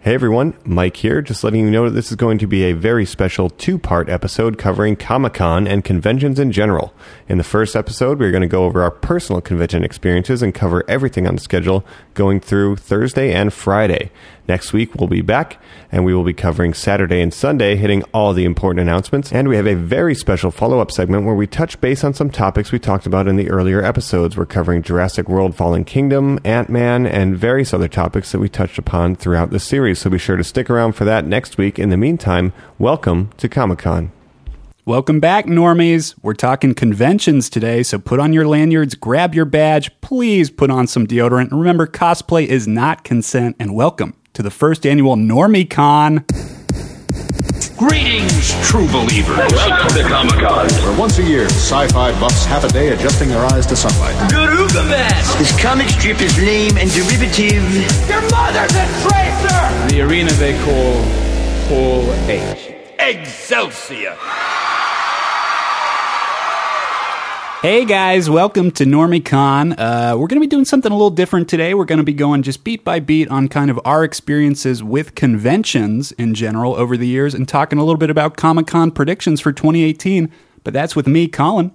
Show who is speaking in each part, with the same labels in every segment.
Speaker 1: Hey everyone, Mike here, just letting you know that this is going to be a very special two part episode covering Comic Con and conventions in general. In the first episode, we're going to go over our personal convention experiences and cover everything on the schedule going through Thursday and Friday. Next week, we'll be back and we will be covering Saturday and Sunday, hitting all the important announcements. And we have a very special follow up segment where we touch base on some topics we talked about in the earlier episodes. We're covering Jurassic World Fallen Kingdom, Ant Man, and various other topics that we touched upon throughout the series. So be sure to stick around for that next week. In the meantime, welcome to Comic Con.
Speaker 2: Welcome back, normies. We're talking conventions today, so put on your lanyards, grab your badge, please put on some deodorant, and remember cosplay is not consent, and welcome to the first annual Normie Con.
Speaker 3: Greetings, true believers.
Speaker 4: Welcome to Comic Con.
Speaker 5: Where once a year, sci fi buffs have a day adjusting their eyes to sunlight.
Speaker 4: Garuga Man!
Speaker 6: This comic strip is lame and derivative.
Speaker 7: Your mother's a traitor!
Speaker 8: The arena they call Hall H.
Speaker 3: Excelsior!
Speaker 2: Hey guys, welcome to NormieCon. Uh, we're going to be doing something a little different today. We're going to be going just beat by beat on kind of our experiences with conventions in general over the years and talking a little bit about Comic Con predictions for 2018. But that's with me, Colin.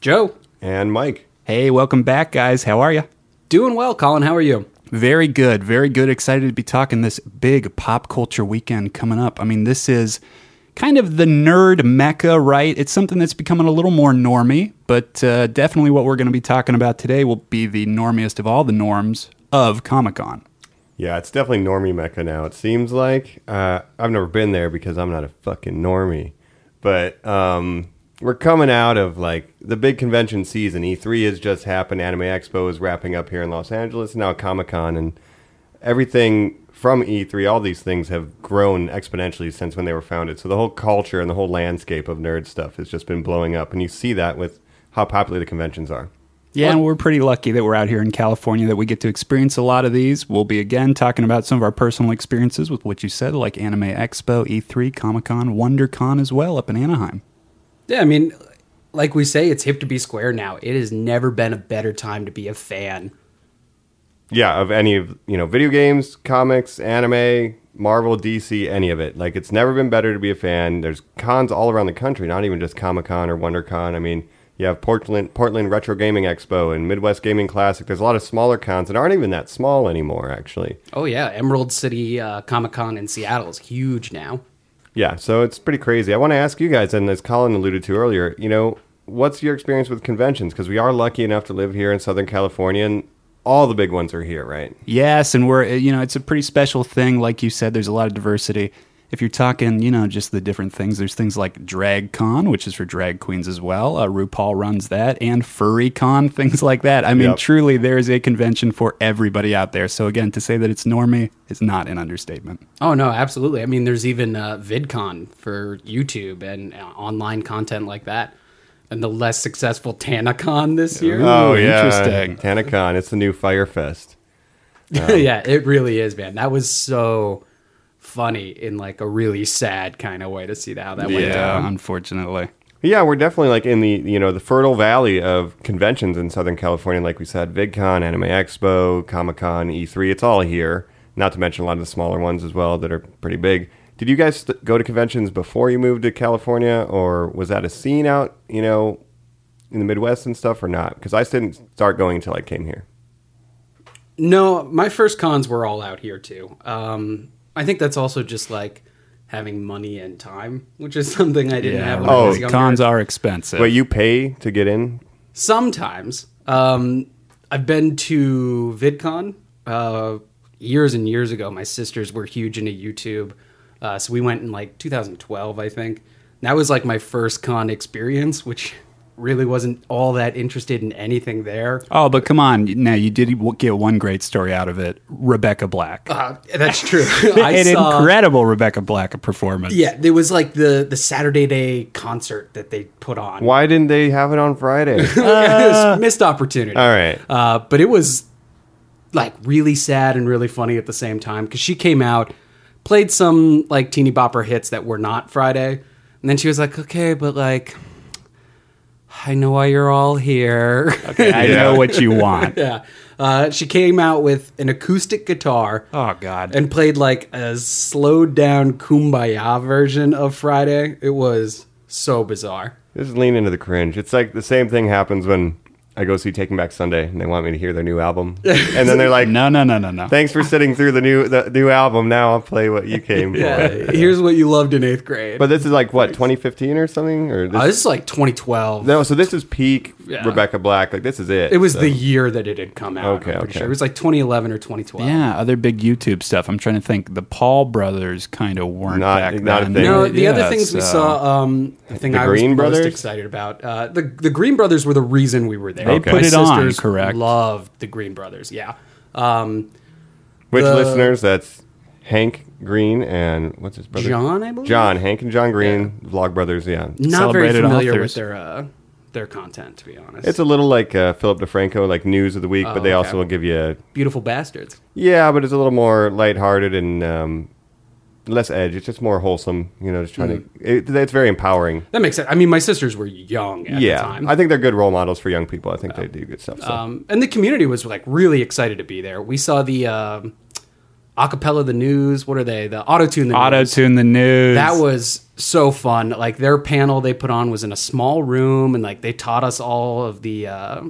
Speaker 8: Joe.
Speaker 1: And Mike.
Speaker 2: Hey, welcome back, guys. How are you?
Speaker 8: Doing well, Colin. How are you?
Speaker 2: Very good. Very good. Excited to be talking this big pop culture weekend coming up. I mean, this is kind of the nerd mecca, right? It's something that's becoming a little more normy, but uh, definitely what we're going to be talking about today will be the normiest of all the norms of Comic Con.
Speaker 1: Yeah, it's definitely normie mecca now. It seems like uh, I've never been there because I'm not a fucking normie, but um, we're coming out of like the big convention season. E3 has just happened. Anime Expo is wrapping up here in Los Angeles. Now Comic Con and everything from E3, all these things have grown exponentially since when they were founded. So the whole culture and the whole landscape of nerd stuff has just been blowing up, and you see that with how popular the conventions are.
Speaker 2: Yeah, and we're pretty lucky that we're out here in California that we get to experience a lot of these. We'll be again talking about some of our personal experiences with what you said, like Anime Expo, E3, Comic Con, WonderCon as well up in Anaheim.
Speaker 8: Yeah, I mean, like we say, it's hip to be square now. It has never been a better time to be a fan
Speaker 1: yeah of any of you know video games comics anime marvel dc any of it like it's never been better to be a fan there's cons all around the country not even just comic-con or wondercon i mean you have portland portland retro gaming expo and midwest gaming classic there's a lot of smaller cons that aren't even that small anymore actually
Speaker 8: oh yeah emerald city uh, comic-con in seattle is huge now
Speaker 1: yeah so it's pretty crazy i want to ask you guys and as colin alluded to earlier you know what's your experience with conventions because we are lucky enough to live here in southern california and all the big ones are here, right?
Speaker 2: Yes, and we're you know it's a pretty special thing. Like you said, there's a lot of diversity. If you're talking, you know, just the different things, there's things like Drag Con, which is for drag queens as well. Uh, RuPaul runs that, and Furry Con, things like that. I mean, yep. truly, there is a convention for everybody out there. So again, to say that it's normie is not an understatement.
Speaker 8: Oh no, absolutely. I mean, there's even uh, VidCon for YouTube and uh, online content like that and the less successful TanaCon this year.
Speaker 1: Oh, Ooh, yeah. Interesting. TanaCon, it's the new Firefest.
Speaker 8: Um, yeah, it really is, man. That was so funny in like a really sad kind of way to see how that went yeah, down.
Speaker 2: unfortunately.
Speaker 1: Yeah, we're definitely like in the you know the fertile valley of conventions in Southern California. Like we said, VidCon, Anime Expo, Comic Con, E3, it's all here. Not to mention a lot of the smaller ones as well that are pretty big did you guys th- go to conventions before you moved to California, or was that a scene out, you know, in the Midwest and stuff, or not? Because I didn't start going until I came here.
Speaker 8: No, my first cons were all out here too. Um, I think that's also just like having money and time, which is something I didn't yeah. have. When oh, I was younger.
Speaker 2: cons are expensive.
Speaker 1: Wait, you pay to get in?
Speaker 8: Sometimes. Um, I've been to VidCon uh, years and years ago. My sisters were huge into YouTube. Uh, so we went in like 2012, I think. And that was like my first con experience, which really wasn't all that interested in anything there.
Speaker 2: Oh, but come on. Now, you did get one great story out of it Rebecca Black.
Speaker 8: Uh, that's true.
Speaker 2: An saw, incredible Rebecca Black performance.
Speaker 8: Yeah, it was like the, the Saturday day concert that they put on.
Speaker 1: Why didn't they have it on Friday?
Speaker 8: uh, missed opportunity. Uh,
Speaker 1: All right.
Speaker 8: but it was like really sad and really funny at the same time because she came out played some like teeny bopper hits that were not Friday. And then she was like, okay, but like, I know why you're all here.
Speaker 2: Okay, I yeah. know what you want.
Speaker 8: yeah. Uh, she came out with an acoustic guitar.
Speaker 2: Oh, God.
Speaker 8: And played like a slowed down kumbaya version of Friday. It was so bizarre.
Speaker 9: Just lean into the cringe. It's like the same thing happens when I go see Taking Back Sunday and they want me to hear their new album. And then they're like,
Speaker 2: No, no, no, no, no.
Speaker 9: thanks for sitting through the new the new album. Now I'll play what you came for.
Speaker 8: Here's what you loved in eighth grade.
Speaker 9: But this is like what 2015 or something, or this,
Speaker 8: Uh, this is like 2012.
Speaker 9: no? So this is peak
Speaker 8: Yeah.
Speaker 9: Rebecca Black. Like this is it.
Speaker 8: It was
Speaker 9: So-
Speaker 8: the year that it had come out.
Speaker 9: Okay,
Speaker 8: I'm pretty
Speaker 9: okay.
Speaker 8: sure. It was like 2011 or 2012.
Speaker 2: Yeah, other big YouTube stuff. I'm trying to think. The Paul brothers kind of weren't
Speaker 9: Not-
Speaker 2: back
Speaker 9: not a
Speaker 2: then.
Speaker 9: thing.
Speaker 8: No,
Speaker 9: Yeah, uh,
Speaker 8: the other things we
Speaker 2: so-
Speaker 8: saw, um, the thing
Speaker 9: The
Speaker 8: I
Speaker 9: Green
Speaker 8: was
Speaker 9: Brothers?
Speaker 8: most excited about, uh, the the Green Brothers were the reason we were there.
Speaker 2: They
Speaker 9: Okay.
Speaker 2: put
Speaker 8: My
Speaker 2: it on,
Speaker 8: sisters
Speaker 2: correct.
Speaker 8: Loved the Green Brothers. Yeah. Um,
Speaker 9: Which
Speaker 8: the-
Speaker 9: listeners? That's Hank Green and what's his brother?
Speaker 8: John, I believe?
Speaker 9: John, Hank and John Green, Vlog Brothers. Yeah,
Speaker 8: not very
Speaker 2: Celebrated
Speaker 8: familiar
Speaker 2: authors.
Speaker 8: with their uh, their content, to be honest.
Speaker 9: it's a little like uh, Philip DeFranco, like news of the week, but they
Speaker 8: Oh, okay.
Speaker 9: also will give you. A,
Speaker 8: beautiful bastards.
Speaker 9: yeah, but it's a little more lighthearted and um, less edge. It's just more wholesome. You know, just trying
Speaker 8: Mm-hmm.
Speaker 9: to. It, it's very empowering.
Speaker 8: That makes sense. I mean, my sisters were young at the
Speaker 9: yeah,
Speaker 8: time.
Speaker 9: I think they're good role models for young people. I think they do good stuff. So.
Speaker 8: Um, and the community was like really excited to be there. We saw the um, acapella, the news. What are they? The auto tune. the
Speaker 2: Auto
Speaker 8: news.
Speaker 2: tune the news.
Speaker 8: That was so fun. Like their panel they put on was in a small room, and like they taught us all of the uh,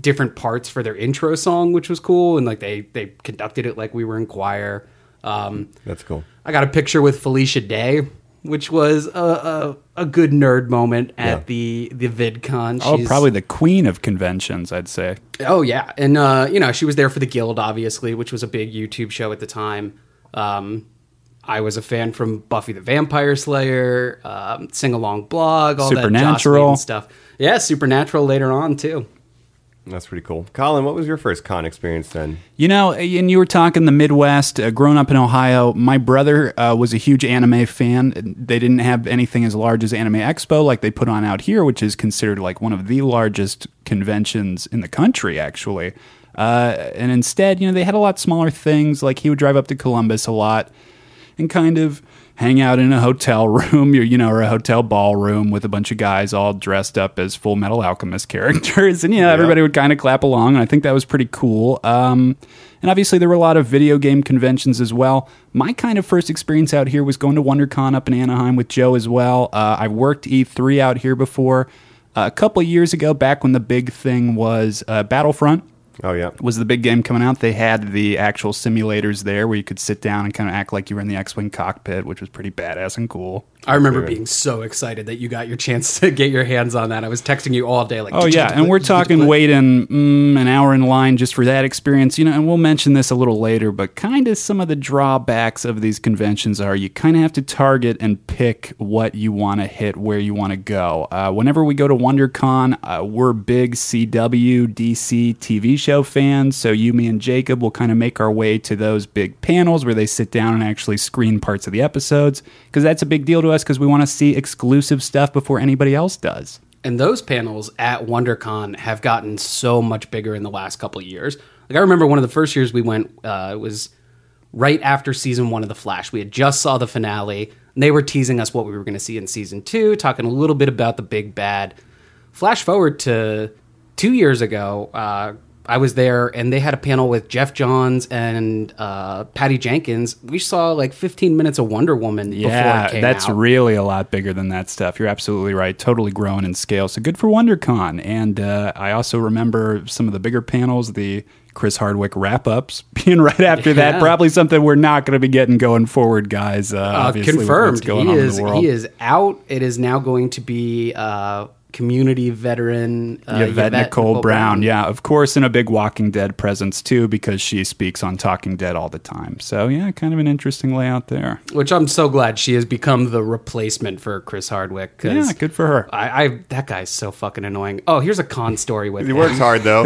Speaker 8: different parts for their intro song, which was cool. And like they they conducted it like we were in choir. Um,
Speaker 9: That's cool.
Speaker 8: I got a picture with Felicia Day, which was a a, a good nerd moment at
Speaker 9: Yeah.
Speaker 8: the the VidCon.
Speaker 2: oh,
Speaker 8: She's-
Speaker 2: probably the queen of conventions, I'd say.
Speaker 8: Oh yeah, and uh, you know she was there for the Guild, obviously, which was a big YouTube show at the time. Um, I was a fan from Buffy the Vampire Slayer, um, Sing Along Blog, all that Joss
Speaker 2: Supernatural.
Speaker 8: Whedon stuff. Yeah, Supernatural later on too.
Speaker 9: That's pretty cool. Colin, what was your first con experience then?
Speaker 2: You know, and you were talking the Midwest, uh, growing up in Ohio. My brother uh, was a huge anime fan. They didn't have anything as large as Anime Expo like they put on out here, which is considered like one of the largest conventions in the country, actually. Uh, and instead, you know, they had a lot smaller things. Like he would drive up to Columbus a lot and kind of hang out in a hotel room, or, you know, or a hotel ballroom with a bunch of guys all dressed up as Full Metal Alchemist characters, and you know, everybody would kind of clap along, and I think that was pretty cool. Um, and obviously, there were a lot of video game conventions as well. My kind of first experience out here was going to WonderCon up in Anaheim with Joe as well. Uh, I worked E3 out here before. Uh, a couple years ago, back when the big thing was uh, Battlefront,
Speaker 9: Oh yeah,
Speaker 2: was the big game coming out. They had the actual simulators there where you could sit down and kind of act like you were in the X-wing cockpit, which was pretty badass and cool.
Speaker 8: I remember being so excited that you got your chance to get your hands on that. I was texting you all day, like,
Speaker 2: Oh
Speaker 8: "Did you
Speaker 2: yeah,
Speaker 8: get to
Speaker 2: and
Speaker 8: play-
Speaker 2: we're
Speaker 8: did you get to
Speaker 2: talking
Speaker 8: play?"
Speaker 2: waiting mm, an hour in line just for that experience, you know. And we'll mention this a little later, but kind of some of the drawbacks of these conventions are you kind of have to target and pick what you want to hit, where you want to go. Uh, whenever we go to WonderCon, uh, we're big CW, DC TV show fans, so you, me, and Jacob will kind of make our way to those big panels where they sit down and actually screen parts of the episodes because that's a big deal to us because we want to see exclusive stuff before anybody else does.
Speaker 8: And those panels at WonderCon have gotten so much bigger in the last couple of years. Like I remember one of the first years we went, uh, it was right after season one of The Flash. We had just saw the finale, and they were teasing us what we were going to see in season two, talking a little bit about the big bad. Flash forward to two years ago, uh, I was there, and they had a panel with Jeff Johns and uh, Patty Jenkins. We saw like 15 minutes of Wonder Woman before it came
Speaker 2: that's
Speaker 8: out.
Speaker 2: really a lot bigger than that stuff. You're absolutely right. Totally growing in scale. So good for WonderCon. And uh, I also remember some of the bigger panels, the Chris Hardwick wrap ups being right after that.
Speaker 8: Yeah.
Speaker 2: Probably something we're not going to be getting going forward, guys. Uh,
Speaker 8: Uh,
Speaker 2: obviously, with
Speaker 8: confirmed.
Speaker 2: What's going
Speaker 8: he
Speaker 2: on
Speaker 8: is
Speaker 2: in the world.
Speaker 8: he is out. It is now going to be uh, community veteran uh,
Speaker 2: Yvette, Nicole, Brown. Yeah, of course, in a big Walking Dead presence too, because she speaks on Talking Dead all the time. So yeah, kind of an interesting layout there.
Speaker 8: which I'm so glad she has become the replacement for Chris Hardwick. 'cause
Speaker 2: Yeah, good for her.
Speaker 8: I, I that guy's so fucking annoying. Oh, here's a con story with
Speaker 9: he
Speaker 8: him.
Speaker 9: works hard though.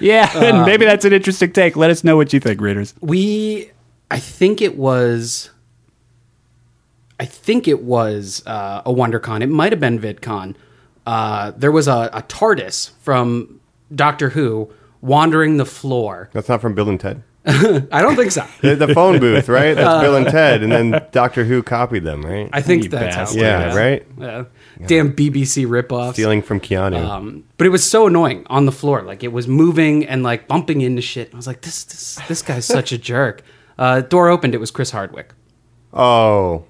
Speaker 2: Yeah,
Speaker 8: um,
Speaker 2: maybe that's an interesting take. Let us know what you think, readers.
Speaker 8: we i think it was i think it was uh, a wondercon it might have been vidcon uh, there was a, a tardis from doctor who wandering the floor
Speaker 9: That's not from Bill and Ted.
Speaker 8: I don't think so.
Speaker 9: The, the phone booth, right? That's Bill and Ted, and then Doctor Who copied them, right?
Speaker 8: I think
Speaker 2: You
Speaker 8: that's how.
Speaker 2: bastard.
Speaker 8: it
Speaker 9: Yeah,
Speaker 8: was.
Speaker 9: right?
Speaker 8: Yeah. Damn BBC ripoffs.
Speaker 9: Stealing from Keanu.
Speaker 8: Um, but it was so annoying on the floor. Like it was moving and like bumping into shit. I was like, this this this guy's such a jerk. Uh, door opened. It was Chris Hardwick.
Speaker 9: oh,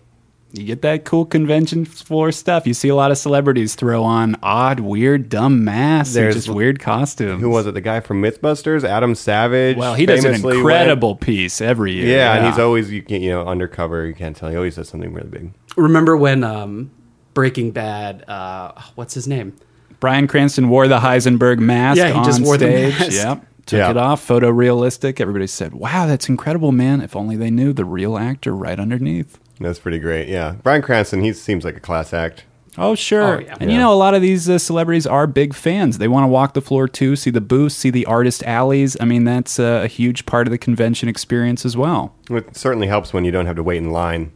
Speaker 2: you get that cool convention floor stuff. You see a lot of celebrities throw on odd, weird, dumb masks
Speaker 9: There's-
Speaker 2: and just weird costumes.
Speaker 9: who was it? The guy from MythBusters, Adam Savage.
Speaker 2: Well, he does an
Speaker 9: famously
Speaker 2: incredible piece every year.
Speaker 9: went- yeah, and he's always you can you know undercover. You can't tell. He always does something really big.
Speaker 8: Remember when um, Breaking Bad? Uh, what's his name?
Speaker 2: Brian Cranston wore the Heisenberg mask.
Speaker 8: Yeah, he
Speaker 2: on
Speaker 8: just wore the
Speaker 2: stage.
Speaker 8: mask.
Speaker 2: Yep. Took
Speaker 9: Yeah.
Speaker 2: it off, photorealistic. Everybody said, "Wow, that's incredible, man!" If only they knew the real actor right underneath.
Speaker 9: That's pretty great. Yeah, Brian Cranston. He seems like a class act.
Speaker 2: Oh, sure.
Speaker 8: Oh, yeah.
Speaker 2: And you know, a lot of these uh, celebrities are big fans. They want to walk the floor too, see the booths, see the artist alleys. I mean, that's uh, a huge part of the convention experience as well.
Speaker 9: It certainly helps when you don't have to wait in line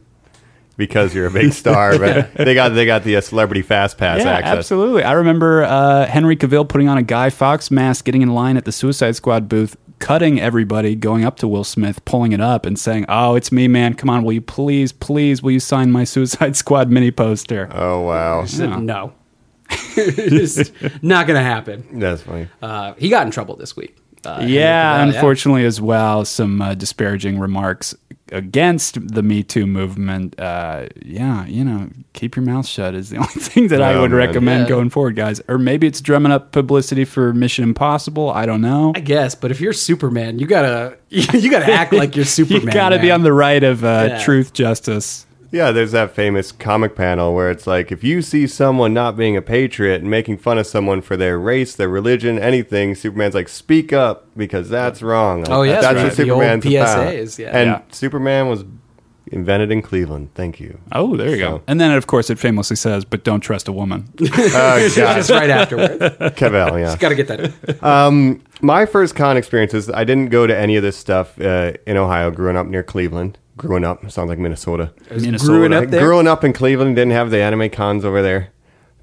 Speaker 9: because you're a big star. But they got they got the uh, celebrity fast pass
Speaker 2: yeah,
Speaker 9: access.
Speaker 2: absolutely. I remember uh, Henry Cavill putting on a Guy Fox mask, getting in line at the Suicide Squad booth, cutting everybody, going up to Will Smith, pulling it up, and saying, "Oh, it's me, man! Come on, will you please, please, will you sign my Suicide Squad mini poster?"
Speaker 8: Uh,
Speaker 9: Oh wow,
Speaker 8: He said, no, It's not gonna happen.
Speaker 9: that's funny.
Speaker 8: Uh, he got in trouble this week. Uh,
Speaker 2: yeah,
Speaker 8: Henry Cavill,
Speaker 2: unfortunately, as well, some uh, disparaging remarks against the Me Too movement. Uh, yeah, you know, keep your mouth shut is the only thing that I
Speaker 9: Oh,
Speaker 2: would
Speaker 9: man.
Speaker 2: recommend
Speaker 8: Yeah.
Speaker 2: going forward, guys. Or maybe it's drumming up publicity for Mission Impossible. I don't know.
Speaker 8: I guess, but if you're Superman, you gotta you gotta act like you're Superman.
Speaker 2: you gotta be
Speaker 8: man.
Speaker 2: on the right of uh,
Speaker 8: Yeah.
Speaker 2: truth, justice.
Speaker 9: Yeah, there's that famous comic panel where it's like if you see someone not being a patriot and making fun of someone for their race, their religion, anything, Superman's like, "Speak up because that's wrong."
Speaker 8: Oh, yeah,
Speaker 9: that's
Speaker 8: right.
Speaker 9: what
Speaker 8: The old
Speaker 9: Superman's about.
Speaker 8: PSAs, yeah.
Speaker 9: And
Speaker 2: Yeah.
Speaker 9: Superman was invented in Cleveland. Thank you.
Speaker 2: Oh, there you
Speaker 9: So-
Speaker 2: go. And then, of course, it famously says, "But don't trust a woman."
Speaker 9: Oh God,
Speaker 8: Just right afterwards.
Speaker 9: Cavell. Yeah.
Speaker 8: gotta get that. In.
Speaker 9: My first con experience is I didn't go to any of this stuff uh, in Ohio. Growing up near Cleveland, growing up sounds like Minnesota.
Speaker 2: Minnesota.
Speaker 8: up there?
Speaker 9: Growing up in Cleveland, didn't have the anime cons over there.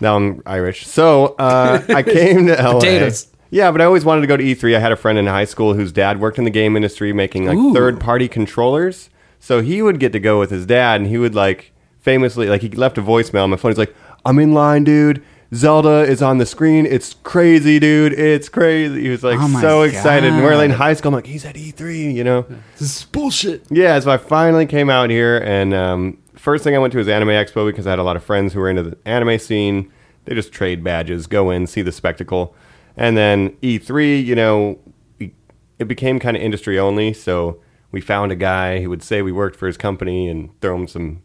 Speaker 9: Now I'm Irish, so uh, I came to LA.
Speaker 8: Potatoes.
Speaker 9: Yeah, but I always wanted to go to E3. I had a friend in high school whose dad worked in the game industry, making like third-party controllers. So he would get to go with his dad, and he would like famously like he left a voicemail on my phone. He's like, "I'm in line, dude. Zelda is on the screen. It's crazy, dude. It's crazy." He was like
Speaker 2: Oh my
Speaker 9: so excited, and we're
Speaker 2: God.
Speaker 9: like in high school. I'm like, "He's at E3," you know.
Speaker 8: This is bullshit.
Speaker 9: Yeah, so I finally came out here, and um, first thing I went to was Anime Expo because I had a lot of friends who were into the anime scene. They just trade badges, go in, see the spectacle, and then E3. You know, we, it became kind of industry only, so we found a guy who would say we worked for his company and throw him some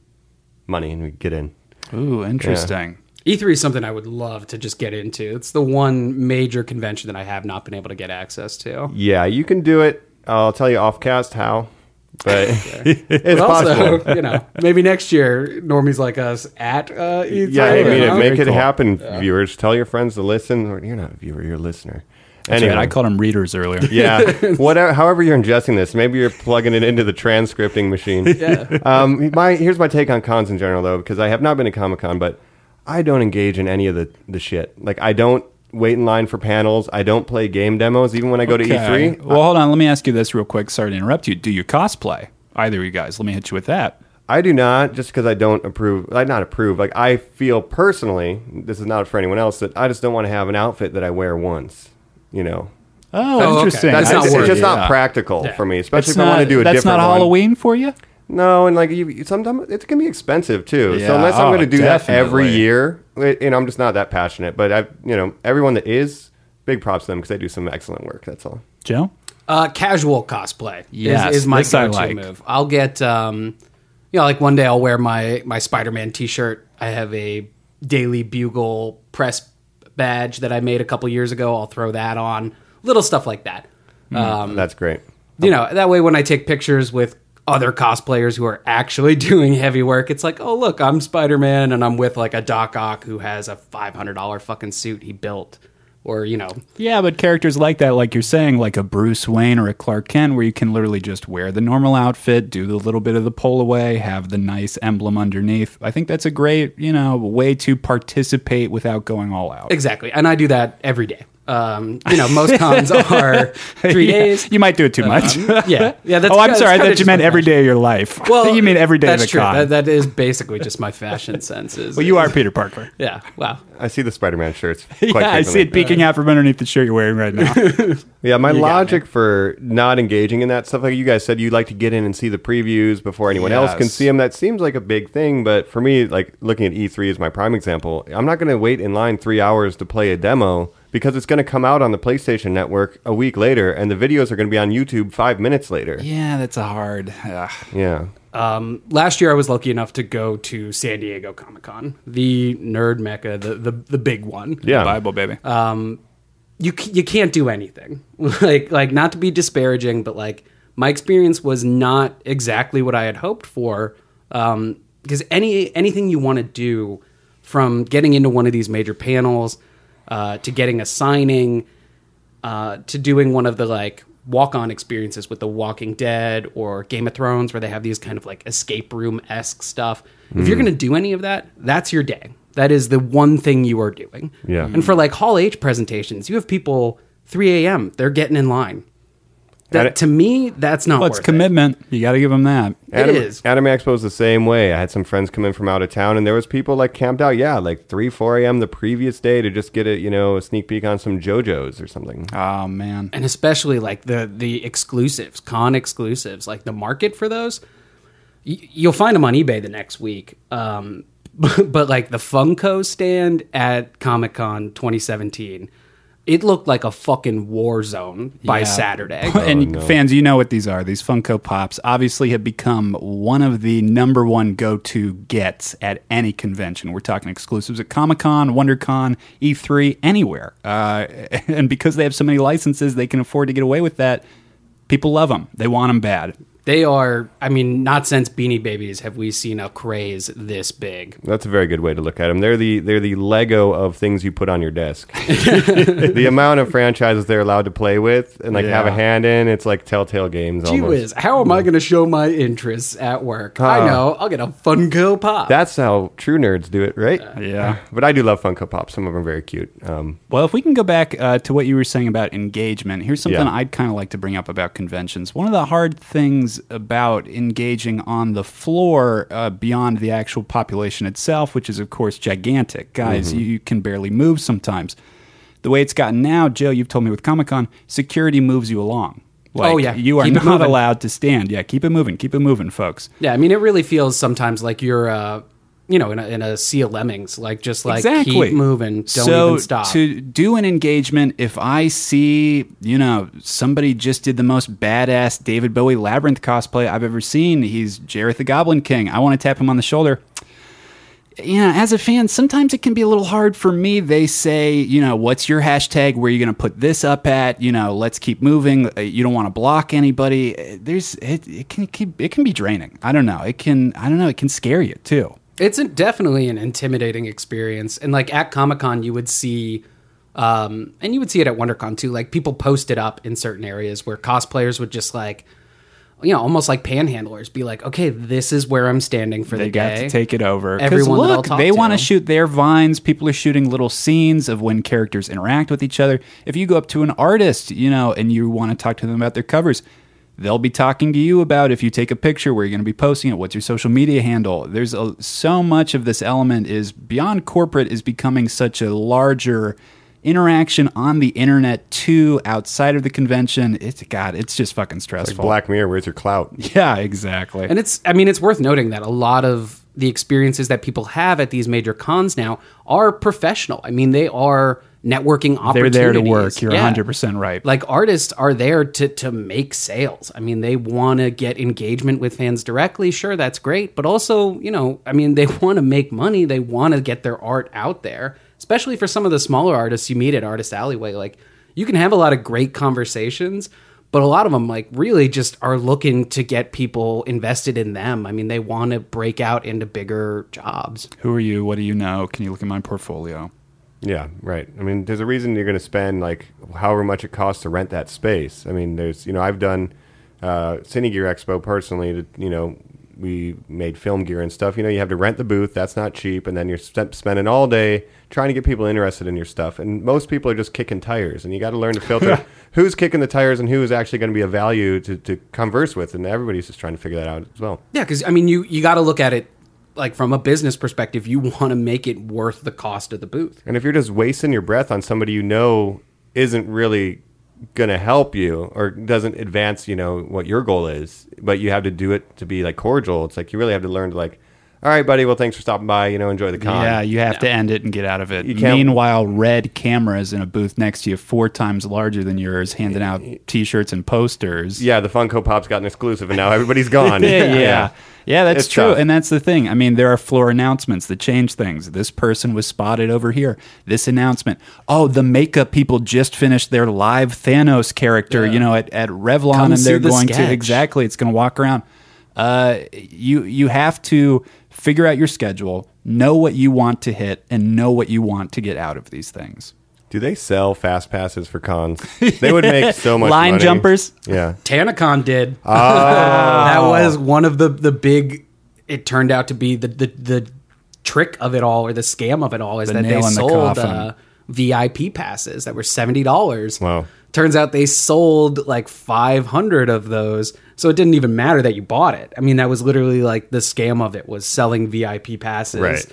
Speaker 9: money, and we'd get in.
Speaker 2: Ooh, interesting.
Speaker 8: E3 E is something I would love to just get into. It's the one major convention that I have not been able to get access to.
Speaker 9: Yeah, you can do it. I'll tell you off cast how, but it's
Speaker 8: But
Speaker 9: possible.
Speaker 8: also, you know, maybe next year, normies like us at uh, E3.
Speaker 9: Yeah, I
Speaker 8: you
Speaker 9: mean,
Speaker 8: know?
Speaker 9: it, make
Speaker 2: Very
Speaker 9: it
Speaker 2: cool.
Speaker 9: happen, viewers. Tell your friends to listen. Or you're not a viewer, you're a listener.
Speaker 2: That's right,
Speaker 9: Anyway, E
Speaker 2: I called them readers earlier.
Speaker 9: yeah, whatever. However, you're ingesting this, maybe you're plugging it into the transcripting machine. Yeah. Um, my here's my take on cons in general, though, because I have not been to Comic Con, but I don't engage in any of the the shit. Like, I don't wait in line for panels. I don't play game demos, even when I go to E
Speaker 2: Okay.
Speaker 9: E3.
Speaker 2: Well, hold on. Let me ask you this real quick. Sorry to interrupt you. Do you cosplay? Either of you guys. Let me hit you with that.
Speaker 9: I do not, just because I don't approve. I not approve. Like I feel personally, this is not for anyone else. That I just don't want to have an outfit that I wear once. You know,
Speaker 8: Oh,
Speaker 2: Oh,
Speaker 8: okay.
Speaker 2: interesting.
Speaker 8: That's
Speaker 9: that's
Speaker 8: not
Speaker 9: it's,
Speaker 8: worth
Speaker 9: it's just
Speaker 8: it.
Speaker 9: not
Speaker 2: Yeah.
Speaker 9: practical
Speaker 8: Yeah.
Speaker 9: for me, especially
Speaker 2: That's
Speaker 9: if I want to
Speaker 2: not-
Speaker 9: do a
Speaker 2: that's
Speaker 9: different
Speaker 2: not
Speaker 9: one.
Speaker 2: Halloween for you.
Speaker 9: No, and like you, sometimes it can be expensive too.
Speaker 2: Yeah,
Speaker 9: So unless I'm
Speaker 2: oh,
Speaker 9: going to do that every
Speaker 2: definitely.
Speaker 9: year, it- and I'm just not that passionate. But I, have you know, everyone that is, big props to them because they do some excellent work. That's all.
Speaker 2: Joe.
Speaker 8: Uh, casual cosplay
Speaker 2: Yes,
Speaker 8: is, is my
Speaker 2: this I
Speaker 8: go-to
Speaker 2: like.
Speaker 8: move. I'll get, um, you know, like one day I'll wear my my Spider-Man T-shirt. I have a Daily Bugle press badge that I made a couple years ago. I'll throw that on. Little stuff like that.
Speaker 2: Hmm. Mm.
Speaker 8: Um,
Speaker 9: That's great.
Speaker 8: you know that way when i take pictures with other cosplayers who are actually doing heavy work it's like oh look i'm spider-man and i'm with like a doc ock who has a $500 fucking suit he built or you know
Speaker 2: Yeah, but characters like that, like you're saying, like a Bruce Wayne or a Clark Kent, where you can literally just wear the normal outfit, do the little bit of the pull away, have the nice emblem underneath. I think that's a great, you know, way to participate without going all out.
Speaker 8: exactly and i do that every day Um, you know, most cons are three
Speaker 2: Yeah.
Speaker 8: days. Uh, um,
Speaker 2: You might do it too much.
Speaker 8: Yeah, yeah. That's
Speaker 2: oh, I'm
Speaker 8: that's
Speaker 2: sorry. I
Speaker 8: kinda
Speaker 2: thought you
Speaker 8: just
Speaker 2: meant
Speaker 8: my
Speaker 2: every
Speaker 8: fashion.
Speaker 2: day of your life.
Speaker 8: Well,
Speaker 2: you mean every day
Speaker 8: that's
Speaker 2: of a
Speaker 8: true.
Speaker 2: con.
Speaker 8: That, that is basically just my fashion sense. Is
Speaker 2: well, you are Peter Parker.
Speaker 8: Yeah. Wow.
Speaker 9: I see the Spider-Man shirts. Quite
Speaker 2: yeah, I see
Speaker 9: frequently.
Speaker 2: it peeking out from underneath the shirt you're wearing right now.
Speaker 9: Yeah, my
Speaker 2: got
Speaker 9: logic for not engaging in that stuff, like you guys said, you like to get in and see the previews before anyone else can
Speaker 10: Yes.
Speaker 9: see them. That seems like a big thing, but for me, like looking at E3 is my prime example. I'm not going to wait in line three hours to play a demo because it's going to come out on the PlayStation Network a week later, and the videos are going to be on YouTube five minutes later. Yeah.
Speaker 2: yeah, that's a hard. uh, ugh.
Speaker 8: last year I was lucky enough to go to San Diego Comic Con, the nerd mecca, the the, the big one.
Speaker 9: Yeah.
Speaker 2: Bible baby.
Speaker 8: Uh, You c- you can't do anything. like like not to be disparaging, but like my experience was not exactly what I had hoped for. Um, because any anything you want to do, from getting into one of these major panels, uh, to getting a signing, uh, to doing one of the like walk-on experiences with The Walking Dead or Game of Thrones, where they have these kind of like escape room esque stuff. If you're going to do any of that, that's your day. That is the one thing you are doing.
Speaker 9: Yeah.
Speaker 8: And for like Hall H presentations, you have people 3 a.m. They're getting in line.
Speaker 9: And
Speaker 8: That
Speaker 9: it-
Speaker 8: to me, that's not
Speaker 2: well, it's
Speaker 8: worth it.
Speaker 2: commitment. You got to give them that.
Speaker 9: Anime,
Speaker 8: is.
Speaker 9: Anime Expo was the same way. I had some friends come in from out of town, and there was people like camped out, yeah, like 3, 4 a.m. the previous day to just get a, you know, a sneak peek on some JoJo's or something.
Speaker 2: Oh man.
Speaker 8: and especially like the the exclusives, con exclusives, like the market for those, y- you'll find them on eBay the next week. Um, but, like the Funko stand at Comic Con 2017, it looked like a fucking war zone by
Speaker 2: Yeah.
Speaker 8: Saturday.
Speaker 2: and fans, you know what these are. These Funko Pops obviously have become one of the number one go to gets at any convention. We're talking exclusives at Comic Con, WonderCon, E3, anywhere. Uh, and because they have so many licenses, they can afford to get away with that. People love them, they want them bad.
Speaker 8: they are, I mean, not since Beanie Babies have we seen a craze this big.
Speaker 9: That's a very good way to look at them. They're the they're the Lego of things you put on your desk. the amount of franchises they're allowed to play with and like have a
Speaker 2: Yeah.
Speaker 9: hand in, it's like Telltale games.
Speaker 8: Gee
Speaker 9: almost.
Speaker 8: whiz, how am I going to show my interests at work? I know, I'll get a Funko Pop.
Speaker 9: That's how true nerds do it, right?
Speaker 2: Yeah.
Speaker 9: But I do love Funko Pop. Some of them are very cute. Um,
Speaker 2: Well, if we can go back uh, to what you were saying about engagement, here's something
Speaker 9: Yeah.
Speaker 2: I'd kind of like to bring up about conventions. One of the hard things about engaging on the floor uh, beyond the actual population itself, which is, of course, gigantic. Guys,
Speaker 8: Mm-hmm.
Speaker 2: you, you can barely move sometimes. The way it's gotten now, Joe, you've told me with Comic Con, security moves you along. Like,
Speaker 8: Oh, yeah.
Speaker 2: You are
Speaker 8: Keep it
Speaker 2: not
Speaker 8: moving.
Speaker 2: allowed to stand. Yeah, keep it moving. Keep it moving, folks.
Speaker 8: Yeah, I mean, it really feels sometimes like you're, uh, you know, in a, in a sea of lemmings, like just like keep moving, don't
Speaker 2: so
Speaker 8: even stop.
Speaker 2: To do an engagement, if I see, you know, somebody just did the most badass David Bowie labyrinth cosplay I've ever seen, he's Jareth the Goblin King. I want to tap him on the shoulder. Yeah, as a fan, sometimes it can be a little hard for me. They say, you know, what's your hashtag? Where are you going to put this up at? You know, let's keep moving. Uh, You don't want to block anybody. Uh, There's it, it can keep, it can be draining. I don't know. It can I don't know. It can scare you too.
Speaker 8: it's a, definitely an intimidating experience, and like at Comic Con, you would see, um, and you would see it at WonderCon too. Like people posted up in certain areas where cosplayers would just like, you know, almost like panhandlers, be like, okay, this is where I'm standing for
Speaker 2: They
Speaker 8: the
Speaker 2: got
Speaker 8: day.
Speaker 2: to take it over. 'Cause
Speaker 8: Everyone that I'll
Speaker 2: look,
Speaker 8: talk
Speaker 2: they
Speaker 8: to.
Speaker 2: want to shoot their vines. People are shooting little scenes of when characters interact with each other. If you go up to an artist, you know, and you want to talk to them about their covers, they'll be talking to you about if you take a picture, where you're going to be posting it, what's your social media handle. There's a, so much of this element is beyond corporate is becoming such a larger interaction on the internet too outside of the convention. It's God, it's just fucking
Speaker 9: like
Speaker 2: stressful.
Speaker 9: Black Mirror, where's your clout?
Speaker 2: yeah, exactly.
Speaker 8: And it's, I mean, it's worth noting that a lot of the experiences that people have at these major cons now are professional. I mean, they are networking
Speaker 2: they're
Speaker 8: opportunities.
Speaker 2: there to work. You're
Speaker 8: Yeah.
Speaker 2: 100% right.
Speaker 8: Like artists are there to to make sales. I mean, they want to get engagement with fans directly. Sure, that's great, but also, you know, I mean, they want to make money. They want to get their art out there, especially for some of the smaller artists you meet at Artist Alleyway. Like, you can have a lot of great conversations, but a lot of them like really just are looking to get people invested in them. I mean, they want to break out into bigger jobs.
Speaker 2: Who are you? What do you know? Can you look at my portfolio?
Speaker 9: Yeah, right. I mean, there's a reason you're going to spend like however much it costs to rent that space. I mean, there's you know I've done uh, Cine Gear Expo personally to you know we made film gear and stuff. You know, you have to rent the booth. That's not cheap, and then you're sp- spending all day trying to get people interested in your stuff. And most people are just kicking tires, and you got to learn to filter who's kicking the tires and who is actually going to be a value to, to converse with. And everybody's just trying to figure that out as well.
Speaker 8: Yeah, because I mean, you you got to look at it like from a business perspective. You want to make it worth the cost of the booth.
Speaker 9: And if you're just wasting your breath on somebody you know isn't really going to help you or doesn't advance, you know, what your goal is, but you have to do it to be like cordial, it's like you really have to learn to like, all right, buddy, well, thanks for stopping by, you know, enjoy the con.
Speaker 2: Yeah, you have to end it and get out of it.
Speaker 9: You can't-
Speaker 2: Meanwhile, red cameras in a booth next to you, four times larger than yours, handing out T-shirts and posters.
Speaker 9: Yeah, the Funko Pop's got an exclusive and now everybody's gone.
Speaker 2: yeah, yeah. Yeah, that's
Speaker 9: It's
Speaker 2: true.
Speaker 9: tough.
Speaker 2: And that's the thing. I mean, there are floor announcements that change things. This person was spotted over here. This announcement. Oh, the makeup people just finished their live Thanos character, you know, at, at Revlon
Speaker 8: Come
Speaker 2: and they're
Speaker 8: see the
Speaker 2: going
Speaker 8: sketch.
Speaker 2: to exactly it's gonna walk around. Uh you you have to figure out your schedule, know what you want to hit, and know what you want to get out of these things.
Speaker 9: Do they sell fast passes for cons? They would make so much
Speaker 2: Line
Speaker 9: money.
Speaker 2: jumpers?
Speaker 9: Yeah.
Speaker 8: Tanacon did.
Speaker 2: Oh.
Speaker 8: that was one of the the big. It turned out to be the the, the trick of it all, or the scam of it all, is
Speaker 2: The
Speaker 8: that they
Speaker 2: nail in the
Speaker 8: sold
Speaker 2: coffin.
Speaker 8: uh, VIP passes that were seventy dollars.
Speaker 9: Wow.
Speaker 8: Turns out they sold like five hundred of those, so it didn't even matter that you bought it. I mean, that was literally like the scam of it was selling VIP passes.
Speaker 9: Right.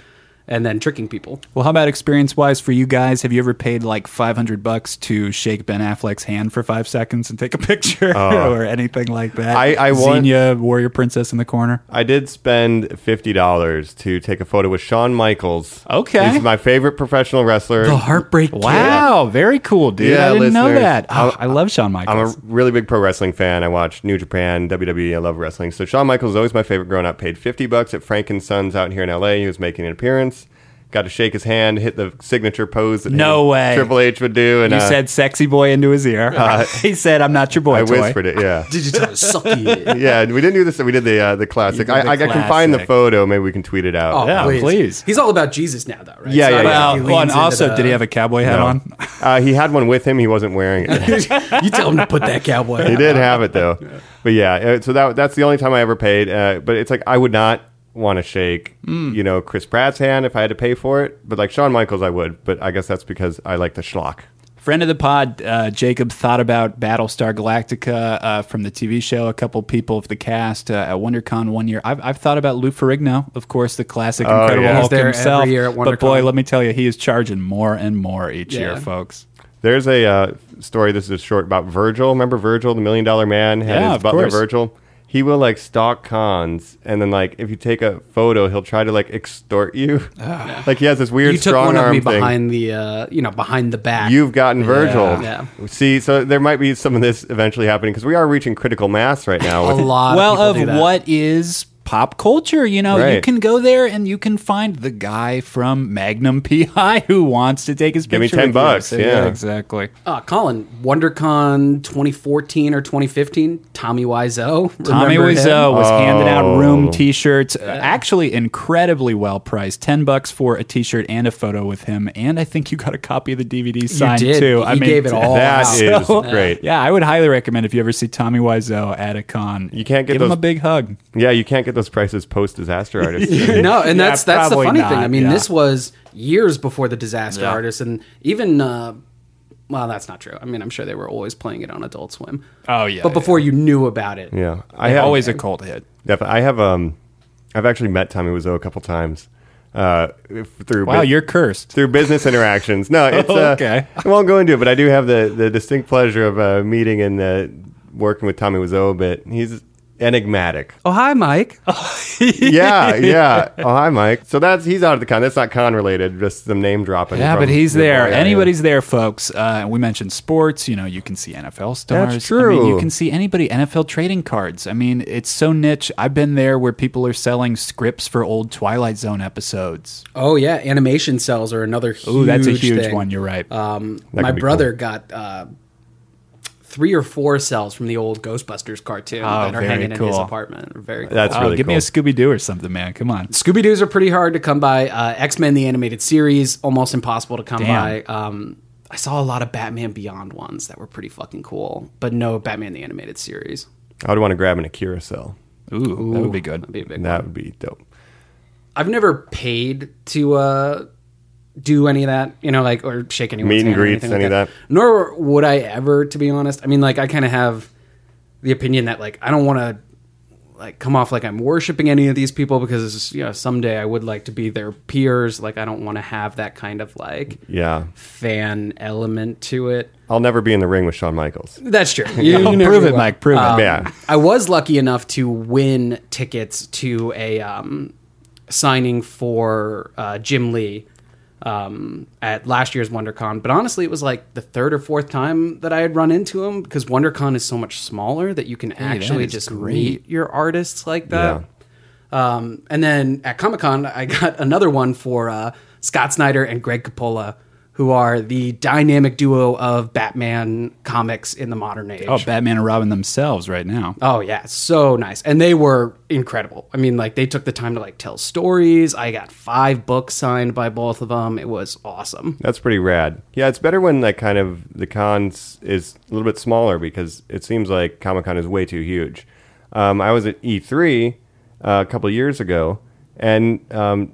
Speaker 8: And then tricking people.
Speaker 2: Well, how about experience wise for you guys? Have you ever paid like 500 bucks to shake Ben Affleck's hand for five seconds and take a picture or anything like that?
Speaker 9: Uh, I- I want-
Speaker 2: Xenia, Warrior Princess in the corner.
Speaker 9: I did spend fifty dollars to take a photo with Shawn Michaels.
Speaker 2: Okay.
Speaker 9: He's my favorite professional wrestler.
Speaker 8: The heartbreak. Kid.
Speaker 2: Wow, very cool, dude.
Speaker 9: Yeah,
Speaker 2: I didn't know
Speaker 9: listeners,
Speaker 2: that. Oh, I
Speaker 9: I'm-
Speaker 2: love Shawn
Speaker 9: I'm a
Speaker 2: Michaels.
Speaker 9: really big pro wrestling fan. I watch New Japan, WWE. I love wrestling. So Shawn Michaels is always my favorite growing up. Paid 50 bucks at Frank and Sons out here in LA. He was making an appearance. Got to shake his hand, hit the signature pose that
Speaker 2: No
Speaker 9: him-
Speaker 2: way.
Speaker 9: Triple H would do. And
Speaker 2: you
Speaker 9: uh,
Speaker 2: said sexy boy into his ear. he said, I'm not your boy.
Speaker 9: I
Speaker 2: toy."
Speaker 9: whispered it. Yeah.
Speaker 8: Did you tell us sucky?
Speaker 9: yeah. We didn't do this. We did the uh, the classic.
Speaker 2: did
Speaker 9: I,
Speaker 2: the
Speaker 9: I, I can find the
Speaker 2: classic.
Speaker 9: photo. Maybe we can tweet it out.
Speaker 8: Oh,
Speaker 2: Yeah, please.
Speaker 8: He's all about Jesus now, though, right?
Speaker 9: Yeah,
Speaker 8: So
Speaker 9: yeah,
Speaker 8: I don't
Speaker 9: yeah.
Speaker 8: know
Speaker 2: Well,
Speaker 8: if he
Speaker 2: well, and
Speaker 8: leans into
Speaker 2: also,
Speaker 8: the-
Speaker 2: did he have a cowboy hat on?
Speaker 9: Uh, he had one with him. He wasn't wearing it.
Speaker 8: you tell him to put that cowboy.
Speaker 9: He did have it though. But yeah, uh, so that that's the only time I ever paid. Uh, but it's like I would not want to shake,
Speaker 8: Hmm.
Speaker 9: you know, Chris Pratt's hand if I had to pay for it. But like Shawn Michaels, I would. But I guess that's because I like the schlock.
Speaker 2: Friend of the pod, uh, Jacob thought about Battlestar Galactica uh, from the TV show. A couple people of the cast uh, at WonderCon one year. I've, I've thought about Lou Ferrigno, of course, the classic Incredible
Speaker 9: Oh, yeah. He's
Speaker 2: Hulk
Speaker 8: there every
Speaker 2: himself.
Speaker 8: year at
Speaker 2: but boy,
Speaker 8: WonderCon.
Speaker 2: let me tell you, he is charging more and more each year,
Speaker 8: Yeah.
Speaker 2: folks.
Speaker 9: There's a uh, story. This is short about Virgil. Remember Virgil, the Million Dollar Man, had
Speaker 2: Yeah,
Speaker 9: his
Speaker 2: of
Speaker 9: butler
Speaker 2: course.
Speaker 9: Virgil. He will like stalk cons, and then like if you take a photo, he'll try to like extort you. like he has this weird
Speaker 8: Ah. You took
Speaker 9: strong
Speaker 8: one of
Speaker 9: arm
Speaker 8: me
Speaker 9: thing.
Speaker 8: behind the, uh, you know, behind the back.
Speaker 9: You've gotten Virgil.
Speaker 8: Yeah.
Speaker 9: See, so there might be some of this eventually happening because we are reaching critical mass right now.
Speaker 8: a
Speaker 9: with-
Speaker 8: lot.
Speaker 2: well,
Speaker 8: of, people do that.
Speaker 2: what is pop culture? You know, you
Speaker 9: Right.
Speaker 2: can go there and you can find the guy from Magnum PI who wants to take his
Speaker 9: Give me
Speaker 2: picture.
Speaker 9: 10
Speaker 2: with you.
Speaker 9: bucks,
Speaker 2: So,
Speaker 9: yeah.
Speaker 2: exactly.
Speaker 8: Uh, Colin, WonderCon 2014 or 2015, Tommy Wiseau.
Speaker 2: Tommy
Speaker 8: remember him?
Speaker 2: Wiseau was handing out
Speaker 9: Oh.
Speaker 2: room T-shirts, uh, actually incredibly well priced. Ten bucks for a T-shirt and a photo with him, and I think you got a copy of the DVD
Speaker 8: You
Speaker 2: signed
Speaker 8: did.
Speaker 2: too.
Speaker 8: You
Speaker 2: I mean,
Speaker 8: gave it all.
Speaker 9: That
Speaker 8: out.
Speaker 9: is great.
Speaker 2: Yeah, I would highly recommend if you ever see Tommy Wiseau at a con.
Speaker 9: You can't get
Speaker 2: give him
Speaker 9: those-
Speaker 2: a big hug.
Speaker 9: Yeah, you can't get those prices post disaster artist. yeah.
Speaker 8: no, and
Speaker 2: Yeah,
Speaker 8: that's that's the
Speaker 2: probably
Speaker 8: funny thing.
Speaker 2: not,
Speaker 8: I mean,
Speaker 2: yeah.
Speaker 8: this was years before the Disaster
Speaker 2: Yeah.
Speaker 8: Artist, and even uh, well, that's not true. I mean, I'm sure they were always playing it on Adult Swim.
Speaker 2: Oh, yeah,
Speaker 8: but before you knew about it,
Speaker 9: I have,
Speaker 2: Always a cult hit.
Speaker 9: Def- I have um, I've actually met Tommy Wiseau a couple times. Uh, if- through
Speaker 2: Wow,
Speaker 9: bu-
Speaker 2: you're cursed.
Speaker 9: through business interactions. No, it's uh,
Speaker 2: Okay.
Speaker 9: I won't go into it, but I do have the the distinct pleasure of uh, meeting and uh, working with Tommy Wiseau a bit. He's enigmatic.
Speaker 8: oh hi, Mike.
Speaker 9: yeah, yeah. Oh, hi, Mike. So that's he's out of the con. That's not con related. Just some name dropping.
Speaker 2: Yeah,
Speaker 9: from
Speaker 2: but he's
Speaker 9: your
Speaker 2: there.
Speaker 9: boy, yeah,
Speaker 2: Anybody's there, folks. Uh, we mentioned sports. You know, you can see NFL stars.
Speaker 9: That's
Speaker 2: I mean,
Speaker 9: true.
Speaker 2: you can see anybody. NFL trading cards. I mean, it's so niche. I've been there where people are selling scripts for old Twilight Zone episodes.
Speaker 8: Oh yeah, animation cells are another. huge
Speaker 2: Ooh, that's a huge
Speaker 8: thing.
Speaker 2: one. You're right.
Speaker 9: Uh,
Speaker 8: Um,
Speaker 9: That
Speaker 8: my
Speaker 9: could be
Speaker 8: brother got uh, three or four cells from the old Ghostbusters cartoon that are
Speaker 2: Oh, very
Speaker 8: hanging in his
Speaker 2: cool.
Speaker 8: apartment. Very cool.
Speaker 9: That's
Speaker 2: Oh,
Speaker 9: really
Speaker 2: give me
Speaker 9: cool.
Speaker 2: a Scooby Doo or something, man. Come on.
Speaker 8: Scooby Doo's are pretty hard to come by. Uh, X Men the animated series almost impossible to come
Speaker 2: Damn.
Speaker 8: by. Um, I saw a lot of Batman Beyond ones that were pretty fucking cool, but no Batman the animated series.
Speaker 9: I would want to grab an Akira cell.
Speaker 2: Ooh, that would be
Speaker 8: That'd
Speaker 2: good.
Speaker 8: be a big
Speaker 9: That would be dope.
Speaker 8: I've never paid to uh, do any of that, you know, like or shake anyone's
Speaker 9: Meet and
Speaker 8: hand or
Speaker 9: greets,
Speaker 8: anything like
Speaker 9: any of that?
Speaker 8: Nor would I ever, to be honest. I mean, like I kind of have the opinion that like I don't want to like come off like I'm worshiping any of these people because you know someday I would like to be their peers. Like I don't want to have that kind of like
Speaker 9: Yeah.
Speaker 8: fan element to it.
Speaker 9: I'll never be in the ring with Shawn Michaels.
Speaker 8: That's true. You, you never
Speaker 2: prove it,
Speaker 8: will.
Speaker 2: Mike. Prove it.
Speaker 9: yeah.
Speaker 8: I was lucky enough to win tickets to a um, signing for uh, Jim Lee um, at last year's WonderCon. But honestly, it was like the third or fourth time that I had run into him because WonderCon is so much smaller that you can actually
Speaker 2: is
Speaker 8: just
Speaker 2: great.
Speaker 8: meet your artists like that.
Speaker 9: Yeah.
Speaker 8: Um, and then at Comic Con, I got another one for uh, Scott Snyder and Greg Capullo, who are the dynamic duo of Batman comics in the modern age.
Speaker 2: Oh, Batman and Robin themselves right now.
Speaker 8: Oh yeah, so nice. And they were incredible. I mean, like they took the time to like tell stories. I got 5 books signed by both of them. It was awesome.
Speaker 9: That's pretty rad. Yeah, it's better when that kind of the cons is a little bit smaller because it seems like Comic Con is way too huge. Um, I was at E3 uh, a couple of years ago, and um,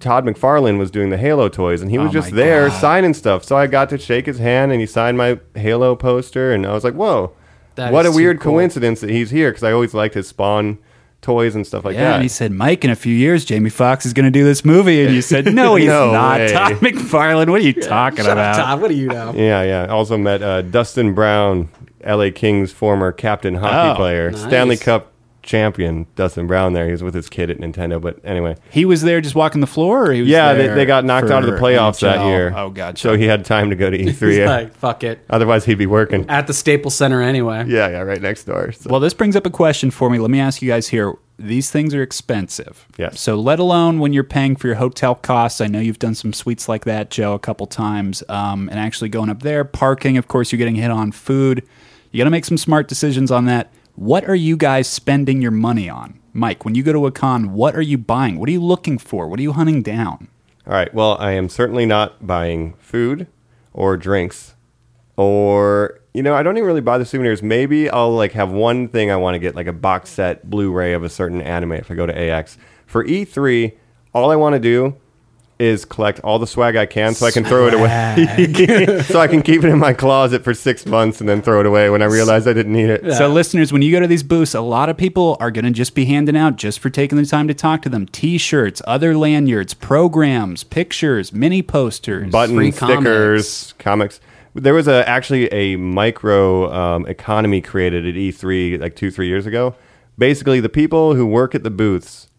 Speaker 9: Todd McFarlane was doing the Halo toys, and he was
Speaker 2: Oh
Speaker 9: just
Speaker 2: my
Speaker 9: there
Speaker 2: God.
Speaker 9: signing stuff. So I got to shake his hand, and he signed my Halo poster, and I was like, "Whoa,
Speaker 8: That
Speaker 9: what
Speaker 8: is
Speaker 9: a
Speaker 8: too
Speaker 9: weird
Speaker 8: cool.
Speaker 9: coincidence that he's here!" Because I always liked his Spawn toys and stuff like
Speaker 2: Yeah,
Speaker 9: that.
Speaker 2: and he said, Mike, in a few years, Jamie Foxx is going to do this movie. And you said, no, he's
Speaker 9: No
Speaker 2: not.
Speaker 9: way.
Speaker 2: Todd McFarlane, what are you talking about?
Speaker 8: Todd, what do you know?
Speaker 9: Yeah, yeah. Also met uh, Dustin Brown, LA Kings former captain hockey
Speaker 2: Oh,
Speaker 9: player,
Speaker 8: nice.
Speaker 9: Stanley Cup champion Dustin Brown. There, he was with his kid at Nintendo. But anyway,
Speaker 2: He was there just walking the floor? Or he was
Speaker 9: yeah, they,
Speaker 2: there
Speaker 9: they got knocked out of the
Speaker 2: for
Speaker 9: playoffs that
Speaker 2: NHL?
Speaker 9: year.
Speaker 2: Oh, God.
Speaker 9: So he had time to go to
Speaker 8: He's
Speaker 9: E3.
Speaker 8: like, fuck it.
Speaker 9: Otherwise, he'd be working.
Speaker 8: At the Staples Center anyway.
Speaker 9: Yeah, yeah, right next door. So.
Speaker 2: Well, this brings up a question for me. Let me ask you guys here. These things are expensive.
Speaker 9: Yes.
Speaker 2: So, let alone when you're paying for your hotel costs. I know you've done some suites like that, Joe, a couple times. Um, and actually going up there, parking, of course, you're getting hit on food. You got to make some smart decisions on that. What are you guys spending your money on? Mike, when you go to a con, what are you buying? What are you looking for? What are you hunting down?
Speaker 9: All right. Well, I am certainly not buying food or drinks or you know, I don't even really buy the souvenirs. Maybe I'll like have one thing I want to get like a box set Blu-ray of a certain anime if I go to AX. For E3, all I want to do is collect all the swag I can so I can throw it away. so I can keep it in my closet for 6 months and then throw it away when I realize I didn't need it.
Speaker 2: So, listeners, when you go to these booths, a lot of people are going to just be handing out, just for taking the time to talk to them, t shirts, other lanyards, programs, pictures, mini posters.
Speaker 9: button
Speaker 8: free
Speaker 9: stickers, comics. There was a actually a micro um, economy created at E3 like two three years ago. Basically, the people who work at the booths,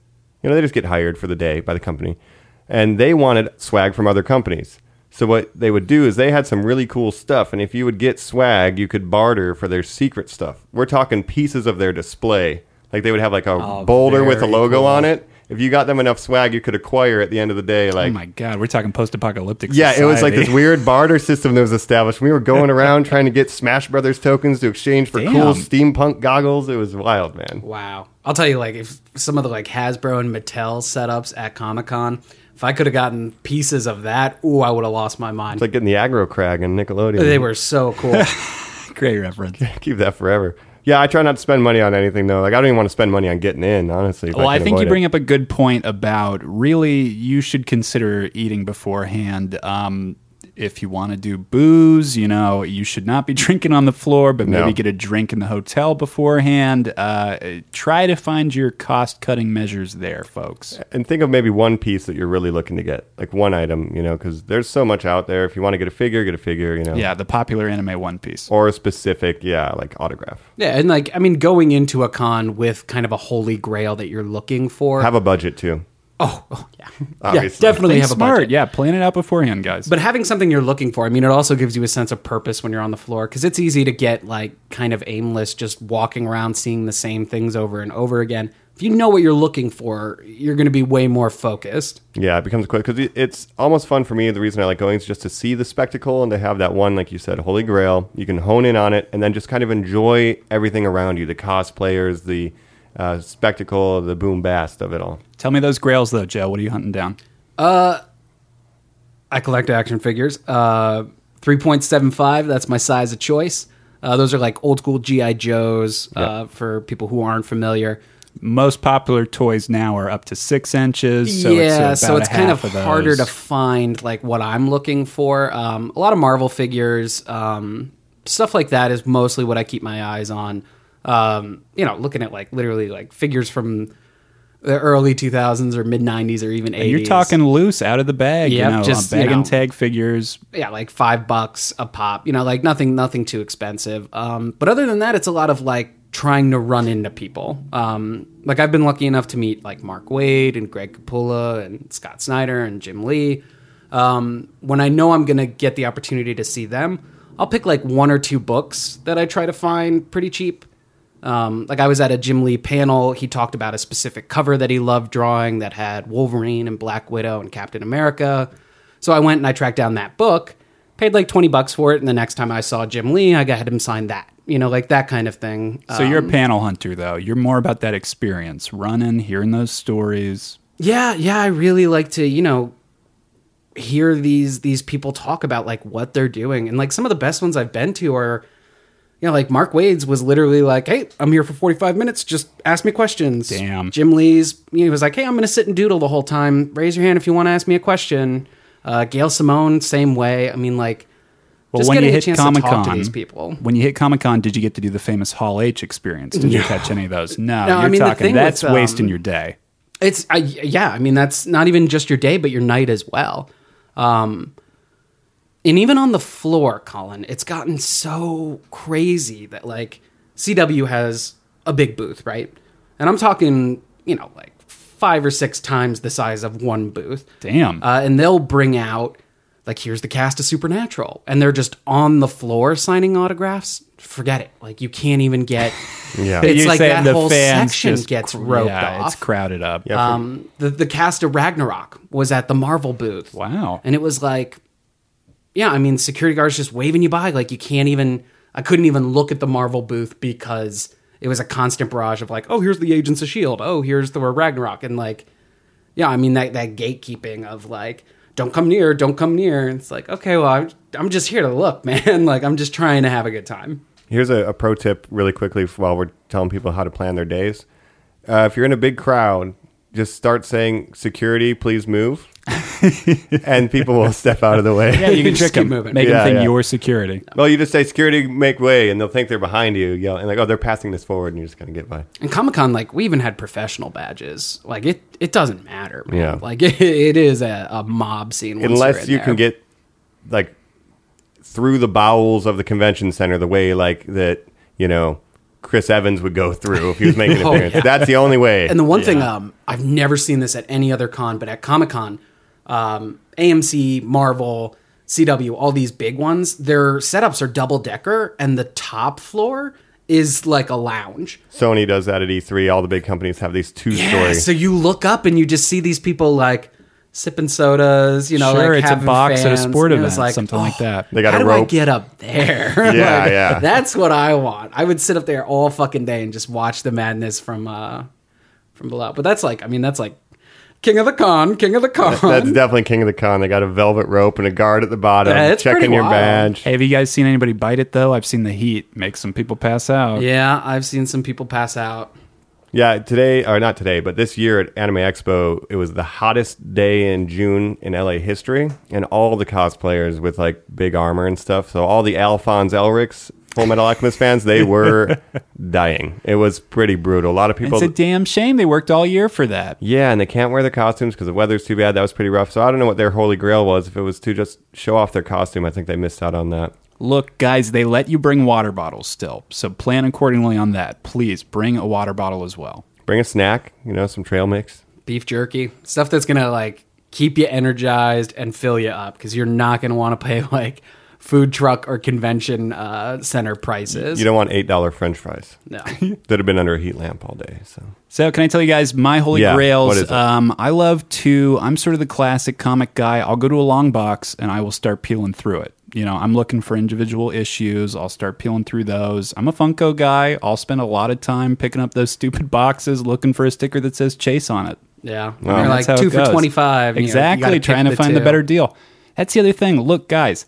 Speaker 9: you know, they just get hired for the day by the company, and they wanted swag from other companies. So what they would do is they had some really cool stuff, and if you would get swag, you could barter for their secret stuff. We're talking pieces of their display. Like they would have like a boulder
Speaker 8: Oh,
Speaker 9: with a
Speaker 8: very
Speaker 9: logo
Speaker 8: cool.
Speaker 9: on it. If you got them enough swag, you could acquire at the end of the day like
Speaker 2: Oh my God, we're talking post apocalyptic.
Speaker 9: yeah, it was like this weird barter system that was established. We were going around trying to get Smash Brothers tokens to exchange for cool
Speaker 2: Damn.
Speaker 9: steampunk goggles. It was wild, man.
Speaker 8: Wow. I'll tell you like if some of the like Hasbro and Mattel setups at Comic-Con, if I could have gotten pieces of that, ooh, I would have lost my mind.
Speaker 9: It's like getting the aggro crag in Nickelodeon.
Speaker 8: they were so cool.
Speaker 2: Great reference.
Speaker 9: keep that forever. Yeah, I try not to spend money on anything though. Like I don't even want to spend money on getting in, honestly. if
Speaker 2: Well, I
Speaker 9: can
Speaker 2: think
Speaker 9: avoid
Speaker 2: you
Speaker 9: it.
Speaker 2: bring up a good point about really you should consider eating beforehand. Um, if you want to do booze, you know, you should not be drinking on the floor, but maybe
Speaker 9: No.
Speaker 2: get a drink in the hotel beforehand. Uh, try to find your cost cutting measures there, folks.
Speaker 9: and think of maybe one piece that you're really looking to get, like one item, you know, because there's so much out there. If you want to get a figure, get a figure, you know,
Speaker 2: Yeah, the popular anime One Piece.
Speaker 9: or a specific, yeah, like autograph.
Speaker 8: yeah, and like I mean going into a con with kind of a holy grail that you're looking for.
Speaker 9: Have a budget too.
Speaker 8: Oh, oh, yeah.
Speaker 9: Obviously.
Speaker 8: Yeah, definitely
Speaker 2: Think
Speaker 8: have
Speaker 2: smart.
Speaker 8: a budget.
Speaker 2: Yeah, plan it out beforehand, guys.
Speaker 8: But having something you're looking for, I mean, it also gives you a sense of purpose when you're on the floor because it's easy to get like kind of aimless, just walking around seeing the same things over and over again. If you know what you're looking for, you're going to be way more focused.
Speaker 9: Yeah, it becomes quick because it's almost fun for me. The reason I like going is just to see the spectacle and to have that one, like you said, holy grail. You can hone in on it and then just kind of enjoy everything around you—the cosplayers, the uh, spectacle, the boom bast of it all.
Speaker 2: Tell me those grails, though, Joe. What are you hunting down?
Speaker 8: I collect action figures. Uh, 3.75, that's my size of choice. Uh, those are like old school G.I. Joes uh, for people who aren't familiar.
Speaker 2: Most popular toys now are up to six inches. So
Speaker 8: yeah,
Speaker 2: it's
Speaker 8: so
Speaker 2: about
Speaker 8: it's
Speaker 2: a
Speaker 8: kind of
Speaker 2: half those.
Speaker 8: harder to find like what I'm looking for. Um, a lot of Marvel figures, um, stuff like that is mostly what I keep my eyes on. Um, you know, looking at like literally like figures from the early 2000s or mid 90s or even 80s.
Speaker 2: You're talking loose out of the bag,
Speaker 8: Yep,
Speaker 2: you know,
Speaker 8: just,
Speaker 2: on bag
Speaker 8: you know.
Speaker 2: and tag figures.
Speaker 8: yeah, like five bucks a pop. You know, like nothing, nothing too expensive. Um, but other than that, it's a lot of like trying to run into people. Um, like I've been lucky enough to meet like Mark Wade and Greg Capula and Scott Snyder and Jim Lee. Um, when I know I'm gonna get the opportunity to see them, I'll pick like one or two books that I try to find pretty cheap. Um, like I was at a Jim Lee panel. He talked about a specific cover that he loved drawing that had Wolverine and Black Widow and Captain America. So I went and I tracked down that book, paid like twenty bucks for it, and the next time I saw Jim Lee, I got him sign that. You know, like that kind of thing.
Speaker 2: So you're a panel hunter, though. You're more about that experience, running, hearing those stories.
Speaker 8: yeah yeah i really like to you know hear these these people talk about like what they're doing and like some of the best ones i've been to are you know like mark wade's was literally like hey i'm here for 45 minutes just ask me questions
Speaker 2: Damn.
Speaker 8: jim lee's you know, he was like hey i'm gonna sit and doodle the whole time raise your hand if you want to ask me a question uh gail simone same way i mean like
Speaker 2: Well,
Speaker 8: just
Speaker 2: when
Speaker 8: getting
Speaker 2: you
Speaker 8: a
Speaker 2: hit
Speaker 8: chance
Speaker 2: Comic
Speaker 8: to talk to
Speaker 2: Con,
Speaker 8: these people
Speaker 2: when you hit Comic Con, did you get to do the famous Hall H experience? Did you catch any of those? No,
Speaker 8: No, I
Speaker 2: you're
Speaker 8: mean, the
Speaker 2: talking.
Speaker 8: thing
Speaker 2: That's
Speaker 8: with, um,
Speaker 2: wasting your day.
Speaker 8: It's I, yeah, I mean that's not even just your day, but your night as well. Um, and even on the floor, Colin, it's gotten so crazy that like CW has a big booth, right? And I'm talking, you know, like five or six times the size of one booth.
Speaker 2: Damn.
Speaker 8: Uh, and they'll bring out like here's the cast of Supernatural, and they're just on the floor signing autographs. Forget it. Like you can't even get.
Speaker 9: Yeah.
Speaker 8: It's
Speaker 2: You're
Speaker 8: like
Speaker 2: saying the
Speaker 8: that whole
Speaker 2: fans
Speaker 8: section
Speaker 2: just
Speaker 8: gets
Speaker 2: cr-
Speaker 8: roped
Speaker 2: yeah,
Speaker 8: off.
Speaker 2: It's crowded up.
Speaker 9: Yeah, for-
Speaker 8: Um, the the cast of Ragnarok was at the Marvel booth.
Speaker 2: Wow.
Speaker 8: And it was like, yeah, I mean, security guards just waving you by. Like you can't even. I couldn't even look at the Marvel booth because it was a constant barrage of like, oh, here's the Agents of Shield. Oh, here's the Ragnarok, and like, yeah, I mean that that gatekeeping of like, don't come near, don't come near. It's like, okay, well, I'm I'm just here to look, man. like I'm just trying to have a good time.
Speaker 9: Here's a, a pro tip, really quickly, while we're telling people how to plan their days. Uh, if you're in a big crowd, just start saying "security, please move," and people will step out of the way.
Speaker 2: you can
Speaker 8: Just
Speaker 2: trick them.
Speaker 8: keep moving.
Speaker 2: Make
Speaker 9: Yeah,
Speaker 2: them think
Speaker 9: yeah.
Speaker 2: you're security.
Speaker 9: Well, you just say "security, make way," and they'll think they're behind you. Yell and like, "Oh, they're passing this forward," and you're just gonna get by.
Speaker 8: And Comic Con, like we even had professional badges. Like it, it doesn't matter. Man.
Speaker 9: Yeah.
Speaker 8: Like it, it is a, a mob scene. once you're
Speaker 9: Unless
Speaker 8: in
Speaker 9: you
Speaker 8: there.
Speaker 9: can get like through the bowels of the convention center, the way like that, you know, Chris Evans would go through if he was making an
Speaker 8: Oh,
Speaker 9: appearance.
Speaker 8: yeah.
Speaker 9: That's the only way.
Speaker 8: And the one thing um, I've never seen this at any other con, but at Comic Con, um, AMC, Marvel, CW, all these big ones, their setups are double decker, and the top floor is like a lounge.
Speaker 9: Sony does that at E3. All the big companies have these two
Speaker 8: Yeah,
Speaker 9: stories.
Speaker 8: so you look up and you just see these people like sipping sodas, you know,
Speaker 2: sure,
Speaker 8: like
Speaker 2: it's a
Speaker 8: having
Speaker 2: box at a
Speaker 8: fans,
Speaker 2: sport
Speaker 8: and it
Speaker 2: event,
Speaker 8: was like,
Speaker 2: something like
Speaker 8: oh,
Speaker 2: that.
Speaker 9: They got
Speaker 8: How
Speaker 9: a
Speaker 8: do I
Speaker 9: rope.
Speaker 8: get up there?
Speaker 9: Yeah, yeah.
Speaker 8: That's what I want. I would sit up there all fucking day and just watch the madness from uh from below. But that's like, I mean, that's like King of the Con, King of the Con.
Speaker 9: That's definitely King of the Con. They got a velvet rope and a guard at the bottom
Speaker 8: Yeah, it's
Speaker 9: checking
Speaker 8: pretty
Speaker 9: your
Speaker 8: wild.
Speaker 9: badge.
Speaker 2: Hey, have you guys seen anybody bite it though? I've seen the heat make some people pass out.
Speaker 8: yeah, I've seen some people pass out.
Speaker 9: Yeah, today or not today, but this year at Anime Expo, it was the hottest day in June in LA history, and all the cosplayers with like big armor and stuff. So all the Alphonse Elric's Full Metal Alchemist fans, they were dying. It was pretty brutal. A lot of people.
Speaker 2: It's a damn shame they worked all year for that.
Speaker 9: Yeah, and they can't wear their costumes because the weather's too bad. That was pretty rough. So I don't know what their holy grail was. If it was to just show off their costume, I think they missed out on that.
Speaker 2: Look, guys, they let you bring water bottles still, so plan accordingly on that. Please bring a water bottle as well.
Speaker 9: Bring a snack, you know, some trail mix.
Speaker 8: Beef jerky, stuff that's gonna like keep you energized and fill you up because you're not gonna want to pay like food truck or convention uh, center prices.
Speaker 9: You don't want eight dollar French fries
Speaker 8: no.
Speaker 9: that have been under a heat lamp all day. So
Speaker 2: So, can I tell you guys my holy
Speaker 9: Yeah, what is
Speaker 2: grails?
Speaker 9: it?
Speaker 2: Um, I love to. I'm sort of the classic comic guy. I'll go to a long box and I will start peeling through it. You know, I'm looking for individual issues. I'll start peeling through those. I'm a Funko guy. I'll spend a lot of time picking up those stupid boxes, looking for a sticker that says Chase on it.
Speaker 8: Yeah.
Speaker 9: Wow.
Speaker 8: You're
Speaker 2: Um, That's
Speaker 8: like
Speaker 2: how
Speaker 8: two
Speaker 2: it
Speaker 8: for
Speaker 2: goes.
Speaker 8: 25. and you're- you
Speaker 2: Exactly.
Speaker 8: gotta pick
Speaker 2: trying to find the
Speaker 8: two.
Speaker 2: better deal. That's the other thing. Look, guys,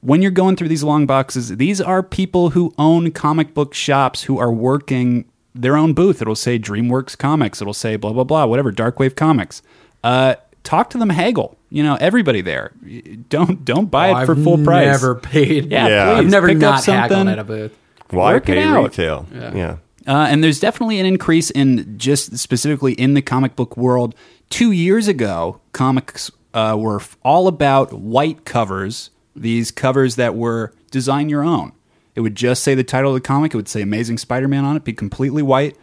Speaker 2: when you're going through these long boxes, these are people who own comic book shops who are working their own booth. It'll say DreamWorks Comics. It'll say blah blah blah, whatever. Darkwave Comics. Uh, talk to them, haggle. You know everybody there. Don't don't buy it
Speaker 8: Oh, I've
Speaker 2: for full price.
Speaker 8: Never paid.
Speaker 2: Yeah,
Speaker 9: Yeah.
Speaker 2: please,
Speaker 9: I've
Speaker 8: I've never
Speaker 2: pick up
Speaker 8: not haggled
Speaker 2: something.
Speaker 8: at a booth.
Speaker 9: Why
Speaker 2: Work it
Speaker 9: pay
Speaker 2: out.
Speaker 9: retail? yeah.
Speaker 2: Uh, and there's definitely an increase in just specifically in the comic book world. Two years ago, comics uh, were f- all about white covers, these covers that were design your own. It would just say the title of the comic, it would say Amazing Spider Man on it, be completely white.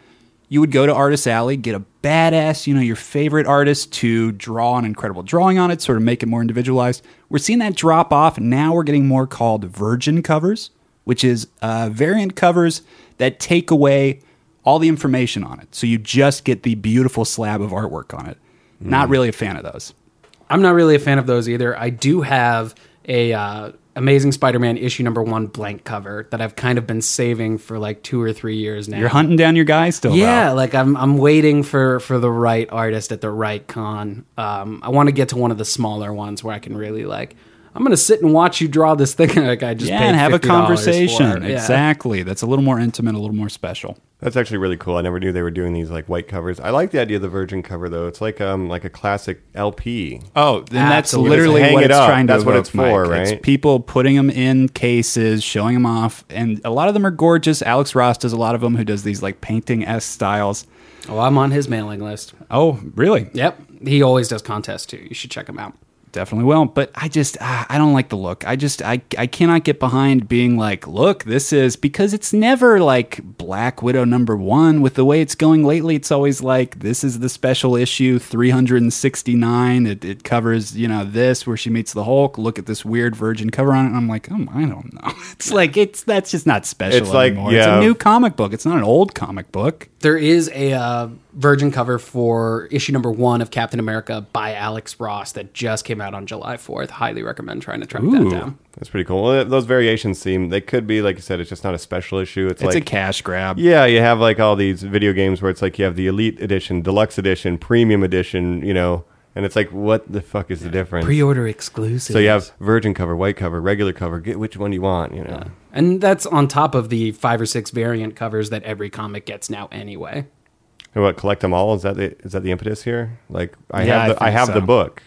Speaker 2: You would go to Artist Alley, get a badass, you know, your favorite artist to draw an incredible drawing on it, sort of make it more individualized. We're seeing that drop off. Now we're getting more called virgin covers which is uh, variant covers that take away all the information on it. So you just get the beautiful slab of artwork on it. Not really a fan of those.
Speaker 8: I'm not really a fan of those either. I do have a uh, Amazing Spider-Man issue number one blank cover that I've kind of been saving for like two or three years now.
Speaker 2: You're hunting down your guy still. though.
Speaker 8: Yeah, like I'm I'm waiting for for the right artist at the right con. Um, I want to get to one of the smaller ones where I can really like. I'm gonna sit and watch you draw this thing. like I just
Speaker 2: Yeah,
Speaker 8: paid
Speaker 2: and have a
Speaker 8: $50 for it.
Speaker 2: conversation.
Speaker 8: Yeah.
Speaker 2: Exactly. That's a little more intimate, a little more special.
Speaker 9: That's actually really cool. I never knew they were doing these like white covers. I like the idea of the Virgin cover though. It's like um like a classic LP.
Speaker 2: Oh, then that's
Speaker 8: Absolutely.
Speaker 2: literally
Speaker 9: Hang
Speaker 2: what
Speaker 9: it
Speaker 2: it's
Speaker 9: up.
Speaker 2: trying to
Speaker 9: That's what
Speaker 2: evoke,
Speaker 9: it's for,
Speaker 2: Mike. It's
Speaker 9: right?
Speaker 2: people putting them in cases, showing them off, and a lot of them are gorgeous. Alex Ross does a lot of them, who does these like painting s styles.
Speaker 8: Oh, I'm on his mailing list.
Speaker 2: Oh, really?
Speaker 8: Yep, he always does contests too. You should check him out.
Speaker 2: definitely will but i just ah, i don't like the look i just I, I cannot get behind being like look this is because it's never like black widow number one with the way it's going lately it's always like this is the special issue 369 it, it covers you know this where she meets the hulk look at this weird virgin cover on it and i'm like oh i don't know it's like it's that's just not special
Speaker 9: It's like,
Speaker 2: anymore.
Speaker 9: yeah.
Speaker 2: it's a new comic book it's not an old comic book
Speaker 8: There is a uh, Virgin cover for issue number one of Captain America by Alex Ross that just came out on July 4th. Highly recommend trying to track that down.
Speaker 9: That's pretty cool. Well, those variations seem they could be like you said. It's just not a special issue. It's,
Speaker 2: it's
Speaker 9: like
Speaker 2: a cash grab
Speaker 9: yeah, you have like all these video games where it's like you have the elite edition, deluxe edition, premium edition. You know, and it's like what the fuck is the difference?
Speaker 8: Pre-order exclusive.
Speaker 9: so you have Virgin cover, white cover, regular cover. Get which one you want. You know.
Speaker 8: and that's on top of the five or six variant covers that every comic gets now anyway.
Speaker 9: And what collect them all? Is that the is that the impetus here? Like I
Speaker 2: Yeah, I
Speaker 9: have the, I,
Speaker 2: think
Speaker 9: have
Speaker 2: so.
Speaker 9: the book.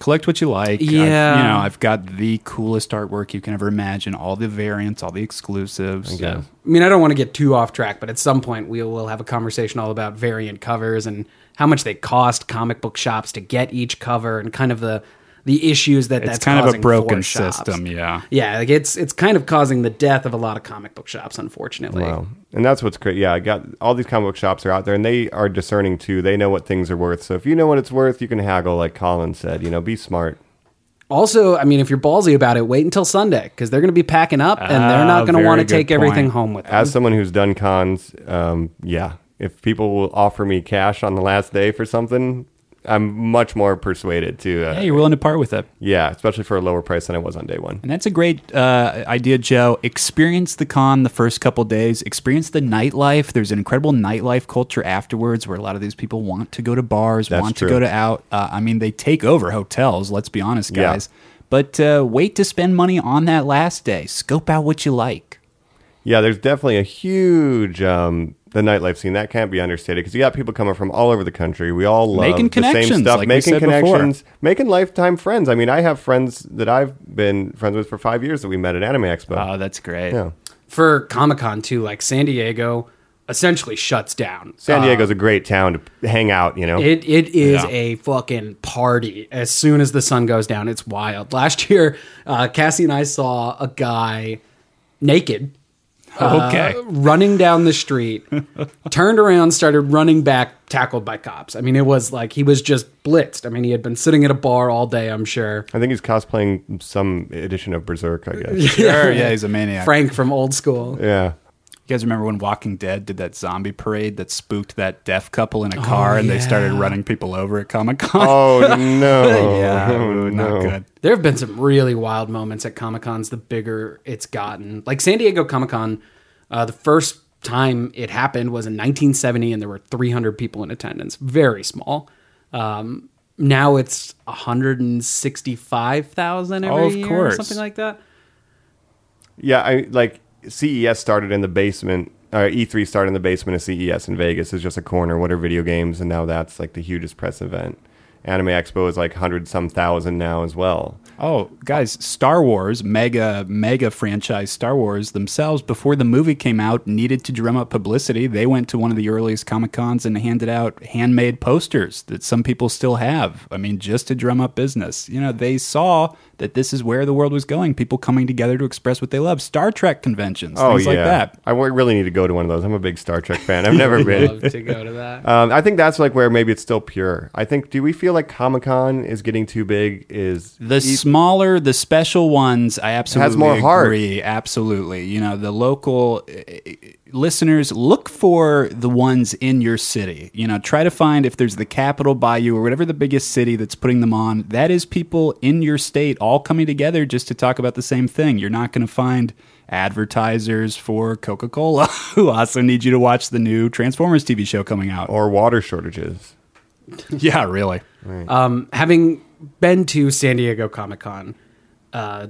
Speaker 2: collect what you like. I've-
Speaker 8: Yeah.
Speaker 2: you know, I've got the coolest artwork you can ever imagine. All the variants, all the exclusives.
Speaker 9: guess.
Speaker 8: I mean, I don't want to get too off track, but at some point we will have a conversation all about variant covers and how much they cost comic book shops to get each cover and kind of the the issues that
Speaker 2: It's
Speaker 8: that's
Speaker 2: kind of a
Speaker 8: causing for
Speaker 2: broken
Speaker 8: shops.
Speaker 2: system, yeah.
Speaker 8: yeah, like it's it's kind of causing the death of a lot of comic book shops, unfortunately.
Speaker 9: Wow. And that's what's great. Yeah, I got all these comic book shops are out there and they are discerning too. They know what things are worth. So if you know what it's worth, you can haggle like Colin said, you know, be smart.
Speaker 8: Also, I mean, if you're ballsy about it, wait until Sunday because they're going to be packing up and they're
Speaker 2: Ah,
Speaker 8: not going to
Speaker 2: very
Speaker 8: want to
Speaker 2: good
Speaker 8: take everything
Speaker 2: point.
Speaker 8: home with them.
Speaker 9: As someone who's done cons, um, yeah, if people will offer me cash on the last day for something, I'm much more persuaded to uh,
Speaker 2: Yeah,
Speaker 9: yeah,
Speaker 2: you're willing to part with it.
Speaker 9: especially for a lower price than I was on day 1.
Speaker 2: And that's a great uh, idea, Joe. Experience the con the first couple days. Experience the nightlife. There's an incredible nightlife culture afterwards where a lot of these people want to go to bars,
Speaker 9: That's
Speaker 2: want
Speaker 9: true.
Speaker 2: to go to out. Uh, I mean, they take over hotels, let's be honest,
Speaker 9: Yeah.
Speaker 2: guys. But uh, wait to spend money on that last day. Scope out what you like.
Speaker 9: Yeah, there's definitely a huge um, the nightlife scene that can't be understated because you got people coming from all over the country. We all love
Speaker 2: Making
Speaker 9: the same
Speaker 2: connections,
Speaker 9: stuff,
Speaker 2: like we
Speaker 9: making
Speaker 2: said before.
Speaker 9: connections, making lifetime friends. I mean, I have friends that I've been friends with for five years that we met at Anime Expo.
Speaker 2: Oh, that's great.
Speaker 9: yeah,
Speaker 8: for Comic Con too, like San Diego essentially shuts down.
Speaker 9: San Diego's a great town to hang out. You know,
Speaker 8: It it is
Speaker 2: Yeah.
Speaker 8: a fucking party as soon as the sun goes down. It's wild. Last year, uh, Cassie and I saw a guy naked
Speaker 2: Okay.
Speaker 8: Uh, running down the street, turned around, started running back, tackled by cops. I mean, it was like he was just blitzed. I mean, he had been sitting at a bar all day. I'm sure.
Speaker 9: I think he's cosplaying some edition of Berserk. I guess.
Speaker 2: Sure, yeah, he's a maniac.
Speaker 8: Frank from old school.
Speaker 9: yeah.
Speaker 2: You guys remember when Walking Dead did that zombie parade that spooked that deaf couple in a car and they started running people over at Comic Con?
Speaker 9: Oh no.
Speaker 2: yeah,
Speaker 9: Oh,
Speaker 2: not
Speaker 9: no.
Speaker 2: good.
Speaker 8: There have been some really wild moments at Comic Cons. The bigger it's gotten, like San Diego Comic Con, uh, the first time it happened was in 1970, and there were 300 people in attendance. Very small. Um, now it's 165,000 every
Speaker 2: Oh, of
Speaker 8: year, or
Speaker 2: course.
Speaker 8: something like that.
Speaker 9: Yeah, I like CES E started in the basement uh, E3 started in the basement of CES in Vegas is just a corner. What are video games? And now that's like the hugest press event. Anime Expo is like hundred some thousand now as well.
Speaker 2: Oh, guys, Star Wars, mega, mega franchise Star Wars themselves, before the movie came out, needed to drum up publicity. They went to one of the earliest Comic Cons and handed out handmade posters that some people still have. I mean, just to drum up business. You know, they saw that this is where the world was going people coming together to express what they love. Star Trek conventions,
Speaker 9: Oh,
Speaker 8: Oh,
Speaker 2: things like that.
Speaker 9: I wa- really need to go to one of those. I'm a big Star Trek fan. I've never been.
Speaker 8: Love to go to that.
Speaker 9: Um, I think that's like where maybe it's still pure. I think. Do we feel like Comic Con is getting too big? Is
Speaker 2: The smaller, the special ones, I absolutely
Speaker 9: more heart.
Speaker 2: agree. Absolutely, you know the local eh, eh, listeners look for the ones in your city. You know, try to find if there's the capital by you or whatever the biggest city that's putting them on. That is people in your state all coming together just to talk about the same thing. You're not going to find advertisers for Coca-Cola who also need you to watch the new Transformers TV show coming out.
Speaker 9: or water shortages?
Speaker 2: yeah, really.
Speaker 8: having been to San Diego Comic Con, uh,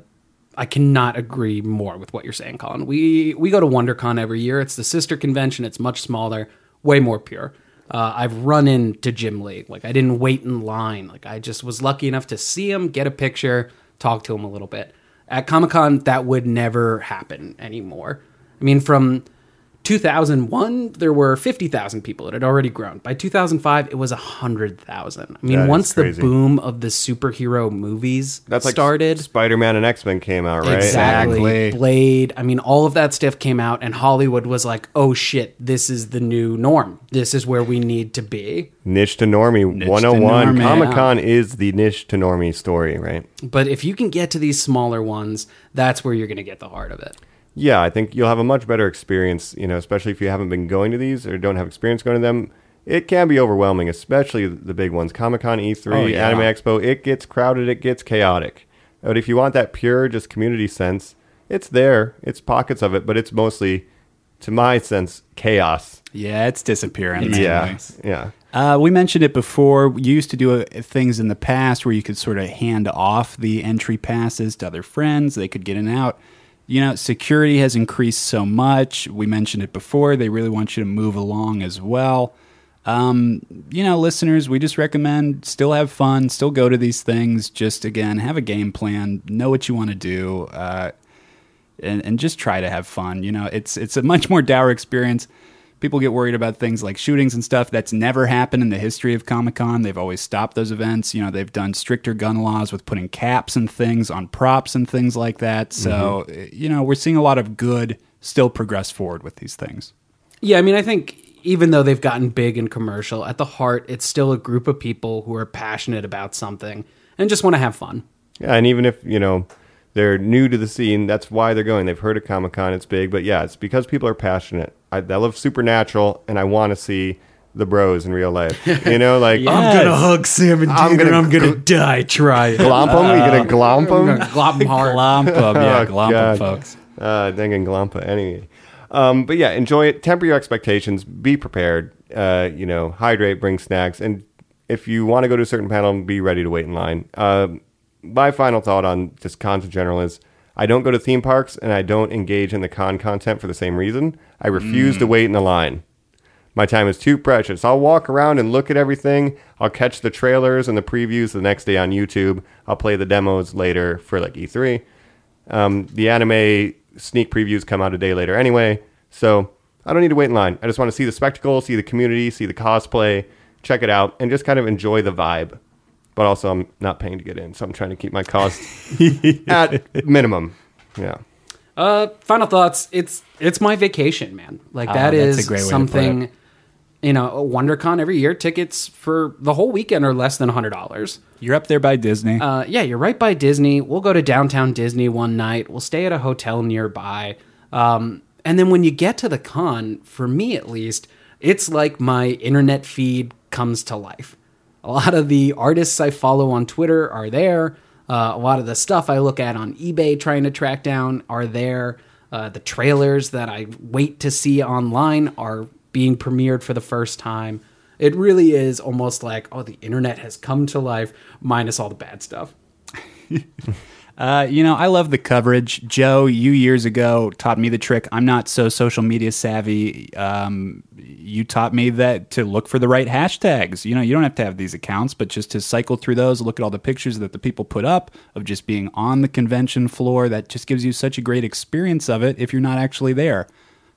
Speaker 8: I cannot agree more with what you're saying, Colin. We we go to WonderCon every year. It's the sister convention. It's much smaller, way more pure. Uh, I've run into Jim Lee. Like I didn't wait in line. Like I just was lucky enough to see him, get a picture, talk to him a little bit. At Comic Con, that would never happen anymore. I mean, from 2001, there were 50,000 people. It had already grown. By 2005, it was 100,000. I mean,
Speaker 9: That is
Speaker 8: once the
Speaker 9: crazy.
Speaker 8: boom of the superhero movies
Speaker 9: That's like
Speaker 8: started,
Speaker 9: Spider Man and X Men came out, right?
Speaker 8: exactly.
Speaker 2: Exactly.
Speaker 8: Blade. I mean, all of that stuff came out, and Hollywood was like, "Oh shit, this is the new norm. This is where we need to be."
Speaker 9: Niche to normie
Speaker 2: to
Speaker 9: 101.
Speaker 2: normie,
Speaker 9: Comic Con is the niche to normie story, right?
Speaker 8: But if you can get to these smaller ones, that's where you're going to get the heart of it.
Speaker 9: Yeah, I think you'll have a much better experience, you know, especially if you haven't been going to these or don't have experience going to them. It can be overwhelming, especially the big ones Comic Con, E3,
Speaker 2: Oh, yeah.
Speaker 9: Anime Expo. It gets crowded, it gets chaotic. But if you want that pure, just community sense, it's there. It's pockets of it, but it's mostly, to my sense, chaos.
Speaker 2: Yeah, it's disappearing.
Speaker 9: Yeah.
Speaker 2: anyway.
Speaker 9: Yeah.
Speaker 2: Uh, we mentioned it before. You used to do uh things in the past where you could sort of hand off the entry passes to other friends. They could get in and out. You know, security has increased so much. We mentioned it before. They really want you to move along as well. Um, you know, listeners, we just recommend still have fun, still go to these things. Just again, have a game plan, know what you want to do. Uh, and, and just try to have fun. You know, it's it's a much more dour experience. People get worried about things like shootings and stuff. That's never happened in the history of Comic Con. They've always stopped those events. You know, they've done stricter gun laws with putting caps and things on props and things like that. So, eh, you know, we're seeing a lot of good still progress forward with these things.
Speaker 8: Yeah, I mean, I think even though they've gotten big and commercial, at the heart, it's still a group of people who are passionate about something and just want to have fun.
Speaker 9: Yeah, and even if you know they're new to the scene, that's why they're going. They've heard of Comic Con; it's big, but yeah, it's because people are passionate. I, I love Supernatural, and I want to see the bros in real life. You know, like
Speaker 2: Yes.
Speaker 8: hug Sam and
Speaker 9: I'm Dean, or gonna I'm gonna gl-
Speaker 8: die trying.
Speaker 9: glomp them. You gonna glomp them?
Speaker 8: glop 'em hard.
Speaker 2: Glomp 'em, yeah,
Speaker 9: Oh,
Speaker 2: glomp 'em,
Speaker 9: God.
Speaker 2: folks.
Speaker 9: Uh, dang and glompa anyway. Um, but yeah, enjoy it. Temper your expectations. Be prepared. Uh, you know, hydrate, bring snacks, and if you want to go to a certain panel, be ready to wait in line. Um my final thought on just cons in general is: I don't go to theme parks and I don't engage in the con content for the same reason. I refuse to wait in the line. My time is too precious. I'll walk around and look at everything. I'll catch the trailers and the previews the next day on YouTube. I'll play the demos later for like E E3. Um, the anime sneak previews come out a day later anyway, so I don't need to wait in line. I just want to see the spectacle, see the community, see the cosplay, check it out, and just kind of enjoy the vibe. But also, I'm not paying to get in, so I'm trying to keep my costs at minimum. Yeah.
Speaker 8: Uh, final thoughts. It's it's my vacation, man. Like that
Speaker 2: Oh, that's
Speaker 8: is
Speaker 2: a great way to put
Speaker 8: something.
Speaker 2: it.
Speaker 8: You know, WonderCon every year tickets for the whole weekend are less than hundred dollars.
Speaker 2: You're up there by Disney.
Speaker 8: Uh, yeah, you're right by Disney. We'll go to downtown Disney one night. We'll stay at a hotel nearby. Um, and then when you get to the con, for me at least, it's like my internet feed comes to life. A lot of the artists I follow on Twitter are there. Uh, a lot of the stuff I look at on eBay trying to track down are there. Uh, the trailers that I wait to see online are being premiered for the first time. It really is almost like, oh, the internet has come to life, minus all the bad stuff.
Speaker 2: Uh, you know, I love the coverage. Joe, you years ago taught me the trick. I'm not so social media savvy. Um, you taught me that to look for the right hashtags. You know, you don't have to have these accounts, but just to cycle through those, look at all the pictures that the people put up of just being on the convention floor. That just gives you such a great experience of it if you're not actually there.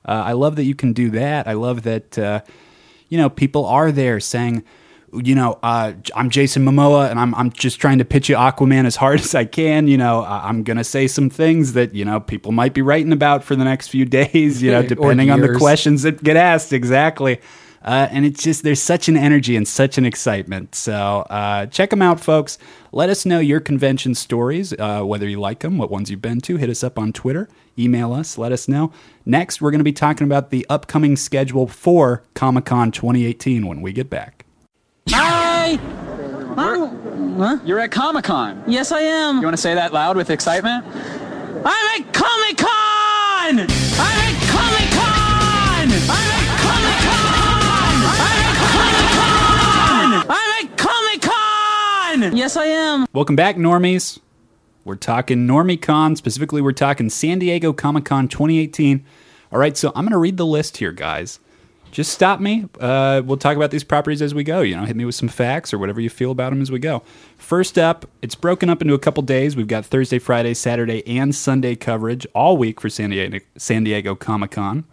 Speaker 2: Uh, I love that you can do that. I love that, uh, you know, people are there saying, you know, uh, I'm Jason Momoa and I'm, I'm just trying to pitch you Aquaman as hard as I can. You know, I- I'm going to say some things that, you know, people might be writing about for the next few days, you know,
Speaker 8: Or
Speaker 2: depending on the
Speaker 8: years.
Speaker 2: questions that get asked. Exactly. Uh, and it's just, there's such an energy and such an excitement. So uh, check them out, folks. Let us know your convention stories, uh, whether you like them, what ones you've been to. Hit us up on Twitter, email us, let us know. Next, we're going to be talking about the upcoming schedule for Comic Con 2018 when we get back.
Speaker 10: Hi! You're at Comic Con. You
Speaker 11: Yes, I am.
Speaker 10: want to say that loud with excitement? I'm at Comic Con! I'm at Comic Con! I'm at Comic Con! I'm at Comic Con! I'm at Comic Con!
Speaker 11: Yes, I am.
Speaker 2: Welcome back, normies. We're talking NormieCon. Specifically, we're talking San Diego Comic Con 2018. All right, so I'm going to read the list here, guys. Just stop me. Uh, we'll talk about these properties as we go. You know, hit me with some facts or whatever you feel about them as we go. First up, it's broken up into a couple days. We've got Thursday, Friday, Saturday, and Sunday coverage all week for San Diego, San Diego Comic Con.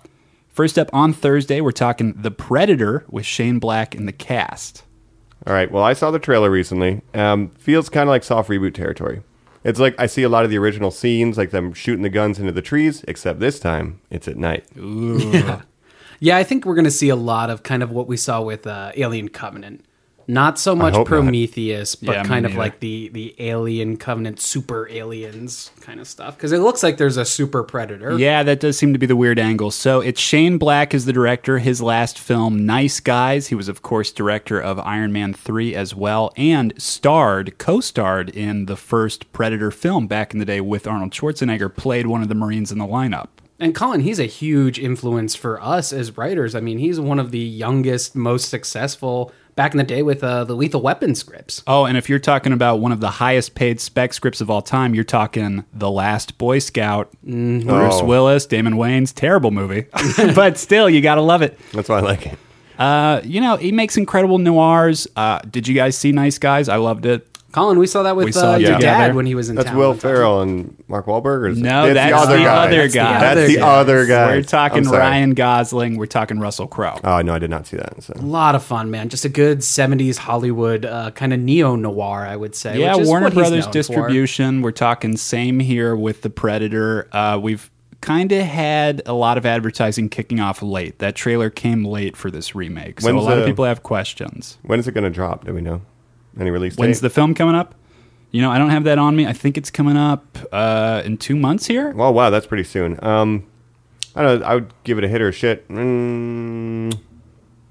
Speaker 2: First up on Thursday, we're talking The Predator with Shane Black and the cast.
Speaker 9: All right. Well, I saw the trailer recently. Um, feels kind of like soft reboot territory. It's like I see a lot of the original scenes, like them shooting the guns into the trees, except this time it's at night.
Speaker 8: Yeah, I think we're going to see a lot of kind of what we saw with uh, Alien Covenant. Not so much
Speaker 9: hope not.
Speaker 8: Prometheus, but
Speaker 2: Yeah, me
Speaker 8: kind of
Speaker 2: neither.
Speaker 8: like the the Alien Covenant super aliens kind of stuff because it looks like there's a super predator.
Speaker 2: Yeah, that does seem to be the weird angle. So it's Shane Black is the director. His last film, Nice Guys. He was, of course, director of Iron Man 3 as well, and starred, co starred in the first Predator film back in the day with Arnold Schwarzenegger, played one of the Marines in the lineup.
Speaker 8: And Colin, he's a huge influence for us as writers. I mean, he's one of the youngest, most successful back in the day with uh, the Lethal Weapon scripts.
Speaker 2: Oh, and if you're talking about one of the highest paid spec scripts of all time, you're talking The Last Boy Scout, Bruce
Speaker 9: Oh.
Speaker 2: Willis, Damon Wayans. Terrible movie, but still, you got to love it.
Speaker 9: That's why I like it.
Speaker 2: Uh, you know, he makes incredible noirs. Uh, did you guys see Nice Guys? I loved it.
Speaker 8: Colin, we saw that with
Speaker 2: We saw
Speaker 8: uh,
Speaker 2: it
Speaker 8: your
Speaker 2: together.
Speaker 8: dad when he was in
Speaker 9: That's
Speaker 8: town.
Speaker 9: Will
Speaker 8: one time.
Speaker 9: Ferrell and Mark Wahlberg. Or is it-
Speaker 2: No,
Speaker 9: it's
Speaker 2: that's the other
Speaker 9: That's the
Speaker 2: guy.
Speaker 9: That's the other guy.
Speaker 2: We're talking
Speaker 9: I'm sorry.
Speaker 2: Ryan Gosling. We're talking Russell Crowe.
Speaker 9: Oh no, I did not see that. So.
Speaker 8: A lot of fun, man. Just a good 70s Hollywood uh, kind of neo noir, I would say.
Speaker 2: yeah,
Speaker 8: which is
Speaker 2: Warner
Speaker 8: what he's
Speaker 2: Brothers
Speaker 8: known for.
Speaker 2: distribution. We're talking same here with the Predator. Uh, we've kind of had a lot of advertising kicking off late. That trailer came late for this remake, so a
Speaker 9: When's
Speaker 2: lot of
Speaker 9: the-
Speaker 2: people have questions.
Speaker 9: When is it going to drop? Do we know? Any release date?
Speaker 2: When's the film coming up? You know, I don't have that on me. I think it's coming up uh, in two months here.
Speaker 9: Oh wow, that's pretty soon. Um, I don't. know, I would give it a hit or a shit.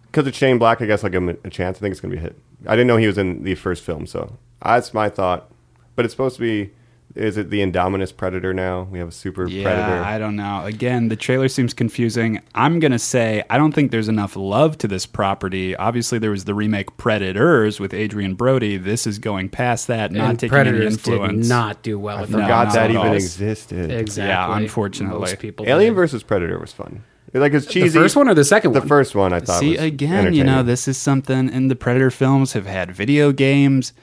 Speaker 9: Because it's Shane Black, I guess I'll give him a chance. I think it's gonna be a hit. I didn't know he was in the first film, so that's my thought. But it's supposed to be. Is it the Indominus Predator now? We have a super
Speaker 2: Yeah,
Speaker 9: predator.
Speaker 2: I don't know. Again, the trailer seems confusing. I'm gonna say I don't think there's enough love to this property. Obviously, there was the remake Predators with Adrian Brody. This is going past that, not
Speaker 8: and
Speaker 2: taking any
Speaker 8: Predators did
Speaker 2: influence.
Speaker 8: not do well. with
Speaker 2: forgot
Speaker 9: Forgot
Speaker 2: not
Speaker 9: that
Speaker 2: at
Speaker 9: even
Speaker 2: all.
Speaker 9: existed.
Speaker 8: Exactly.
Speaker 2: Yeah, unfortunately.
Speaker 8: Most people
Speaker 9: Alien
Speaker 8: did.
Speaker 9: versus Predator was fun. Like it's cheesy.
Speaker 8: the first one or the second
Speaker 9: The
Speaker 8: one?
Speaker 9: first one I thought.
Speaker 2: See
Speaker 9: was
Speaker 2: again, you know,
Speaker 9: entertaining.
Speaker 2: this is something. And the Predator films have had video games.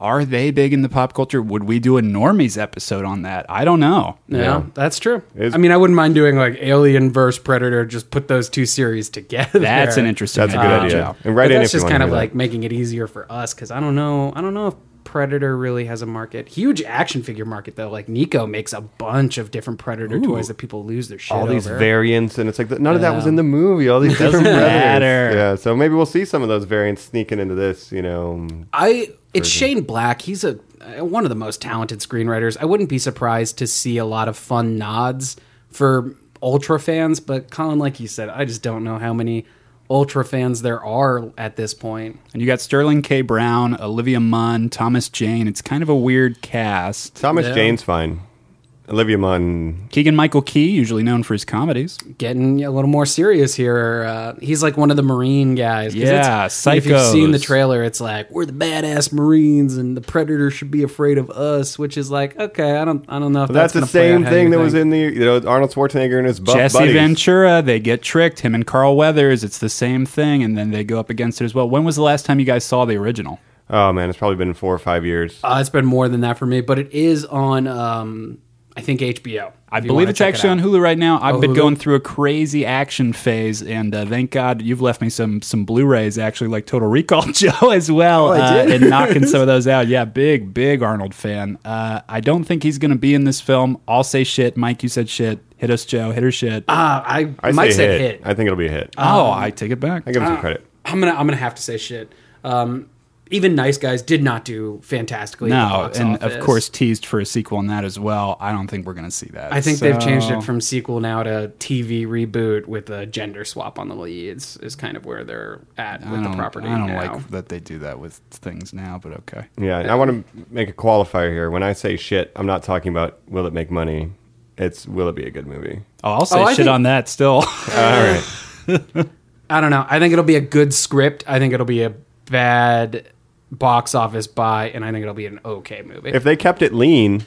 Speaker 2: Are they big in the pop culture? Would we do a normies episode on that? I don't know.
Speaker 8: Yeah,
Speaker 9: Yeah.
Speaker 8: that's true.
Speaker 9: It's-
Speaker 8: I mean, I wouldn't mind doing like Alien versus Predator. Just put those two series together.
Speaker 2: That's an interesting.
Speaker 9: That's a good idea.
Speaker 2: Joe.
Speaker 9: And right
Speaker 8: Uh, but
Speaker 9: in
Speaker 8: that's
Speaker 9: if you
Speaker 8: just
Speaker 9: wanna
Speaker 8: kind of
Speaker 9: do that.
Speaker 8: like making it easier for us because I don't know. I don't know if Predator really has a market. Huge action figure market though. Like Nico makes a bunch of different Predator toys that people lose their shit
Speaker 9: all these
Speaker 8: over.
Speaker 9: variants, and it's like none of that was
Speaker 8: Yeah.
Speaker 9: in the movie. All these different
Speaker 2: Doesn't
Speaker 9: predators.
Speaker 2: matter.
Speaker 9: Yeah, so maybe we'll see some of those variants sneaking into this. You know,
Speaker 8: I it's Shane Black. He's a uh, one of the most talented screenwriters. I wouldn't be surprised to see a lot of fun nods for ultra fans, but Colin, like you said, I just don't know how many ultra fans there are at this point.
Speaker 2: And you got Sterling K. Brown, Olivia Munn, Thomas Jane. It's kind of a weird cast.
Speaker 9: Thomas Jane's fine. Olivia Munn.
Speaker 2: Keegan Michael Key, usually known for his comedies.
Speaker 8: Getting a little more serious here. Uh, he's like one of the Marine guys. 'cause it's-
Speaker 2: Yeah,
Speaker 8: If you've seen the
Speaker 2: psychos.
Speaker 8: trailer, it's like we're the badass Marines, and the Predator should be afraid of us. Which is like, okay, I don't, I don't know if that's,
Speaker 9: That's, the
Speaker 8: gonna play out
Speaker 9: same
Speaker 8: how you
Speaker 9: thing that was
Speaker 8: think.
Speaker 9: in the you know Arnold Schwarzenegger and his buff
Speaker 2: Jesse
Speaker 9: buddies.
Speaker 2: Ventura, they get tricked. Him and Carl Weathers, it's the same thing, and then they go up against it as well. When was the last time you guys saw the original?
Speaker 9: Oh man, it's probably been four or five years.
Speaker 8: Uh, it's been more than that for me, but it is on, um, I think HBO.
Speaker 2: I believe it's actually on Hulu right now. I've
Speaker 8: Oh,
Speaker 2: been
Speaker 8: Hulu?
Speaker 2: going through a crazy action phase, and uh, thank God you've left me some some Blu-rays, actually, like Total Recall, Joe, as well,
Speaker 8: Oh,
Speaker 2: uh, and knocking some of those out. Yeah, big big Arnold fan. Uh, I don't think he's going to be in this film. I'll say shit, Mike. You said shit. Hit us, Joe. Hit her shit.
Speaker 8: Uh, I,
Speaker 9: I
Speaker 8: Mike
Speaker 9: say
Speaker 8: said
Speaker 9: hit.
Speaker 8: hit. Uh,
Speaker 9: I think it'll be a hit.
Speaker 2: oh, I take it back.
Speaker 9: I give him some credit.
Speaker 8: I'm gonna I'm gonna have to say shit. Um, even nice guys did not do fantastically. at the
Speaker 2: No,
Speaker 8: box
Speaker 2: and of
Speaker 8: office.
Speaker 2: course teased for a sequel on that as well. I don't think we're going to see that.
Speaker 8: I think they've changed
Speaker 2: So-
Speaker 8: it from sequel now to TV reboot with a gender swap on the leads is kind of where they're at
Speaker 2: I
Speaker 8: with the
Speaker 2: don't-
Speaker 8: property.
Speaker 2: I don't
Speaker 8: now.
Speaker 2: like that they do that with things now, but okay.
Speaker 9: Yeah, and I want to make a qualifier here. When I say shit, I'm not talking about will it make money. It's will it be a good movie?
Speaker 2: Oh, I'll say
Speaker 8: Oh, I
Speaker 2: shit
Speaker 8: think-
Speaker 2: on that still.
Speaker 9: All right.
Speaker 8: I don't know. I think it'll be a good script. I think it'll be a bad box office buy, and I think it'll be an okay movie.
Speaker 9: If they kept it lean,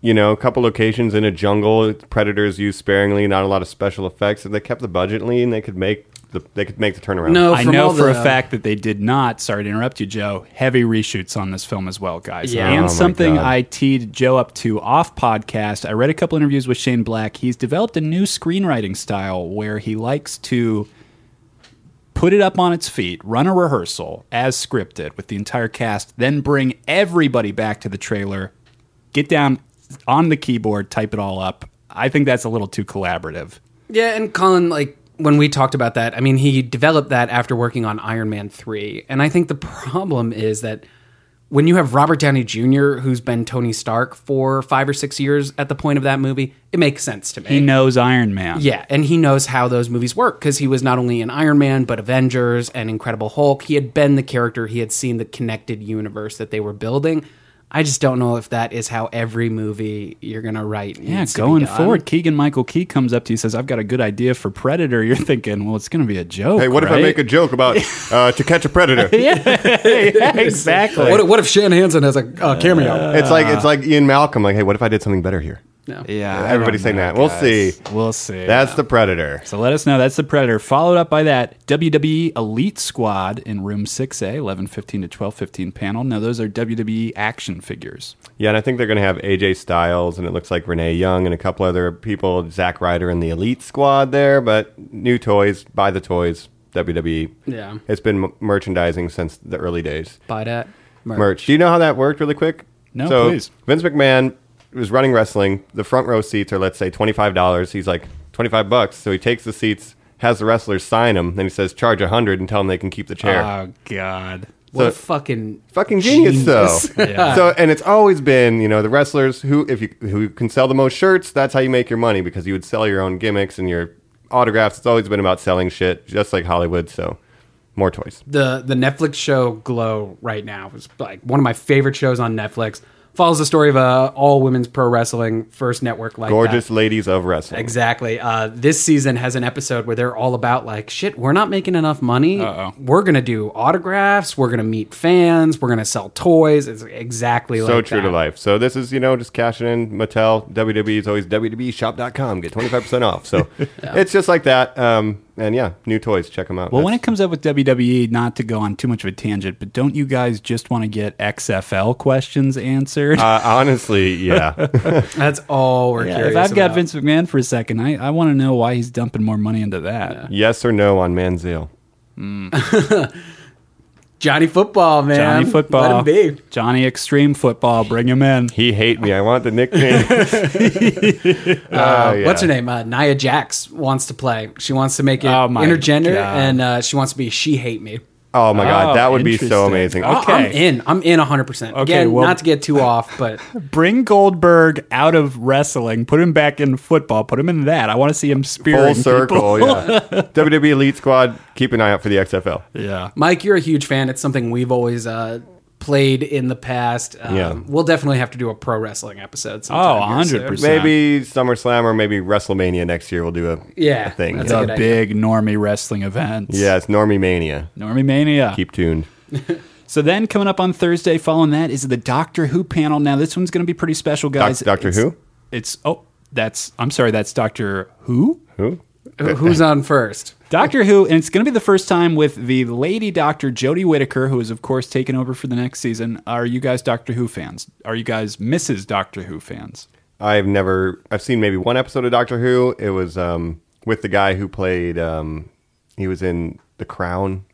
Speaker 9: you know, a couple locations in a jungle, predators used sparingly, not a lot of special effects. If they kept the budget lean, they could make the they could make the turnaround.
Speaker 8: No,
Speaker 2: I
Speaker 8: from
Speaker 2: know
Speaker 8: all
Speaker 2: for a
Speaker 8: the-
Speaker 2: fact that they did not. Sorry to interrupt you, Joe. Heavy reshoots on this film as well, guys.
Speaker 8: Yeah.
Speaker 9: Oh,
Speaker 2: And
Speaker 9: my
Speaker 2: something
Speaker 9: God.
Speaker 2: I teed Joe up to off podcast. I read a couple interviews with Shane Black. He's developed a new screenwriting style where he likes to put it up on its feet, run a rehearsal as scripted with the entire cast, then bring everybody back to the trailer, get down on the keyboard, type it all up. I think that's a little too collaborative.
Speaker 8: Yeah, and Colin, like when we talked about that, I mean, he developed that after working on Iron Man 3. And I think the problem is that when you have Robert Downey Jr., who's been Tony Stark for five or six years at the point of that movie, it makes sense to me.
Speaker 2: He knows Iron Man.
Speaker 8: Yeah, and he knows how those movies work because he was not only in Iron Man, but Avengers and Incredible Hulk. He had been the character, he had seen the connected universe that they were building. I just don't know if that is how every movie you're going to write.
Speaker 2: Yeah,
Speaker 8: needs to be
Speaker 2: going
Speaker 8: done.
Speaker 2: forward, Keegan Michael Key comes up to you says, "I've got a good idea for Predator." You're thinking, "Well, it's going to be a joke."
Speaker 9: Hey, what if I
Speaker 2: right?
Speaker 9: make a joke about uh, to catch a predator?
Speaker 2: yeah, exactly?
Speaker 8: What, what if Shan Hansen has a uh, cameo?
Speaker 9: It's like it's like Ian Malcolm. Like, hey, what if I did something better here?
Speaker 8: no.
Speaker 2: yeah, Ah, I
Speaker 9: Everybody's
Speaker 2: don't
Speaker 9: saying
Speaker 2: know,
Speaker 9: that. We'll
Speaker 2: guys.
Speaker 9: see.
Speaker 2: We'll see.
Speaker 9: That's the predator.
Speaker 2: so. Let us know. That's the Predator, followed up by that WWE Elite Squad in Room Six A, eleven fifteen to twelve fifteen panel. Now, those are WWE action figures.
Speaker 9: Yeah, and I think they're going to have AJ Styles, and it looks like Renee Young and a couple other people, Zack Ryder and the Elite Squad there. But new toys, buy the toys. WWE.
Speaker 8: Yeah.
Speaker 9: it's been m- merchandising since the early days.
Speaker 8: Buy that merch.
Speaker 9: Merch. Do you know how that worked, really quick?
Speaker 2: No,
Speaker 9: so
Speaker 2: please.
Speaker 9: Vince McMahon was running wrestling. The front row seats are let's say twenty five dollars. He's like twenty five bucks. So he takes the seats, has the wrestlers sign them, then he says charge a hundred and tell them they can keep the chair.
Speaker 2: Oh God.
Speaker 8: What a
Speaker 9: So-
Speaker 8: fucking
Speaker 9: fucking genius, though.
Speaker 2: Yeah.
Speaker 9: So, and it's always been, you know, the wrestlers who, if you who can sell the most shirts, that's how you make your money because you would sell your own gimmicks and your autographs. It's always been about selling shit, just like Hollywood. So, more toys.
Speaker 8: the the Netflix show Glow right now is like one of my favorite shows on Netflix. Follows the story of a all women's pro wrestling first network like
Speaker 9: Gorgeous
Speaker 8: that.
Speaker 9: ladies of wrestling.
Speaker 8: Exactly. Uh, this season has an episode where they're all about like shit. We're not making enough money.
Speaker 2: Uh-oh.
Speaker 8: We're gonna do autographs. We're gonna meet fans. We're gonna sell toys. It's exactly
Speaker 9: So
Speaker 8: like
Speaker 9: true
Speaker 8: that.
Speaker 9: to life. So this is, you know, just cashing in. Mattel, WWE is always E WWEshop.com. Get 25% off. So it's just like that. Um, and yeah, new toys. Check them out.
Speaker 2: Well, when it
Speaker 9: That's-
Speaker 2: comes up with WWE, not to go on too much of a tangent, but don't you guys just want to get XFL questions answered?
Speaker 9: uh, honestly, yeah.
Speaker 8: That's all we're
Speaker 2: Yeah,
Speaker 8: curious
Speaker 2: if I've got
Speaker 8: about.
Speaker 2: Vince McMahon for a second, I, I want to know why he's dumping more money into that.
Speaker 9: yes or no on Manziel.
Speaker 8: Johnny Football, man,
Speaker 2: Johnny football,
Speaker 8: let him be.
Speaker 2: Johnny extreme football, bring him in.
Speaker 9: He hate me. I want the nickname. Oh, yeah.
Speaker 8: What's her name? Uh, Nia Jax wants to play. She wants to make it
Speaker 2: Oh, my
Speaker 8: intergender,
Speaker 2: God.
Speaker 8: and uh, she wants to be She Hate Me.
Speaker 9: Oh my
Speaker 2: Oh,
Speaker 9: god, that would be so
Speaker 2: interesting.
Speaker 9: amazing.
Speaker 2: Oh.
Speaker 9: Oh,
Speaker 8: Okay. I'm
Speaker 2: Okay.
Speaker 8: in. I'm in 100%. Again,
Speaker 2: well-
Speaker 8: not to get too off, but
Speaker 2: Bring Goldberg out of wrestling, put him back in football, put him in that. I want to see him spearing
Speaker 9: full circle, yeah. WWE Elite Squad, keep an eye out for the XFL.
Speaker 2: people. Yeah,
Speaker 8: Mike, you're a huge fan. It's something we've always uh, played in the past. Um,
Speaker 9: Yeah.
Speaker 8: We'll definitely have to do a pro wrestling episode. Sometime
Speaker 2: Oh,
Speaker 8: here soon.
Speaker 2: 100%.
Speaker 9: Maybe SummerSlam or maybe WrestleMania next year. We'll do a
Speaker 8: Yeah,
Speaker 9: a thing.
Speaker 8: that's
Speaker 9: yeah.
Speaker 8: a good
Speaker 2: The big normie wrestling event.
Speaker 9: Yeah, it's Normie Mania.
Speaker 2: Normie Mania.
Speaker 9: Keep tuned.
Speaker 2: So then coming up on Thursday following that is the Doctor Who panel. Now this one's going to be pretty special, guys.
Speaker 9: Doctor
Speaker 2: It's-
Speaker 9: Who?
Speaker 2: It's oh, that's I'm sorry, that's Doctor Who?
Speaker 9: Who?
Speaker 8: Who- Who's on first?
Speaker 2: Doctor Who, and it's going to be the first time with the lady doctor Jodie Whittaker, who is of course taken over for the next season. Are you guys Doctor Who fans? Are you guys Mrs. Doctor Who fans?
Speaker 9: I've never. I've seen maybe one episode of Doctor Who. It was um, with the guy who played. Um, he was in The Crown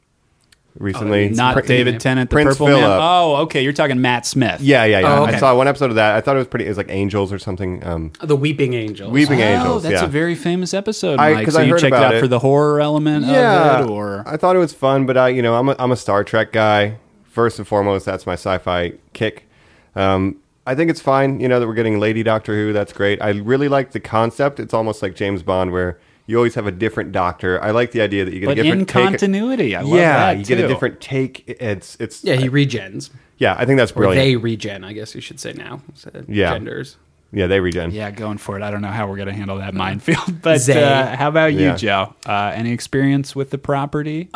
Speaker 9: recently.
Speaker 2: Oh, Not
Speaker 9: Pri-
Speaker 2: David Tennant, the
Speaker 9: Prince
Speaker 2: Purple
Speaker 9: Philip.
Speaker 2: Man. Oh, okay, you're talking Matt Smith.
Speaker 9: Yeah, yeah, yeah.
Speaker 8: Oh, okay.
Speaker 9: I saw one episode of that. I thought it was pretty. It was like Angels or something. Um,
Speaker 8: The Weeping Angels.
Speaker 9: Weeping
Speaker 2: Oh,
Speaker 9: Angels.
Speaker 2: that's
Speaker 9: yeah.
Speaker 2: a very famous episode,
Speaker 9: I-
Speaker 2: Mike.
Speaker 9: 'cause
Speaker 2: so
Speaker 9: I
Speaker 2: you
Speaker 9: heard
Speaker 2: checked it
Speaker 9: about
Speaker 2: out
Speaker 9: it.
Speaker 2: for the horror element
Speaker 9: yeah.
Speaker 2: of it, or
Speaker 9: I thought it was fun, but I, you know, I'm a, I'm a Star Trek guy first and foremost. That's my sci-fi kick. Um, I think it's fine, you know, that we're getting Lady Doctor Who. That's great. I really like the concept. It's almost like James Bond, where you always have a different Doctor. I like the idea that you get
Speaker 2: but
Speaker 9: a different
Speaker 2: in
Speaker 9: take-
Speaker 2: continuity, I love
Speaker 9: yeah,
Speaker 2: that
Speaker 9: you get a
Speaker 2: too.
Speaker 9: different take. It's it's
Speaker 8: Yeah, he regens.
Speaker 9: Oh, yeah. I think that's
Speaker 8: Or
Speaker 9: brilliant.
Speaker 8: they regen, I guess you should say now. So
Speaker 9: Yeah.
Speaker 8: Genders.
Speaker 9: yeah, they regen.
Speaker 2: Yeah, going for it. I don't know how we're gonna handle that minefield, but
Speaker 8: Zay.
Speaker 2: uh, how about you,
Speaker 9: Yeah.
Speaker 2: Joe? Uh, any experience with the property?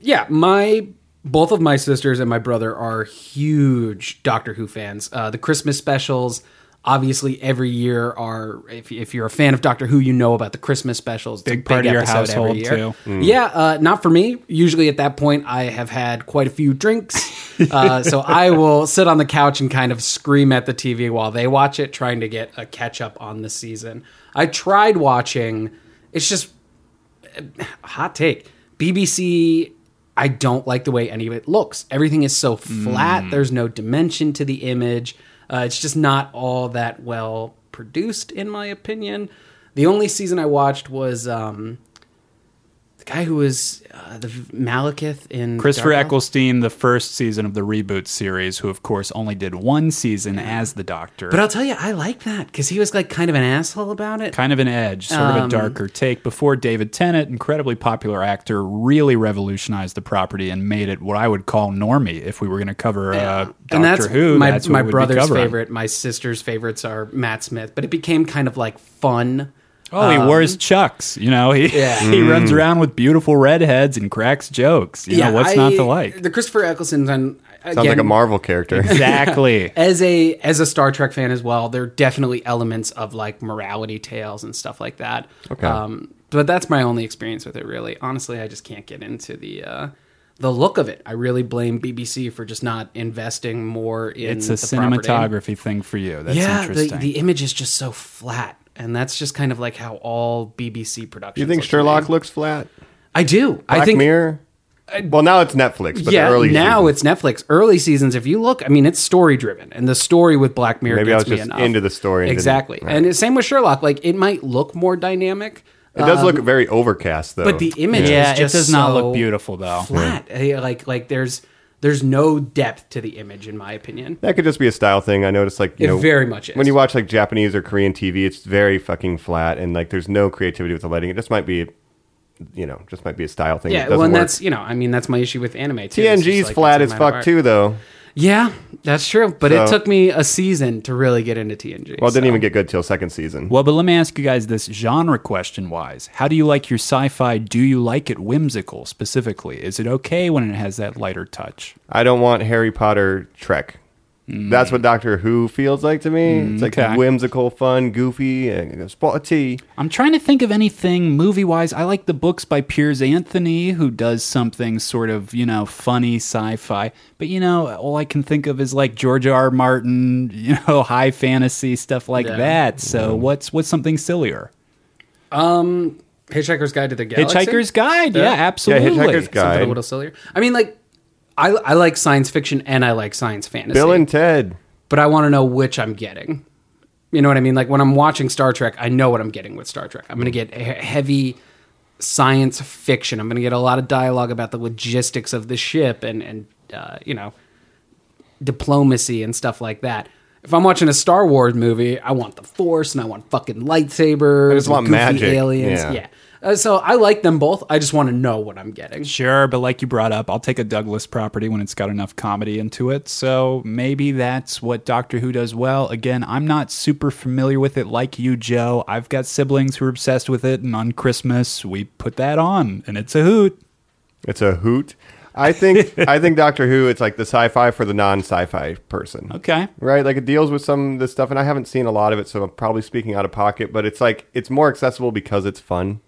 Speaker 8: yeah, my both of my sisters and my brother are huge Doctor Who fans. Uh, the Christmas specials, obviously, every year are. If, if you're a fan of Doctor Who, you know about the Christmas specials. It's a
Speaker 2: Big part of your
Speaker 8: episode every
Speaker 2: household,
Speaker 8: year.
Speaker 2: too. Mm.
Speaker 8: Yeah, uh, not for me. Usually, at that point, I have had quite a few drinks, uh, so I will sit on the couch and kind of scream at the TV while they watch it, trying to get a catch up on the season. I tried watching. It's just hot take. BBC, I don't like the way any of it looks. Everything is so
Speaker 2: Mm.
Speaker 8: flat. There's no dimension to the image. Uh, it's just not all that well produced, in my opinion. The only season I watched was um, the guy who was uh, the v- Malekith in
Speaker 2: Christopher
Speaker 8: Dark Elf.
Speaker 2: Eccleston, the first season of the reboot series, who of course only did one season as the Doctor,
Speaker 8: But I'll tell you, I like that because he was like kind of an asshole about it.
Speaker 2: kind of an edge, sort
Speaker 8: Um,
Speaker 2: of a darker take. Before David Tennant, incredibly popular actor, really revolutionized the property and made it what I would call normie. If we were going to cover uh, Doctor
Speaker 8: and that's
Speaker 2: Who,
Speaker 8: my
Speaker 2: that's what
Speaker 8: my
Speaker 2: we'd be
Speaker 8: brother's
Speaker 2: covering.
Speaker 8: favorite. My sister's favorites are Matt Smith, but it became kind of like fun.
Speaker 2: Oh, he wears chucks. You know, he
Speaker 8: um, Yeah. Mm.
Speaker 2: he runs around with beautiful redheads and cracks jokes. You know, what's
Speaker 8: I-
Speaker 2: not to like?
Speaker 8: The Christopher Eccleston's on
Speaker 9: Sounds like a Marvel character.
Speaker 2: Exactly.
Speaker 8: as a as a Star Trek fan as well, there are definitely elements of like morality tales and stuff like that.
Speaker 9: Okay.
Speaker 8: Um, but that's my only experience with it. Really, honestly, I just can't get into the uh, the look of it. I really blame BBC for just not investing more in.
Speaker 2: it's a
Speaker 8: the property.
Speaker 2: cinematography thing for you. That's
Speaker 8: yeah, the,
Speaker 2: interesting.
Speaker 8: the image is just so flat, and that's just kind of like how all BBC productions.
Speaker 9: you think
Speaker 8: look to me.
Speaker 9: Sherlock looks flat?
Speaker 8: I do. I
Speaker 9: Black
Speaker 8: think
Speaker 9: Mirror. well, now it's Netflix, but
Speaker 8: yeah,
Speaker 9: the early
Speaker 8: now
Speaker 9: seasons.
Speaker 8: it's Netflix. Early seasons, if you look, I mean, it's story driven, and the story with Black Mirror.
Speaker 9: Maybe I
Speaker 8: gets
Speaker 9: was
Speaker 8: me
Speaker 9: just
Speaker 8: enough.
Speaker 9: into the story and didn't-
Speaker 8: exactly.
Speaker 9: Right.
Speaker 8: And it's same with Sherlock. Like it might look more dynamic,
Speaker 9: It
Speaker 2: uh,
Speaker 9: does look very overcast, though.
Speaker 8: but the image
Speaker 2: yeah,
Speaker 8: is
Speaker 2: it
Speaker 8: just
Speaker 2: does not
Speaker 8: so
Speaker 2: look beautiful though.
Speaker 8: Flat, Eh, like like there's there's no depth to the image, in my opinion.
Speaker 9: that could just be a style thing. I noticed, like you
Speaker 8: It
Speaker 9: know,
Speaker 8: very much is.
Speaker 9: when you watch like Japanese or Korean TV, it's very fucking flat, and like there's no creativity with the lighting. It just might be, you know, just might be a style thing. It
Speaker 8: Yeah,
Speaker 9: doesn't
Speaker 8: well, and
Speaker 9: work.
Speaker 8: that's you know, I mean, that's my issue with anime. Too. It's just
Speaker 9: TNG's
Speaker 8: like,
Speaker 9: flat
Speaker 8: it's
Speaker 9: as
Speaker 8: a minor
Speaker 9: fuck
Speaker 8: art.
Speaker 9: too, though.
Speaker 8: Yeah, that's true. But it
Speaker 9: So-
Speaker 8: took me a season to really get into TNG.
Speaker 9: Well, it didn't
Speaker 8: so.
Speaker 9: even get good till second season.
Speaker 2: Well, but let me ask you guys this genre question wise. How do you like your sci fi? Do you like it whimsical specifically? Is it okay when it has that lighter touch?
Speaker 9: I don't want Harry Potter Trek. That's
Speaker 8: Mm.
Speaker 9: what Doctor Who feels like to me. it's like
Speaker 2: okay.
Speaker 9: whimsical, fun, goofy, and a spot of tea.
Speaker 2: I'm trying to think of anything movie wise. I like the books by Piers Anthony, who does something sort of, you know, funny sci fi. But, you know, all I can think of is like George R. R. Martin, you know, high fantasy, stuff like
Speaker 8: Yeah.
Speaker 2: that. So what's what's something sillier?
Speaker 8: Hitchhiker's Guide to the Galaxy.
Speaker 2: Hitchhiker's Guide. Yeah,
Speaker 8: Yeah.
Speaker 2: absolutely.
Speaker 9: Hitchhiker's Guide.
Speaker 8: something a little sillier. I mean, like, I, I like science fiction and I like science fantasy,
Speaker 9: Bill and Ted.
Speaker 8: but I want to know which I'm getting. You know what I mean? Like when I'm watching Star Trek, I know what I'm getting with Star Trek. I'm going to get he- heavy science fiction. I'm going to get a lot of dialogue about the logistics of the ship and and uh, you know diplomacy and stuff like that. If I'm watching a Star Wars movie, I want the Force and I want fucking lightsabers.
Speaker 9: just
Speaker 8: and
Speaker 9: want
Speaker 8: goofy
Speaker 9: magic,
Speaker 8: Aliens.
Speaker 9: yeah.
Speaker 8: Yeah. Uh, so I like them both. I just want to know what I'm getting.
Speaker 2: Sure, but like you brought up, I'll take a Douglas property when it's got enough comedy into it. So maybe that's what Doctor Who does well. Again, I'm not super familiar with it like you, Joe. I've got siblings who are obsessed with it, and on Christmas, we put that on, and it's a hoot.
Speaker 9: It's a hoot. I think I think Doctor Who. It's like the sci-fi for the non-sci-fi person.
Speaker 2: Okay.
Speaker 9: right? Like it deals with some of this stuff, and I haven't seen a lot of it, so I'm probably speaking out of pocket. But it's like it's more accessible because it's fun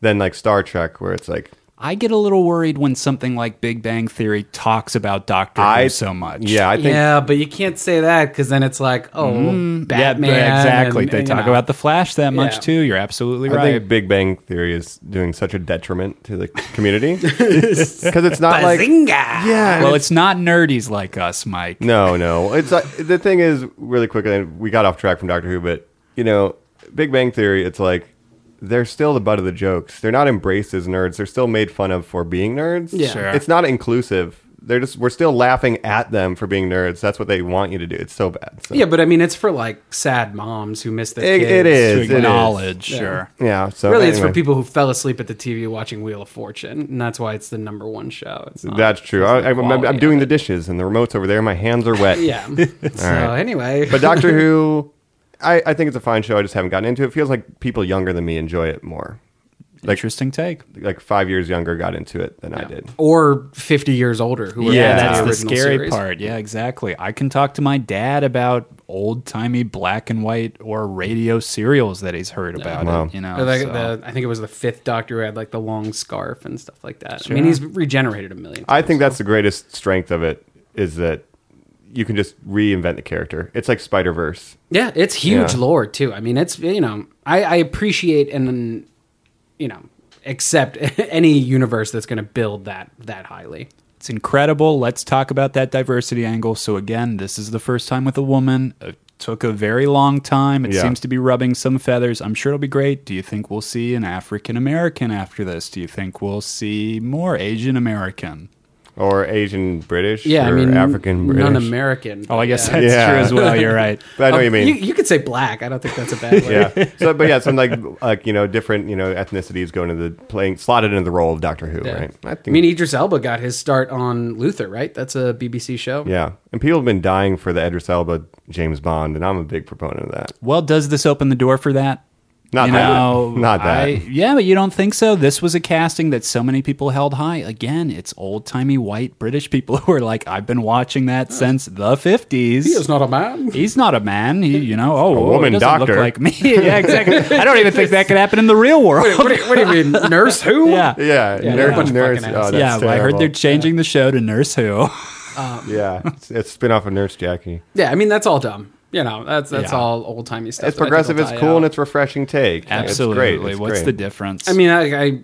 Speaker 9: than like Star Trek, where it's like
Speaker 2: I get a little worried when something like Big Bang Theory talks about Doctor
Speaker 9: I
Speaker 2: Who so much.
Speaker 9: Yeah, I think
Speaker 8: yeah, but you can't say that because then it's like, oh,
Speaker 2: Mm-hmm. Yeah,
Speaker 8: Batman.
Speaker 2: exactly.
Speaker 8: and-
Speaker 2: they
Speaker 8: and, you
Speaker 2: talk
Speaker 8: know.
Speaker 2: about the Flash that much
Speaker 8: Yeah.
Speaker 2: too. You're absolutely
Speaker 9: I
Speaker 2: right.
Speaker 9: think Big Bang Theory is doing such a detriment to the community because it's not like yeah,
Speaker 2: well, it's not nerdies like us, Mike.
Speaker 9: No, no. It's like, the thing is really quickly. and We got off track from Doctor Who, but you know, Big Bang Theory. It's like they're still the butt of the jokes. They're not embraced as nerds. They're still made fun of for being nerds.
Speaker 8: Yeah. Sure.
Speaker 9: It's not inclusive. They're just we're still laughing at them for being nerds. That's what they want you to do. It's so bad. So.
Speaker 8: Yeah, but I mean, it's for like sad moms who miss their
Speaker 9: It-
Speaker 8: kids.
Speaker 9: it
Speaker 2: To
Speaker 9: is. It is.
Speaker 2: acknowledge, sure.
Speaker 9: Yeah. So
Speaker 8: Really, it's for
Speaker 9: anyway.
Speaker 8: people who fell asleep at the TV watching Wheel of Fortune, and that's why it's the number one show. It's not,
Speaker 9: That's true.
Speaker 8: it's
Speaker 9: I,
Speaker 8: not
Speaker 9: I, I'm,
Speaker 8: quality
Speaker 9: I'm
Speaker 8: of
Speaker 9: doing
Speaker 8: it.
Speaker 9: the dishes, and the remote's over there. My hands are wet.
Speaker 8: Yeah. so anyway,
Speaker 9: But Doctor Who, I, I think it's a fine show. I just haven't gotten into it. it. Feels like people younger than me enjoy it more. Like
Speaker 2: Interesting take.
Speaker 9: like five years younger got into it than I did.
Speaker 8: or fifty years older who were
Speaker 2: Yeah,
Speaker 8: fans of
Speaker 2: that's the
Speaker 8: original
Speaker 2: scary
Speaker 8: series.
Speaker 2: part. Yeah, exactly. I can talk to my dad about old timey black and white or radio serials that he's heard about.
Speaker 9: Wow.
Speaker 2: and, you know,
Speaker 8: Or like
Speaker 2: so-
Speaker 8: the- I think it was the fifth Doctor who had like the long scarf and stuff like that. I mean, he's regenerated a million.
Speaker 9: I think that's the greatest strength of it is that you can just reinvent the character. It's like Spider Verse.
Speaker 8: Yeah, it's huge
Speaker 9: Yeah.
Speaker 8: lore too. I mean, it's you know, I, I appreciate and you know accept any universe that's going to build that that highly.
Speaker 2: It's incredible. Let's talk about that diversity angle. So again, this is the first time with a woman. It took a very long time. It
Speaker 9: Yeah.
Speaker 2: seems to be rubbing some feathers. I'm sure it'll be great. Do you think we'll see an African American after this? Do you think we'll see more Asian American?
Speaker 9: Or Asian British.
Speaker 8: Yeah,
Speaker 9: or
Speaker 8: I mean,
Speaker 9: African British.
Speaker 8: non-American.
Speaker 2: Oh, I guess
Speaker 8: yeah.
Speaker 2: that's
Speaker 9: Yeah.
Speaker 2: true as well. You're right.
Speaker 9: But I know what you
Speaker 8: Um,
Speaker 9: mean.
Speaker 8: You, you could say black. I don't think that's a bad word.
Speaker 9: yeah. So, but yeah, some like like you know different you know ethnicities going to the playing slotted into the role of Doctor Who,
Speaker 8: Yeah.
Speaker 9: right?
Speaker 8: I, mean, Idris Elba got his start on Luther, right? That's a BBC show.
Speaker 9: yeah. And people have been dying for the Edris Elba James Bond, and I'm a big proponent of that.
Speaker 2: Well, does this open the door for that?
Speaker 9: Not
Speaker 2: you
Speaker 9: that.
Speaker 2: know,
Speaker 9: Not that.
Speaker 2: I- yeah, but you don't think so? This was a casting that so many people held high. Again, it's old timey white British people who are like, I've been watching that since the fifties.
Speaker 8: He is not a man.
Speaker 2: He's not a man. He, you know, oh, a
Speaker 9: woman
Speaker 2: doesn't
Speaker 9: doctor.
Speaker 2: look like me. yeah, exactly. I don't even think that could happen in the real world.
Speaker 8: what, do you, what do you mean, Nurse Who?
Speaker 2: yeah. Yeah,
Speaker 9: Yeah, nurse,
Speaker 8: bunch of
Speaker 9: nurse.
Speaker 8: fucking
Speaker 9: Oh,
Speaker 8: assholes.
Speaker 9: that's
Speaker 2: well, I heard
Speaker 9: terrible.
Speaker 2: they're changing the show to Nurse Who.
Speaker 9: Yeah, it's, it's a spin-off of Nurse Jackie.
Speaker 8: Yeah, I mean that's all dumb. You know, that's that's
Speaker 2: Yeah.
Speaker 8: all old timey stuff.
Speaker 9: It's
Speaker 8: that I think
Speaker 9: progressive,
Speaker 8: will
Speaker 9: it's
Speaker 8: die
Speaker 9: cool,
Speaker 8: out.
Speaker 9: and it's refreshing take.
Speaker 2: Absolutely.
Speaker 9: It's great. It's
Speaker 2: What's
Speaker 9: great.
Speaker 2: the difference?
Speaker 8: I mean, I, I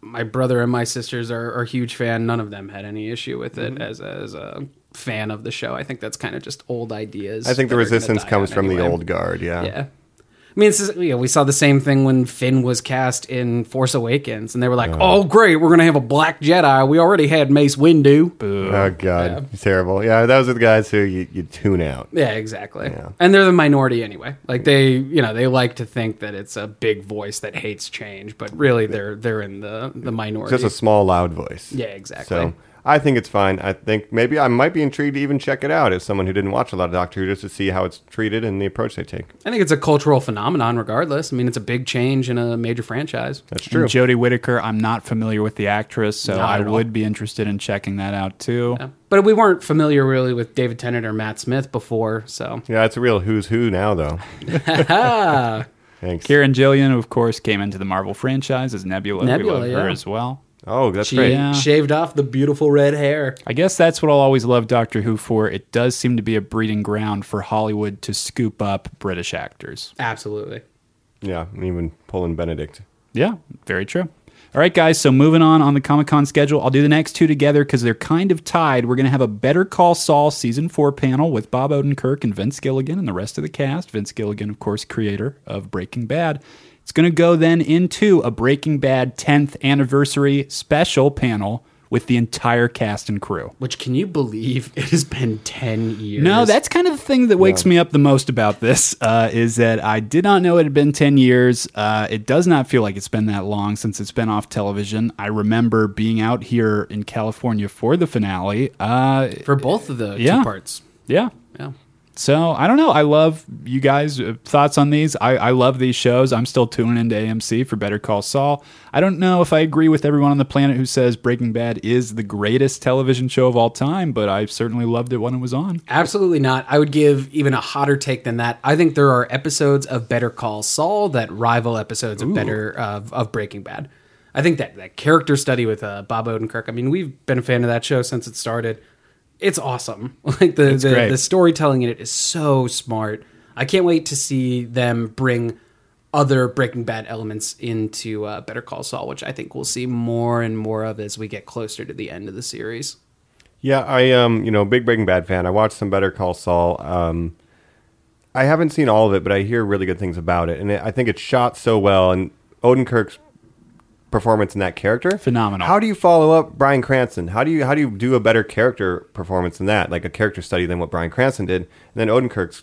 Speaker 8: my brother and my sisters are, are huge fan. None of them had any issue with
Speaker 9: Mm-hmm.
Speaker 8: it as as a fan of the show. I think that's kind of just old ideas.
Speaker 9: I think
Speaker 8: that
Speaker 9: the
Speaker 8: are gonna
Speaker 9: resistance
Speaker 8: die
Speaker 9: comes
Speaker 8: out
Speaker 9: from the
Speaker 8: anyway.
Speaker 9: old guard. Yeah.
Speaker 8: Yeah. I mean, it's just, you know, we saw the same thing when Finn was cast in Force Awakens, and they were like, "Oh, great, we're gonna have a black Jedi. We already had Mace Windu."
Speaker 9: Oh god, it's terrible. Yeah, those are the guys who you, you tune out.
Speaker 8: Yeah, exactly. And they're the minority anyway. Like they, you know, they like to think that it's a big voice that hates change, but really they're they're in the the minority.
Speaker 9: Just a small, loud voice.
Speaker 8: Yeah, exactly.
Speaker 9: So I think it's fine. I think maybe I might be intrigued to even check it out as someone who didn't watch a lot of Doctor Who just to see how it's treated and the approach they take.
Speaker 8: I think it's a cultural phenomenon, regardless. I mean, it's a big change in a major franchise.
Speaker 9: That's true.
Speaker 2: And Jodie Whittaker, I'm not familiar with the actress, so
Speaker 8: Not
Speaker 2: I
Speaker 8: at all.
Speaker 2: would be interested in checking that out too.
Speaker 8: But we weren't familiar really with David Tennant or Matt Smith before, so
Speaker 9: yeah, it's a real who's who now, though. Thanks.
Speaker 2: Kieran Gillian, of course, came into the Marvel franchise as Nebula.
Speaker 8: Nebula,
Speaker 2: we love her
Speaker 8: yeah.
Speaker 2: as well.
Speaker 9: Oh, that's
Speaker 8: she
Speaker 9: great.
Speaker 2: Yeah.
Speaker 8: shaved off the beautiful red hair.
Speaker 2: I guess that's what I'll always love Doctor Who for. It does seem to be a breeding ground for Hollywood to scoop up British actors.
Speaker 8: Absolutely.
Speaker 9: Yeah, and even Poland Benedict.
Speaker 2: Yeah, very true. All right, guys. So moving on on the Comic Con schedule, I'll do the next two together because they're kind of tied. We're going to have a Better Call Saul season four panel with Bob Odenkirk and Vince Gilligan and the rest of the cast. Vince Gilligan, of course, creator of Breaking Bad. It's going to go then into a Breaking Bad 10th anniversary special panel with the entire cast and crew.
Speaker 8: Which can you believe? It has been ten years.
Speaker 2: No, that's kind of the thing that wakes me up the most about this uh, is that I did not know it had been 10 years. Uh, it does not feel like it's been that long since it's been off television. I remember being out here in California for the finale. Uh,
Speaker 8: for both of the
Speaker 2: Yeah.
Speaker 8: two parts.
Speaker 2: yeah.
Speaker 8: Yeah.
Speaker 2: So I don't know. I love you guys' uh, thoughts on these. I, I love these shows. I'm still tuning into AMC for Better Call Saul. I don't know if I agree with everyone on the planet who says Breaking Bad is the greatest television show of all time, but I certainly loved it when it was on.
Speaker 8: Absolutely not. I would give even a hotter take than that. I think there are episodes of Better Call Saul that rival episodes of Better of, of Breaking Bad. I think that that character study with uh, Bob Odenkirk. I mean, we've been a fan of that show since it started. It's awesome. Like the the,
Speaker 2: great.
Speaker 8: the storytelling in it is so smart. I can't wait to see them bring other Breaking Bad elements into uh, Better Call Saul, which I think we'll see more and more of as we get closer to the end of the series.
Speaker 9: Yeah, I am, you know, big Breaking Bad fan. I watched some Better Call Saul. Um, I haven't seen all of it, but I hear really good things about it. And it, I think it's shot so well. And Odenkirk's performance in that character
Speaker 2: Phenomenal.
Speaker 9: How do you follow up Brian Cranston? How do you how do you do a better character performance than that? Like a character study than what Brian Cranston did. And then Odenkirk's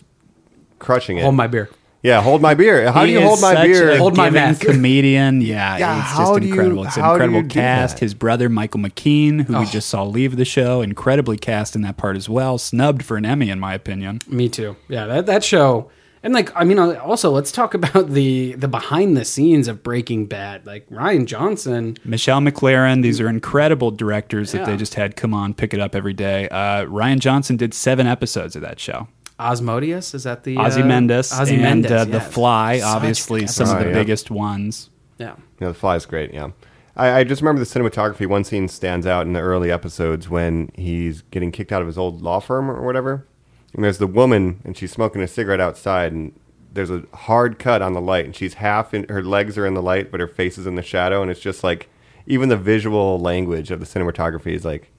Speaker 9: crushing it.
Speaker 8: Hold my beer.
Speaker 9: yeah, hold my beer. How do
Speaker 2: He
Speaker 9: you
Speaker 2: is
Speaker 9: hold my
Speaker 2: such
Speaker 9: beer?
Speaker 2: a
Speaker 8: Hold my
Speaker 2: given
Speaker 8: mask.
Speaker 2: comedian. Yeah,
Speaker 9: Yeah,
Speaker 2: it's
Speaker 9: how
Speaker 2: just
Speaker 9: do you-
Speaker 2: incredible. it's an
Speaker 9: how do
Speaker 2: incredible
Speaker 9: you do
Speaker 2: cast.
Speaker 9: that?
Speaker 2: His brother Michael McKean,
Speaker 8: Oh.
Speaker 2: who we just saw leave the show, incredibly cast in that part as well. Snubbed for an Emmy, in my opinion.
Speaker 8: Me too. Yeah, that that show. And like, I mean, uh, also let's talk about the the behind the scenes of Breaking Bad. Like Ryan Johnson,
Speaker 2: Michelle McLaren. These are incredible directors that they
Speaker 8: Yeah.
Speaker 2: just had come on, pick it up every day. Uh, Ryan Johnson did seven episodes of that show.
Speaker 8: Ozymandias is that the
Speaker 2: Ozymandias
Speaker 8: Uh,
Speaker 2: and
Speaker 8: Ozymandias,
Speaker 2: uh, The
Speaker 8: yes.
Speaker 2: Fly,
Speaker 8: Such
Speaker 2: obviously
Speaker 8: good
Speaker 2: some of
Speaker 9: episode.
Speaker 2: the
Speaker 9: Oh, yeah.
Speaker 2: biggest ones.
Speaker 8: Yeah,
Speaker 9: You know, the fly's great. Yeah, I, I just remember the cinematography. One scene stands out in the early episodes when he's getting kicked out of his old law firm or whatever, and there's the woman and she's smoking a cigarette outside, and there's a hard cut on the light, and she's half in her legs are in the light, but her face is in the shadow, and it's just like even the visual language of the cinematography is like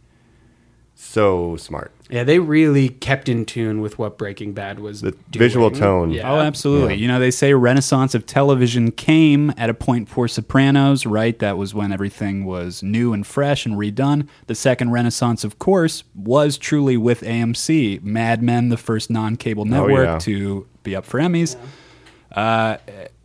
Speaker 9: so smart.
Speaker 8: yeah. They really kept in tune with what Breaking Bad was.
Speaker 9: The visual tone.
Speaker 8: Yeah.
Speaker 2: Oh, absolutely. You know, they say renaissance of television came at a point for Sopranos, right? That was when everything was new and fresh and redone. The second renaissance, of course, was truly with AMC, Mad Men, the first non-cable network
Speaker 9: yeah.
Speaker 2: to be up for Emmys. Uh,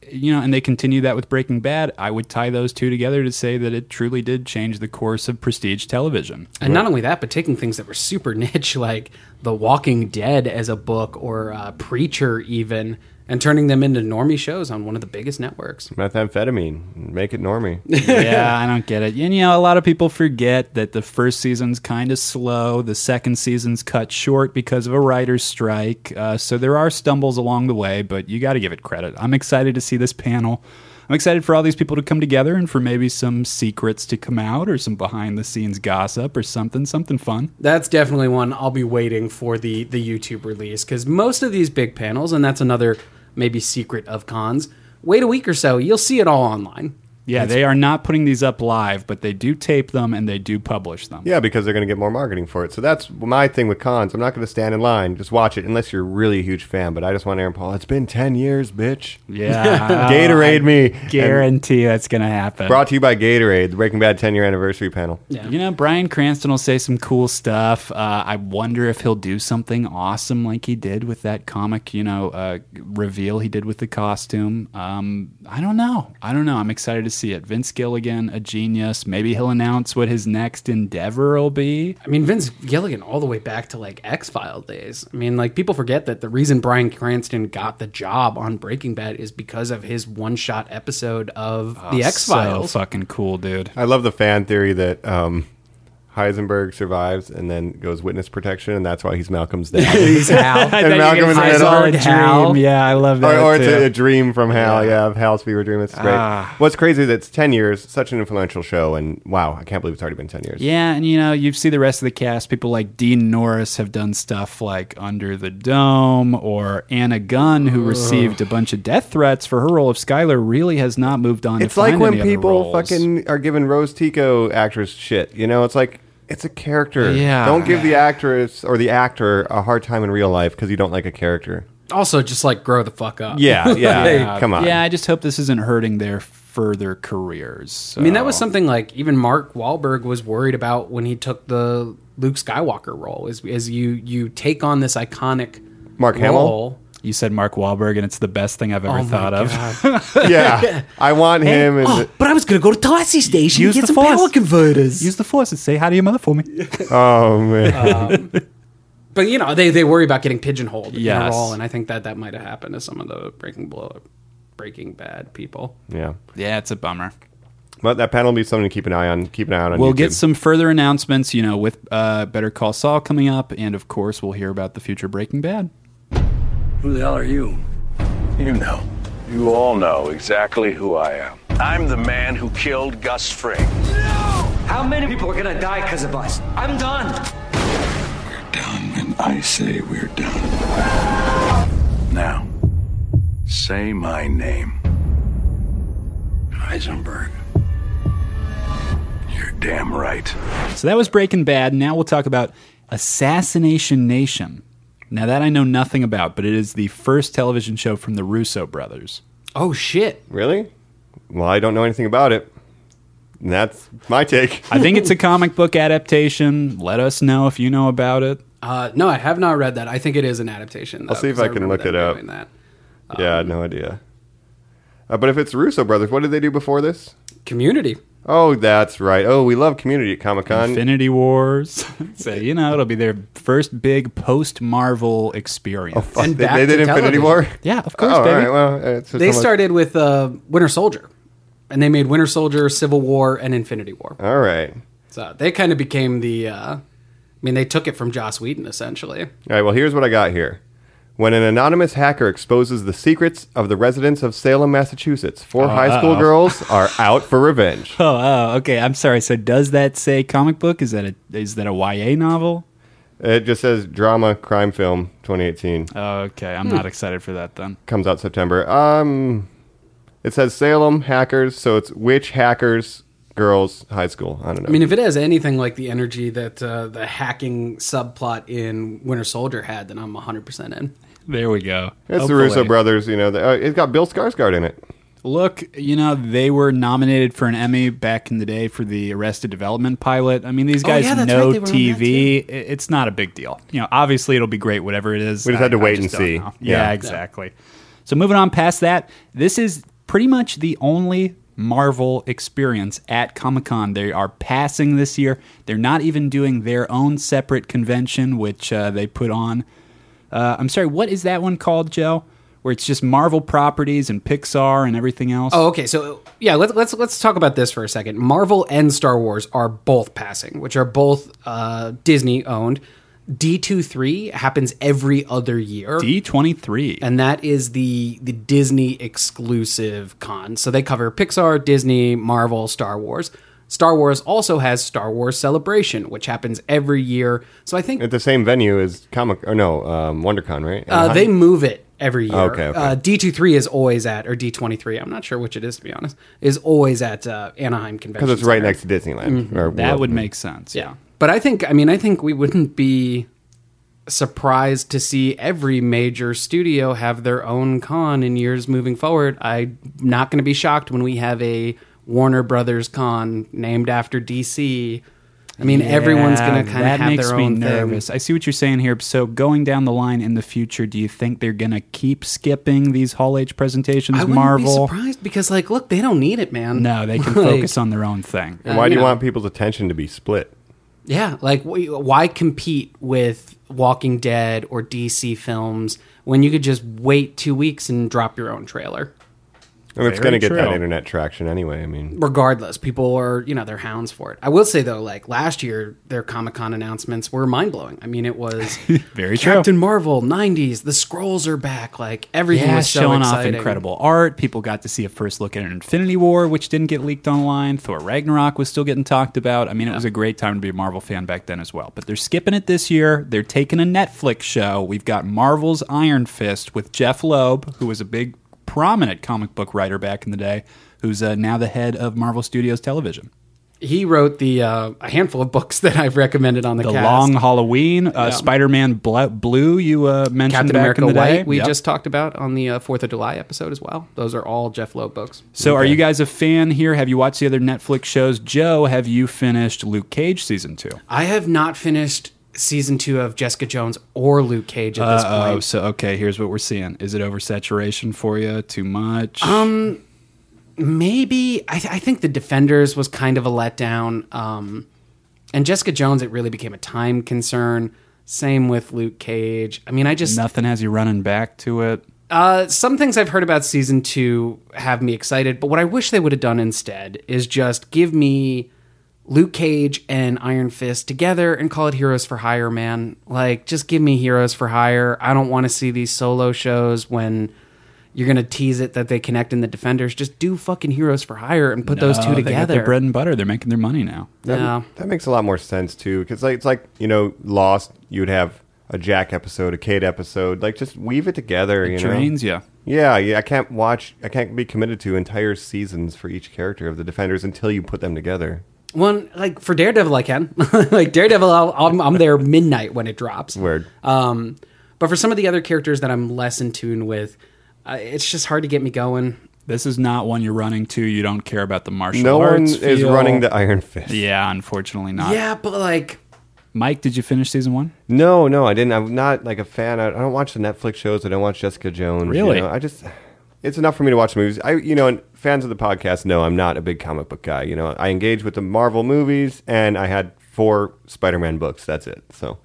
Speaker 2: you know, and they continue that with Breaking Bad. I would tie those two together to say that it truly did change the course of prestige television.
Speaker 8: And not only that, but taking things that were super niche, like The Walking Dead as a book or uh, Preacher, even, and turning them into normie shows on one of the biggest networks.
Speaker 9: Methamphetamine, make it normie.
Speaker 2: yeah, I don't get it. And you know, a lot of people forget that the first season's kind of slow. The second season's cut short because of a writer's strike. Uh, so there are stumbles along the way, but you got to give it credit. I'm excited to see this panel. I'm excited for all these people to come together and for maybe some secrets to come out or some behind the scenes gossip or something, something fun.
Speaker 8: That's definitely one I'll be waiting for the the YouTube release because most of these big panels, and that's another maybe secret of cons. Wait a week or so, you'll see it all online.
Speaker 2: Yeah, they are not putting these up live, but they do tape them and they do publish them.
Speaker 9: Yeah, because they're going to get more marketing for it. So that's my thing with cons. I'm not going to stand in line. Just watch it, unless you're really a huge fan. But I just want Aaron Paul. It's been 10 years, bitch.
Speaker 2: Yeah.
Speaker 9: Gatorade me. And
Speaker 2: Guarantee that's going to happen.
Speaker 9: brought to you by Gatorade, the Breaking Bad 10 year anniversary panel.
Speaker 8: Yeah.
Speaker 2: You know, Brian Cranston will say some cool stuff. Uh, I wonder if he'll do something awesome like he did with that comic, you know, uh, reveal he did with the costume. Um, I don't know. I don't know. I'm excited to see it. Vince Gilligan, a genius. Maybe he'll announce what his next endeavor will be.
Speaker 8: I mean, Vince Gilligan all the way back to like X File days. I mean, like people forget that the reason Brian Cranston got the job on Breaking Bad is because of his one shot episode of the X Files.
Speaker 2: So fucking cool, dude.
Speaker 9: I love the fan theory that um, Heisenberg survives and then goes witness protection, and that's why he's Malcolm's dad.
Speaker 8: He's Hal.
Speaker 9: And Malcolm in the
Speaker 8: say
Speaker 9: middle.
Speaker 8: solid Hal.
Speaker 2: Yeah, I love
Speaker 9: Or,
Speaker 2: that.
Speaker 9: or it's
Speaker 2: too.
Speaker 9: a, a dream from Hal, yeah, of Hal's fever dream. It's great. What's crazy is it's 10 years, such an influential show, and wow, I can't believe it's already been 10 years.
Speaker 2: Yeah, and you know, you see the rest of the cast. People like Dean Norris have done stuff like Under the Dome, or Anna Gunn, who received a bunch of death threats for her role of Skylar, really has not moved on.
Speaker 9: It's
Speaker 2: to
Speaker 9: like
Speaker 2: find
Speaker 9: when
Speaker 2: any other
Speaker 9: people
Speaker 2: roles.
Speaker 9: fucking are giving Rose Tico actress shit. You know, it's like it's a character.
Speaker 2: Yeah.
Speaker 9: Don't give the actress or the actor a hard time in real life because you don't like a character.
Speaker 8: Also, just like grow the fuck up.
Speaker 9: Yeah, yeah.
Speaker 2: Uh,
Speaker 9: Come on.
Speaker 2: Yeah, I just hope this isn't hurting their further careers. So-
Speaker 8: I mean, that
Speaker 9: Oh.
Speaker 8: was something like even Mark Wahlberg was worried about when he took the Luke Skywalker role. Is is you you take on this iconic
Speaker 9: Mark Hamill.
Speaker 8: role?
Speaker 2: You said Mark Wahlberg, and it's the best thing I've ever
Speaker 8: Oh my
Speaker 2: thought of.
Speaker 8: God.
Speaker 9: Yeah, I want him. And
Speaker 8: Oh, but I was gonna go to Tossy Station
Speaker 2: Use
Speaker 8: and get
Speaker 2: the
Speaker 8: some
Speaker 2: force.
Speaker 8: power converters.
Speaker 2: Use the force and say hi to your mother for me.
Speaker 9: oh man,
Speaker 8: but you know, they they worry about getting pigeonholed in a
Speaker 2: Yes.
Speaker 8: role, and I think that that might have happened to some of the Breaking Blow, Breaking Bad people.
Speaker 9: yeah.
Speaker 2: Yeah, it's a bummer.
Speaker 9: But that panel will be something to keep an eye on. Keep an eye out on.
Speaker 2: We'll
Speaker 9: YouTube.
Speaker 2: get some further announcements, you know, with uh, Better Call Saul coming up, and of course, we'll hear about the future Breaking Bad.
Speaker 11: Who the hell are you?
Speaker 12: You know. You all know exactly who I am. I'm the man who killed Gus Fring.
Speaker 6: How many people are gonna die because of us? I'm done.
Speaker 12: Done when I say we're done. Now, say my name. Heisenberg. You're damn right.
Speaker 2: So that was Breaking Bad. Now we'll talk about Assassination Nation. Now that I know nothing about, but it is the first television show from the Russo brothers.
Speaker 8: Oh shit!
Speaker 9: really. Well, I don't know anything about it. And that's my take.
Speaker 2: I think it's a comic book adaptation. Let us know if you know about it.
Speaker 8: Uh, no, I have not read that. I think it is an adaptation. Though,
Speaker 9: I'll see if
Speaker 8: 'cause
Speaker 9: I can
Speaker 8: remember
Speaker 9: look
Speaker 8: them
Speaker 9: it up.
Speaker 8: doing That.
Speaker 9: yeah, I had no idea. Uh, but if it's Russo brothers, what did they do before this?
Speaker 8: Community.
Speaker 9: Oh, that's right. Oh, we love community at Comic Con.
Speaker 2: Infinity Wars. so you know it'll be their first big post Marvel experience.
Speaker 8: And
Speaker 9: they,
Speaker 8: back
Speaker 9: they did
Speaker 8: to
Speaker 9: Infinity
Speaker 8: television.
Speaker 9: War.
Speaker 2: Yeah, of course,
Speaker 9: Oh,
Speaker 2: baby.
Speaker 9: all right. Well, uh, it's just
Speaker 8: They
Speaker 9: almost-
Speaker 8: started with uh, Winter Soldier, and they made Winter Soldier, Civil War, and Infinity War.
Speaker 9: All right.
Speaker 8: So they kind of became the. Uh, I mean, they took it from Joss Whedon essentially.
Speaker 9: All right, well, here's what I got here. When an anonymous hacker exposes the secrets of the residents of Salem, Massachusetts, 4 high school girls are out for revenge.
Speaker 2: Oh, oh, okay. I'm sorry. So does that say comic book? Is that a is that a YA novel?
Speaker 9: It just says drama crime film 2018.
Speaker 8: Uh.
Speaker 2: Okay, I'm not excited for that then.
Speaker 9: Comes out September. Um, it says Salem hackers, so it's witch hackers girls high school. I don't know.
Speaker 8: I mean, if it has anything like the energy that uh, the hacking subplot in Winter Soldier had, then I'm 100 percent in.
Speaker 2: There we go.
Speaker 9: it's the
Speaker 2: Hopefully.
Speaker 9: Russo brothers. You know, they, uh, it's got Bill Skarsgård in it.
Speaker 2: Look, you know they were nominated for an Emmy back in the day for the Arrested Development pilot. I mean, these guys
Speaker 8: Oh, yeah, that's
Speaker 2: know
Speaker 8: right. They were on that,
Speaker 2: TV. I- It's not a big deal. You know, obviously it'll be great, whatever it is.
Speaker 9: We just had to wait and
Speaker 2: just don't
Speaker 9: see.
Speaker 2: know.
Speaker 9: Yeah.
Speaker 2: Yeah, exactly. So moving on past that, this is pretty much the only Marvel experience at Comic Con. They are passing this year. They're not even doing their own separate convention, which uh, they put on. Uh, I'm sorry, what is that one called, Joe? Where it's just Marvel properties and Pixar and everything else.
Speaker 8: Oh, okay. So yeah, let's let's let's talk about this for a second. Marvel and Star Wars are both passing, which are both uh, Disney owned. D two three happens every other year.
Speaker 2: D23.
Speaker 8: and that is the the Disney exclusive con. So they cover Pixar, Disney, Marvel, Star Wars. Star Wars also has Star Wars Celebration, which happens every year. So I think
Speaker 9: At the same venue as Comic, or no, um, WonderCon, right?
Speaker 8: uh, they move it every year.
Speaker 9: Okay, okay.
Speaker 8: Uh, D23 is always at, or D23, I'm not sure which it is to be honest, is always at uh, Anaheim Convention.
Speaker 9: Because it's right
Speaker 8: Center.
Speaker 9: next to Disneyland.
Speaker 8: Mm-hmm.
Speaker 9: or
Speaker 2: that
Speaker 9: World-
Speaker 2: would make sense.
Speaker 8: Yeah. But I think, I mean, I think we wouldn't be surprised to see every major studio have their own con in years moving forward. I'm not going to be shocked when we have a Warner Brothers con named after DC. I mean, everyone's going to
Speaker 2: Yeah,
Speaker 8: kind of
Speaker 2: that
Speaker 8: have
Speaker 2: makes
Speaker 8: their
Speaker 2: me
Speaker 8: own
Speaker 2: nervous.
Speaker 8: thing.
Speaker 2: I see what you're saying here. So going down the line in the future, do you think they're going to keep skipping these Hall H presentations?
Speaker 8: I wouldn't
Speaker 2: Marvel.
Speaker 8: be surprised because, like, look, they don't need it, man.
Speaker 2: No, they can
Speaker 8: Like, uh,
Speaker 2: focus on their own thing.
Speaker 9: And why do you
Speaker 8: know.
Speaker 9: want people's attention to be split?
Speaker 8: Yeah, like wh- why compete with Walking Dead or DC films when you could just wait two weeks and drop your own trailer?
Speaker 9: And it's
Speaker 2: Very
Speaker 9: going to get that
Speaker 2: true.
Speaker 9: internet traction anyway. I mean,
Speaker 8: regardless, people are, you know, they're hounds for it. I will say though, like last year, their Comic Con announcements were mind blowing. I mean, it was
Speaker 2: Very true.
Speaker 8: Captain Marvel, '90s, the scrolls are back, like everything
Speaker 2: yeah,
Speaker 8: was so
Speaker 2: showing
Speaker 8: exciting.
Speaker 2: off incredible art. People got to see a first look at an Infinity War, which didn't get leaked online. Thor Ragnarok was still getting talked about. I mean, it was a great time to be a Marvel fan back then as well. But they're skipping it this year. They're taking a Netflix show. We've got Marvel's Iron Fist with Jeff Loeb, who was a big, prominent comic book writer back in the day, who's uh, now the head of Marvel Studios Television.
Speaker 8: he wrote the uh, a handful of books that I've recommended on the,
Speaker 2: The
Speaker 8: cast.
Speaker 2: Long Halloween, uh,
Speaker 8: Yeah.
Speaker 2: Spider-Man Bla- Blue. You uh, mentioned
Speaker 8: Captain
Speaker 2: back
Speaker 8: America
Speaker 2: in the day.
Speaker 8: White we
Speaker 2: Yep.
Speaker 8: just talked about on the uh, Fourth of July episode as well. Those are all Jeff Loeb books.
Speaker 2: So, are you guys a fan here? Have you watched the other Netflix shows? Joe, have you finished Luke Cage season two?
Speaker 8: I have not finished season two of Jessica Jones or Luke Cage at this
Speaker 2: Uh-oh,
Speaker 8: point.
Speaker 2: Oh, so okay, here's what we're seeing. Is it oversaturation for you? Too much?
Speaker 8: Maybe I, th- I think the Defenders was kind of a letdown, um, and Jessica Jones it really became a time concern. Same with Luke Cage. I mean, I just
Speaker 2: Nothing has you running back to it.
Speaker 8: Uh, some things I've heard about season two have me excited, but what I wish they would have done instead is just give me Luke Cage and Iron Fist together and call it Heroes for Hire, man. Like, just give me Heroes for Hire. I don't want to see these solo shows when you're going to tease it that they connect in the Defenders. Just do fucking Heroes for Hire and put those
Speaker 2: Oh,
Speaker 8: two
Speaker 2: they got
Speaker 8: together.
Speaker 2: their bread and butter. They're making their money now.
Speaker 1: That,
Speaker 8: Yeah.
Speaker 1: that makes a lot more sense too, because like, it's like you know, Lost. You would have a Jack episode, a Kate episode, like just weave it together. you
Speaker 2: Drains
Speaker 1: know,
Speaker 2: you.
Speaker 1: yeah, yeah. I can't watch. I can't be committed to entire seasons for each character of the Defenders until you put them together.
Speaker 8: One like for Daredevil, I can like Daredevil. I'll, I'm, I'm there midnight when it drops.
Speaker 1: Word.
Speaker 8: Um, but for some of the other characters that I'm less in tune with, uh, it's just hard to get me going.
Speaker 2: This is not one you're running to. You don't care about the martial
Speaker 1: no one
Speaker 2: arts.
Speaker 1: is
Speaker 2: feel.
Speaker 1: running the Iron Fist.
Speaker 2: Yeah, unfortunately not.
Speaker 8: Yeah, but like
Speaker 2: Mike, did you finish season one?
Speaker 1: No, no, I didn't. I'm not like a fan. I, I don't watch the Netflix shows. I don't watch Jessica Jones. you
Speaker 2: Really?
Speaker 1: know. I just it's enough for me to watch movies. I, you know, and fans of the podcast know I'm not a big comic book guy. You know, I engage with the Marvel movies, and I had four Spider-Man books. That's it. So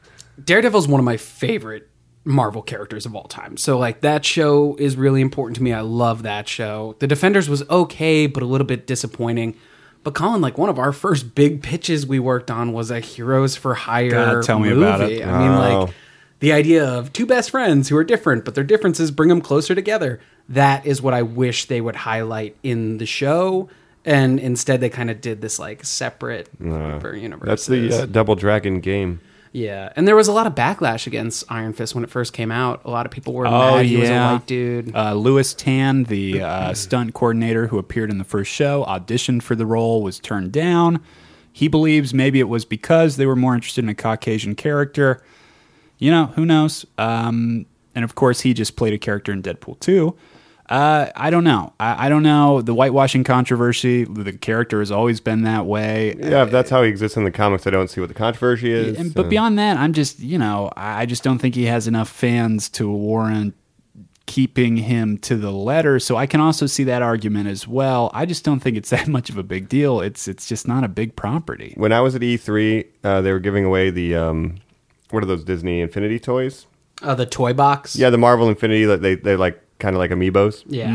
Speaker 8: Daredevil's one of my favorite Marvel characters of all time. So like that show is really important to me. I love that show. The Defenders was okay, but a little bit disappointing. But Colin, like one of our first big pitches we worked on was a Heroes for Hire
Speaker 2: God, tell me
Speaker 8: movie.
Speaker 2: about it.
Speaker 8: I mean,
Speaker 1: Oh.
Speaker 8: like the idea of two best friends who are different, but their differences bring them closer together. That is what I wish they would highlight in the show. And instead, they kind of did this like separate universe.
Speaker 1: that's the uh, Double Dragon game.
Speaker 8: Yeah, and there was a lot of backlash against Iron Fist when it first came out. A lot of people were
Speaker 2: Oh
Speaker 8: mad he
Speaker 2: yeah,
Speaker 8: was a white dude.
Speaker 2: Uh, Lewis Tan, the uh, stunt coordinator who appeared in the first show, auditioned for the role, was turned down. He believes maybe it was because they were more interested in a Caucasian character. You know, who knows? Um, and of course, he just played a character in Deadpool 2. Uh, I don't know. I, I don't know. The whitewashing controversy, the character has always been that way.
Speaker 1: Yeah, if that's how he exists in the comics, I don't see what the controversy is.
Speaker 2: And,
Speaker 1: Uh,
Speaker 2: but beyond that, I'm just you know I I just don't think he has enough fans to warrant keeping him to the letter. So I can also see that argument as well. I just don't think it's that much of a big deal. It's it's just not a big property.
Speaker 1: when I was at E3, uh, they were giving away the um, what are those Disney Infinity toys?
Speaker 8: Uh, the toy box.
Speaker 1: Yeah, the Marvel Infinity. like, They they're like kind of like amiibos.
Speaker 8: yeah.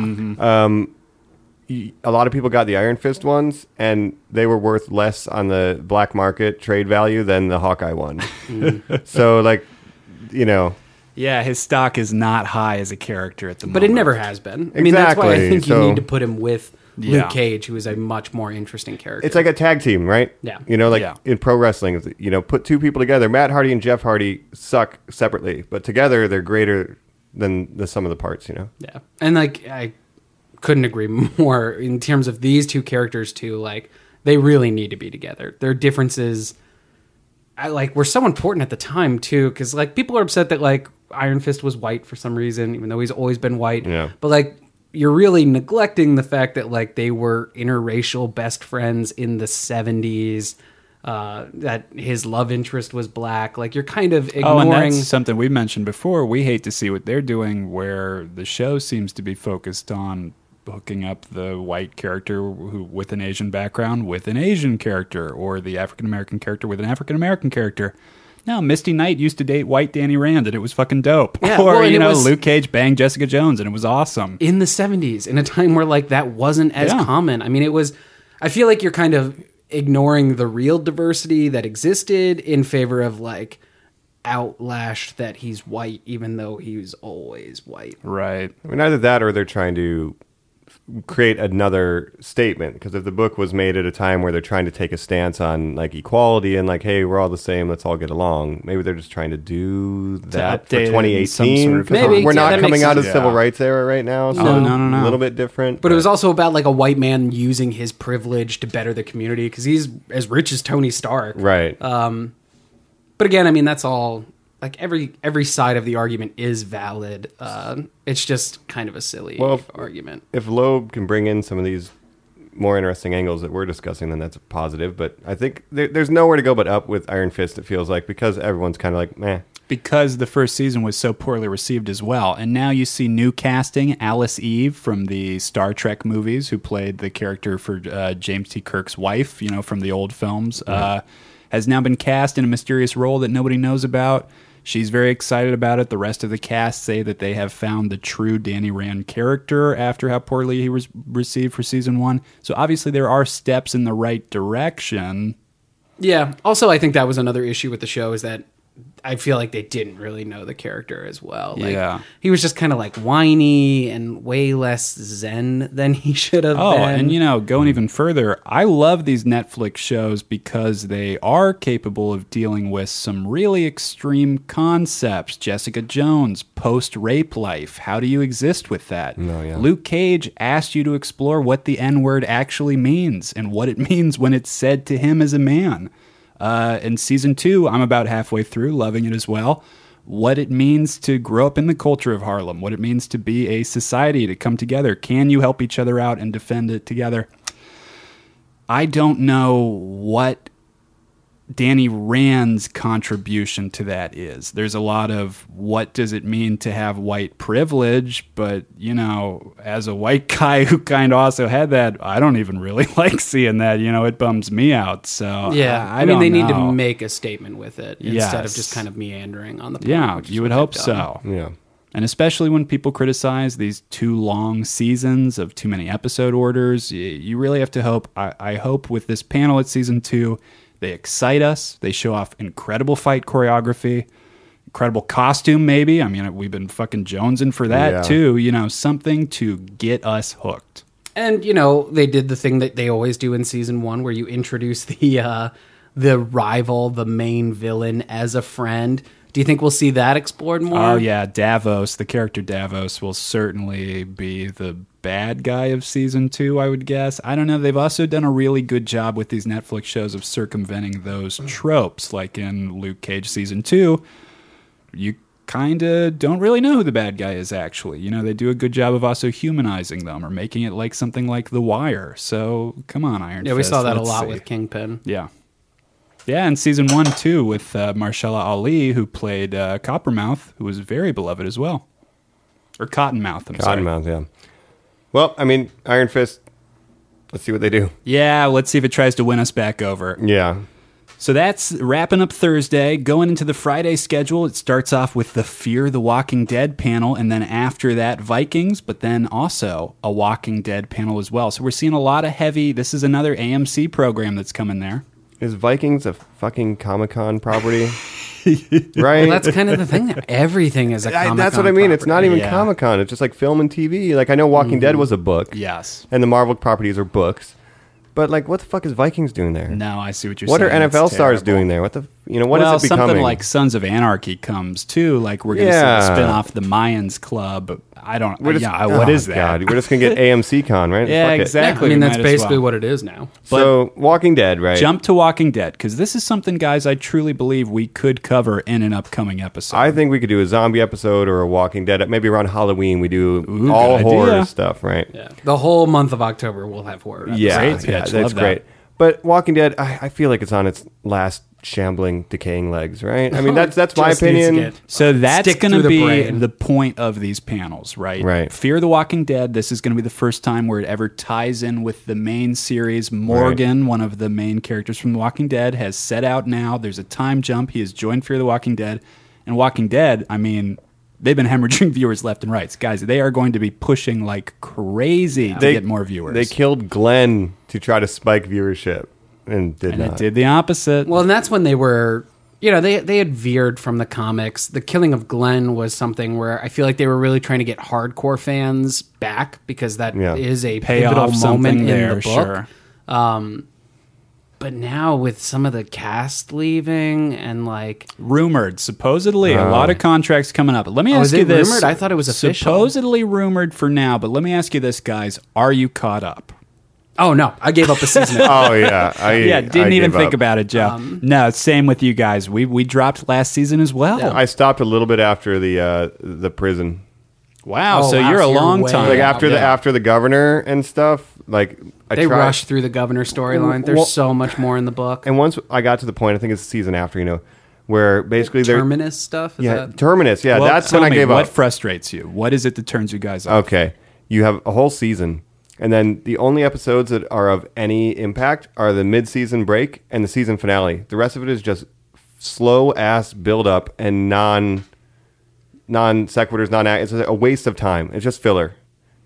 Speaker 1: a lot of people got the Iron Fist ones, and they were worth less on the black market trade value than the Hawkeye one. so, like, you know,
Speaker 2: Yeah, his stock is not high as a character at the moment.
Speaker 8: But it never has been. I mean, that's why I
Speaker 1: Exactly,
Speaker 8: think
Speaker 1: so-
Speaker 8: you need to put him with
Speaker 2: Yeah.
Speaker 8: Luke Cage, who is a much more interesting character.
Speaker 1: it's like a tag team, right?
Speaker 8: Yeah.
Speaker 1: You know, like
Speaker 2: Yeah.
Speaker 1: in pro wrestling, you know, put two people together. Matt Hardy and Jeff Hardy suck separately, but together they're greater than the sum of the parts. You know,
Speaker 8: yeah, and like I couldn't agree more in terms of these two characters too. Like they really need to be together. Their differences, I, like, were so important at the time too, because like people are upset that like Iron Fist was white for some reason, even though he's always been white.
Speaker 1: Yeah.
Speaker 8: But like you're really neglecting the fact that like they were interracial best friends in the 70s. Uh, that his love interest was black. Like you're kind of
Speaker 2: Oh,
Speaker 8: ignoring.
Speaker 2: and that's something we mentioned before. We hate to see what they're doing, where the show seems to be focused on hooking up the white character who, with an Asian background with an Asian character, or the African American character with an African American character. No, Misty Knight used to date white Danny Rand, and it was fucking dope.
Speaker 8: Yeah,
Speaker 2: or
Speaker 8: well, and
Speaker 2: you
Speaker 8: it
Speaker 2: know,
Speaker 8: was-
Speaker 2: Luke Cage banged Jessica Jones, and it was awesome.
Speaker 8: in the 70s in a time where like that wasn't as
Speaker 2: Yeah.
Speaker 8: common. I mean, it was I feel like you're kind of ignoring the real diversity that existed in favor of like outlashed that he's white even though he was always white.
Speaker 2: Right.
Speaker 1: I mean, either that or they're trying to
Speaker 9: create another statement because if the book was made at a time where they're trying to take a stance on like equality and like hey we're all the same let's all get along maybe they're just trying to do that
Speaker 2: update it
Speaker 9: for
Speaker 2: in some
Speaker 9: 2018
Speaker 2: sort of-
Speaker 8: Maybe, yeah,
Speaker 9: we're not
Speaker 8: that
Speaker 9: coming
Speaker 8: makes
Speaker 9: out of
Speaker 8: sense.
Speaker 9: the civil rights era right now so
Speaker 2: No, no, no, no.
Speaker 9: a little bit different
Speaker 8: But it was also about like a white man using his privilege to better the community because he's as rich as Tony Stark.
Speaker 9: right
Speaker 8: But again, I mean that's all. Like every every side of the argument is valid. Uh, it's just kind of a silly
Speaker 9: Well, if-
Speaker 8: argument.
Speaker 9: if Loeb can bring in some of these more interesting angles that we're discussing, then that's a positive. But I think there, there's nowhere to go but up with Iron Fist. It feels like because everyone's kind of like, meh.
Speaker 2: because the first season was so poorly received as well. And now you see new casting Alice Eve from the Star Trek movies, who played the character for uh, James T. Kirk's wife, you know, from the old films, uh, has now been cast in a mysterious role that nobody knows about. She's very excited about it. The rest of the cast say that they have found the true Danny Rand character after how poorly he was received for season one. So obviously, there are steps in the right direction.
Speaker 8: Yeah. Also, I think that was another issue with the show is that I feel like they didn't really know the character as well. Like,
Speaker 2: Yeah.
Speaker 8: He was just kind of like whiny and way less zen than he should have
Speaker 2: Oh,
Speaker 8: been.
Speaker 2: and you know, going even further, I love these Netflix shows because they are capable of dealing with some really extreme concepts. Jessica Jones, post rape life. How do you exist with that? Luke Cage asked you to explore what the N word actually means and what it means when it's said to him as a man. Uh, in season two, I'm about halfway through, loving it as well. What it means to grow up in the culture of Harlem, what it means to be a society, to come together. Can you help each other out and defend it together? I don't know what Danny Rand's contribution to that is. There's a lot of what does it mean to have white privilege, but you know, as a white guy who kind of also had that, I don't even really like seeing that. You know, it bums me out. So
Speaker 8: yeah.
Speaker 2: I,
Speaker 8: I, mean,
Speaker 2: don't
Speaker 8: they need
Speaker 2: know.
Speaker 8: to make a statement with it instead of
Speaker 2: Yes.
Speaker 8: just kind of meandering on the point.
Speaker 2: Yeah,
Speaker 8: which is
Speaker 2: you would
Speaker 8: what
Speaker 2: hope
Speaker 8: they've done.
Speaker 2: so.
Speaker 9: Yeah.
Speaker 2: And especially when people criticize these too long seasons of too many episode orders, y- you really have to hope. I, I hope with this panel at season two, they excite us. They show off incredible fight choreography, incredible costume, maybe. I mean, we've been fucking jonesing for that
Speaker 9: Yeah.
Speaker 2: too. You know, something to get us hooked.
Speaker 8: And you know, they did the thing that they always do in season one, where you introduce the uh, the rival, the main villain, as a friend. Do you think we'll see that explored more?
Speaker 2: Oh yeah, Davos, the character Davos will certainly be the bad guy of season 2, I would guess. I don't know, they've also done a really good job with these Netflix shows of circumventing those
Speaker 8: Hmm.
Speaker 2: tropes like in Luke Cage season 2. You kind of don't really know who the bad guy is actually. You know, they do a good job of also humanizing them or making it like something like The Wire. So, come on, Iron
Speaker 8: Yeah, we
Speaker 2: Fist,
Speaker 8: saw that a
Speaker 2: let's
Speaker 8: lot
Speaker 2: see.
Speaker 8: with Kingpin.
Speaker 2: Yeah. Yeah, and season one too with uh, Marcella Ali, who played uh, Coppermouth, who was very beloved as well, or Cottonmouth. I'm sorry.
Speaker 9: Cottonmouth, yeah. Well, I mean, Iron Fist. Let's see what they do.
Speaker 2: Yeah, let's see if it tries to win us back over.
Speaker 9: Yeah.
Speaker 2: So that's wrapping up Thursday. Going into the Friday schedule, it starts off with the Fear the Walking Dead panel, and then after that, Vikings, but then also a Walking Dead panel as well. So we're seeing a lot of heavy. This is another AMC program that's coming there.
Speaker 9: Is Vikings a fucking Comic Con property? right.
Speaker 8: Well, that's kind of the thing. That everything is a
Speaker 9: I,
Speaker 8: Comic-Con
Speaker 9: that's what I mean. It's not
Speaker 8: property.
Speaker 9: even
Speaker 2: Yeah. Mm-hmm.
Speaker 9: Comic Con. It's just like film and TV. Like I know Walking Dead was a book.
Speaker 2: Yes.
Speaker 9: And the Marvel properties are books. But like, what the fuck is Vikings doing there?
Speaker 2: No, I see what you're
Speaker 9: What are
Speaker 2: Mm-hmm. saying. It's
Speaker 9: NFL
Speaker 2: terrible.
Speaker 9: stars doing there? What the you know? What is
Speaker 2: well,
Speaker 9: it becoming?
Speaker 2: something like Sons of Anarchy comes too. Like we're going to
Speaker 9: Yeah.
Speaker 2: see the spin off the Mayans Club. I don't.
Speaker 9: We're just-
Speaker 2: yeah, I- what
Speaker 9: oh,
Speaker 2: is that?
Speaker 9: God, we're just gonna get AMC Con, right?
Speaker 2: Yeah,
Speaker 9: Fuck it.
Speaker 8: Yeah,
Speaker 2: exactly.
Speaker 8: I mean,
Speaker 2: we
Speaker 8: that's
Speaker 2: might as
Speaker 8: basically
Speaker 2: well.
Speaker 8: what it is now.
Speaker 9: So Walking Dead, right?
Speaker 2: Jump to Walking Dead because this is something, guys. I truly believe we could cover in an upcoming episode.
Speaker 9: I think we could do a zombie episode or a Walking Dead. Maybe around Halloween we do
Speaker 2: Ooh,
Speaker 9: all
Speaker 2: good
Speaker 9: horror
Speaker 2: idea.
Speaker 9: stuff, right? Yeah,
Speaker 8: The whole month of October will have horror. episodes.
Speaker 9: yeah,
Speaker 2: Great pitch.
Speaker 9: that's
Speaker 2: Love that.
Speaker 9: great. But Walking Dead, I, I feel like it's on its last shambling, decaying legs, right? I mean, that's that's my
Speaker 8: Just needs to
Speaker 9: opinion.
Speaker 8: get-
Speaker 2: So that's
Speaker 8: Uh, Stick
Speaker 2: going to
Speaker 8: through the
Speaker 2: be
Speaker 8: brain.
Speaker 2: the point of these panels, right?
Speaker 9: Right.
Speaker 2: Fear the Walking Dead. This is going to be the first time where it ever ties in with the main series. Morgan, one of the main characters from The Walking Dead, has set out now. There's a time jump. He has joined Fear the Walking Dead. And Walking Dead, I mean, they've been hemorrhaging viewers left and right. Guys, they are going to be pushing like crazy to get more viewers.
Speaker 9: They killed Glenn to try to spike viewership and did
Speaker 2: and
Speaker 9: not.
Speaker 2: it did the opposite.
Speaker 8: Well, and that's when they were you know, they they had veered from the comics. The Killing of Glenn was something where I feel like they were really trying to get hardcore fans back because that is
Speaker 1: Yeah.
Speaker 8: a
Speaker 2: Pay off
Speaker 8: pivotal
Speaker 2: something
Speaker 8: moment in
Speaker 2: there,
Speaker 8: the book.
Speaker 2: sure.
Speaker 8: Um, but now with some of the cast leaving and like
Speaker 2: rumored supposedly a lot of
Speaker 1: Oh.
Speaker 2: contracts coming up let me
Speaker 8: Oh,
Speaker 2: ask
Speaker 8: is
Speaker 2: you
Speaker 8: it
Speaker 2: this
Speaker 8: rumored? I thought it was official.
Speaker 2: supposedly rumored for now but let me ask you this guys are you caught up
Speaker 8: oh no, I gave up the season.
Speaker 1: Oh yeah, I,
Speaker 2: yeah didn't
Speaker 1: I
Speaker 2: even
Speaker 1: gave
Speaker 2: think
Speaker 1: up.
Speaker 2: about it joe
Speaker 8: Um,
Speaker 2: no same with you guys we we dropped last season as well
Speaker 1: I stopped a little bit after the uh, the prison,
Speaker 2: wow
Speaker 8: Oh,
Speaker 2: so
Speaker 8: wow,
Speaker 2: you're a
Speaker 8: so you're
Speaker 2: long
Speaker 8: way
Speaker 2: time
Speaker 1: like
Speaker 8: Yeah,
Speaker 1: after the
Speaker 2: Yeah.
Speaker 1: after the governor and stuff. Like I
Speaker 8: they
Speaker 1: tried,
Speaker 8: rushed through the governor storyline. There's
Speaker 1: Well-
Speaker 8: so much more in the book.
Speaker 1: and once I got to the point, I think it's the season after, you know, where basically they're
Speaker 8: Terminus stuff. Is
Speaker 1: yeah
Speaker 8: that-
Speaker 1: terminus. Yeah,
Speaker 2: Well,
Speaker 1: that's
Speaker 2: tell
Speaker 1: when I
Speaker 2: me,
Speaker 1: gave
Speaker 2: what
Speaker 1: up. Oh.
Speaker 2: frustrates you what is it that turns you guys off
Speaker 1: Okay. You have a whole season. And then the only episodes that are of any impact are the mid season break and the season finale. The rest of it is just slow ass build up and non non sequiturs, non it's a waste of time. It's just filler.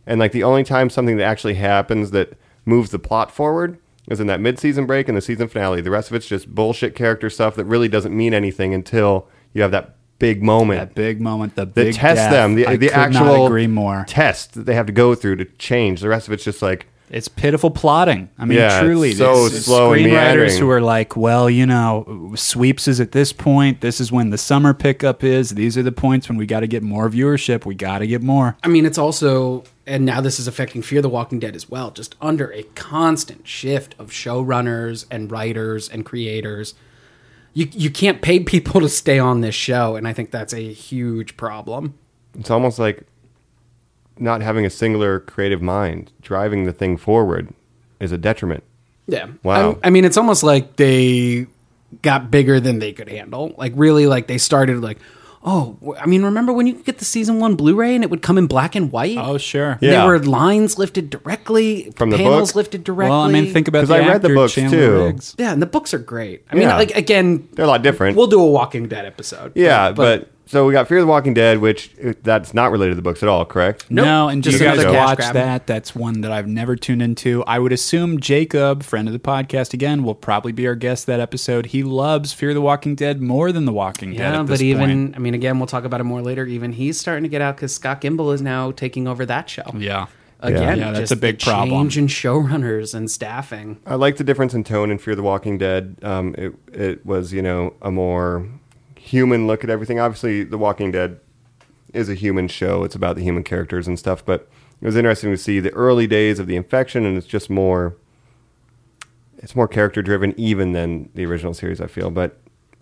Speaker 1: And like the only time something that actually happens that moves the plot forward is in that mid season break and the season finale. The rest of it's just bullshit character stuff that really doesn't mean anything until you have that big moment
Speaker 2: that big moment the
Speaker 1: the
Speaker 2: big
Speaker 1: test
Speaker 2: death.
Speaker 1: them the,
Speaker 2: I
Speaker 1: the
Speaker 2: could not
Speaker 1: actual
Speaker 2: agree more
Speaker 1: test that they have to go through to change the rest of it's just like
Speaker 2: It's pitiful plotting. I mean,
Speaker 1: Yeah, it's
Speaker 2: truly,
Speaker 1: so
Speaker 2: it's- it's
Speaker 1: slow and
Speaker 2: Screenwriters
Speaker 1: meandering.
Speaker 2: who are like, well, you know, sweeps is at this point. This is when the summer pickup is. These are the points when we got to get more viewership. We got to get more.
Speaker 8: I mean, it's also, and now this is affecting Fear the Walking Dead as well, just under a constant shift of showrunners and writers and creators. You, you can't pay people to stay on this show, and I think that's a huge problem.
Speaker 1: it's almost like not having a singular creative mind driving the thing forward is a detriment
Speaker 8: Yeah.
Speaker 1: Wow.
Speaker 8: I, I mean, it's almost like they got bigger than they could handle. Like, really, like they started like, oh, w- I mean, remember when you could get the season one Blu-ray and it would come in black and white?
Speaker 2: Oh, sure.
Speaker 8: And
Speaker 1: Yeah.
Speaker 8: There were lines lifted directly
Speaker 1: From the
Speaker 8: panels
Speaker 1: book?
Speaker 8: lifted directly.
Speaker 2: Well, I mean, think about
Speaker 1: 'Cause
Speaker 2: the
Speaker 1: I read the
Speaker 2: actor,
Speaker 1: books,
Speaker 2: Chandler
Speaker 1: too.
Speaker 2: Riggs.
Speaker 8: Yeah, and the books are great. I mean,
Speaker 1: Yeah.
Speaker 8: like again,
Speaker 1: they're a lot different
Speaker 8: we'll do a Walking Dead episode.
Speaker 1: yeah but, so we got fear the walking dead which uh, that's not related to the books at all correct
Speaker 8: Nope.
Speaker 2: No, and just
Speaker 1: You
Speaker 2: you
Speaker 1: guys
Speaker 2: guys
Speaker 1: go.
Speaker 2: watch
Speaker 8: Cash grab.
Speaker 2: that. That's one that I've never tuned into. I would assume Jacob, friend of the podcast, again will probably be our guest that episode. He loves Fear the Walking Dead more than The Walking Dead.
Speaker 8: yeah,
Speaker 2: at
Speaker 8: but
Speaker 2: this
Speaker 8: even
Speaker 2: point.
Speaker 8: I mean, again, we'll talk about it more later. Even he's starting to get out because Scott Gimble is now taking over that show.
Speaker 2: yeah,
Speaker 8: Again,
Speaker 2: Yeah, that's
Speaker 8: just
Speaker 2: a big
Speaker 8: the
Speaker 2: problem.
Speaker 8: Change in showrunners and staffing.
Speaker 1: i like the difference in tone in fear the walking dead um, it, it was you know a more human look at everything obviously the walking dead is a human show. It's about the human characters and stuff. But it was interesting to see the early days of the infection, and it's just more, it's more character driven even than the original series. I feel, but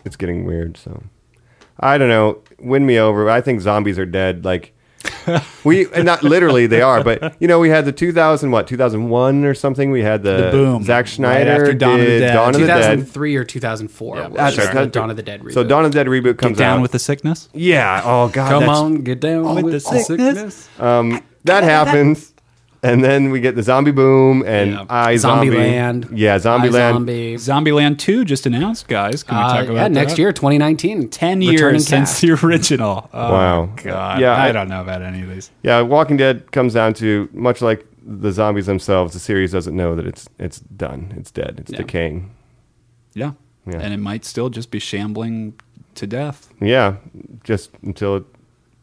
Speaker 1: it's getting weird. So I don't know. Win me over. I think zombies are dead. Like we, and not literally they are, but you know we had the 2000 what 2001 or something. We had the,
Speaker 2: The boom.
Speaker 1: Zack
Speaker 2: Right
Speaker 1: Snyder
Speaker 2: after Dawn of the
Speaker 1: did
Speaker 2: Dead.
Speaker 1: Dawn of the Dead.
Speaker 8: 2003 or 2004. was
Speaker 1: That's
Speaker 8: the
Speaker 1: right.
Speaker 8: Dawn of the Dead reboot.
Speaker 1: So Dawn of the Dead reboot comes
Speaker 2: get down
Speaker 1: out.
Speaker 2: with the sickness.
Speaker 1: yeah. Oh god.
Speaker 8: Come
Speaker 1: that's-
Speaker 8: on, get down with, the sickness.
Speaker 1: that happens. And then we get the zombie boom and
Speaker 8: Yeah.
Speaker 1: I zombie.
Speaker 8: Zombieland.
Speaker 1: Yeah, zombie land.
Speaker 8: Zombie.
Speaker 2: Zombieland 2 just announced, guys. Can we
Speaker 8: Uh,
Speaker 2: talk about
Speaker 8: yeah,
Speaker 2: that?
Speaker 8: next year,
Speaker 2: 10
Speaker 8: 2019. Returning
Speaker 2: years since
Speaker 8: cast.
Speaker 2: the original. Oh,
Speaker 1: Wow.
Speaker 2: God.
Speaker 1: Yeah,
Speaker 2: I,
Speaker 1: I-
Speaker 2: don't know about any of these.
Speaker 1: Yeah, Walking Dead comes down to much like the zombies themselves, the series doesn't know that it's it's done. It's dead. It's decaying.
Speaker 2: Yeah.
Speaker 1: Yeah.
Speaker 2: And it might still just be shambling to death.
Speaker 1: Yeah. Just until it,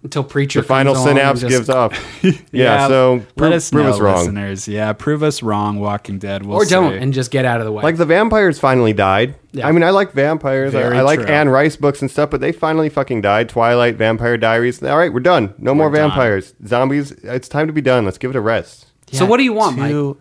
Speaker 8: until Preacher
Speaker 1: the final
Speaker 8: comes on and
Speaker 1: synapse
Speaker 8: just-
Speaker 1: gives off. yeah, so
Speaker 2: let
Speaker 1: prove,
Speaker 2: us
Speaker 1: prove
Speaker 2: know,
Speaker 1: us wrong.
Speaker 2: listeners. Yeah, prove us wrong, Walking Dead. We'll
Speaker 8: or don't
Speaker 2: see.
Speaker 8: and just get out of the way.
Speaker 1: Like the vampires finally died.
Speaker 8: Yeah.
Speaker 1: I mean, I like vampires. I,
Speaker 2: Very
Speaker 1: I like
Speaker 2: true.
Speaker 1: Anne Rice books and stuff, but they finally fucking died. Twilight, Vampire Diaries. All right, we're done. No more
Speaker 2: done.
Speaker 1: vampires. Zombies. It's time to be done. Let's give it a rest.
Speaker 8: so what do you want, Mike?
Speaker 2: Two-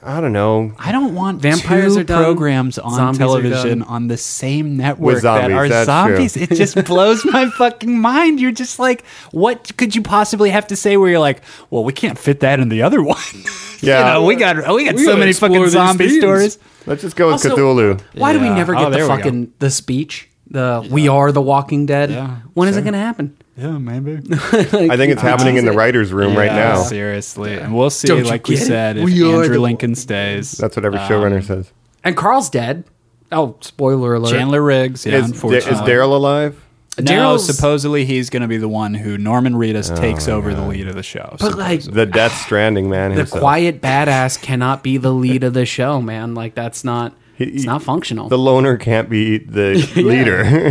Speaker 1: I don't know.
Speaker 2: I don't want
Speaker 8: Vampires
Speaker 2: two
Speaker 8: are done.
Speaker 2: programs on
Speaker 8: Zombies are
Speaker 2: television
Speaker 8: done.
Speaker 2: on the same network
Speaker 1: With
Speaker 2: that
Speaker 1: zombies,
Speaker 2: are
Speaker 1: that's
Speaker 2: zombies.
Speaker 1: true.
Speaker 2: It just blows my fucking mind. You're just like, what could you possibly have to say where you're like, well, we can't fit that in the other one.
Speaker 1: Yeah.
Speaker 2: you know, we got we got
Speaker 8: We
Speaker 2: so
Speaker 8: gotta
Speaker 2: many
Speaker 8: explore
Speaker 2: fucking
Speaker 8: these
Speaker 2: zombie
Speaker 8: themes.
Speaker 2: stories.
Speaker 1: Let's just go with
Speaker 8: Also-
Speaker 1: Cthulhu.
Speaker 8: Why do we
Speaker 2: Yeah.
Speaker 8: never
Speaker 2: Oh,
Speaker 8: get the
Speaker 2: there we go.
Speaker 8: fucking the speech? The we are the Walking Dead. When
Speaker 2: Yeah,
Speaker 8: is it going to happen?
Speaker 2: Yeah, maybe.
Speaker 1: I think it's happening in the writers' room right now.
Speaker 2: Seriously. And we'll see,
Speaker 8: Don't you
Speaker 2: like we
Speaker 8: get it?
Speaker 2: said, if
Speaker 8: We are
Speaker 2: Andrew
Speaker 8: the-
Speaker 2: Lincoln stays.
Speaker 1: That's what
Speaker 2: Um,
Speaker 1: every showrunner says.
Speaker 8: And Carl's dead. Oh, spoiler alert!
Speaker 2: Chandler Riggs, yeah,
Speaker 1: Is, Da- is
Speaker 2: unfortunately.
Speaker 1: Daryl alive?
Speaker 2: no,
Speaker 8: Daryl's-
Speaker 2: supposedly he's going to be the one who Norman Reedus takes
Speaker 1: Oh,
Speaker 2: over the lead of the show.
Speaker 8: but like
Speaker 1: The Death Stranding man
Speaker 8: the
Speaker 1: himself.
Speaker 8: quiet badass cannot be the lead of the show, man. Like that's not.
Speaker 1: He-
Speaker 8: It's not functional.
Speaker 1: The loner can't be the leader.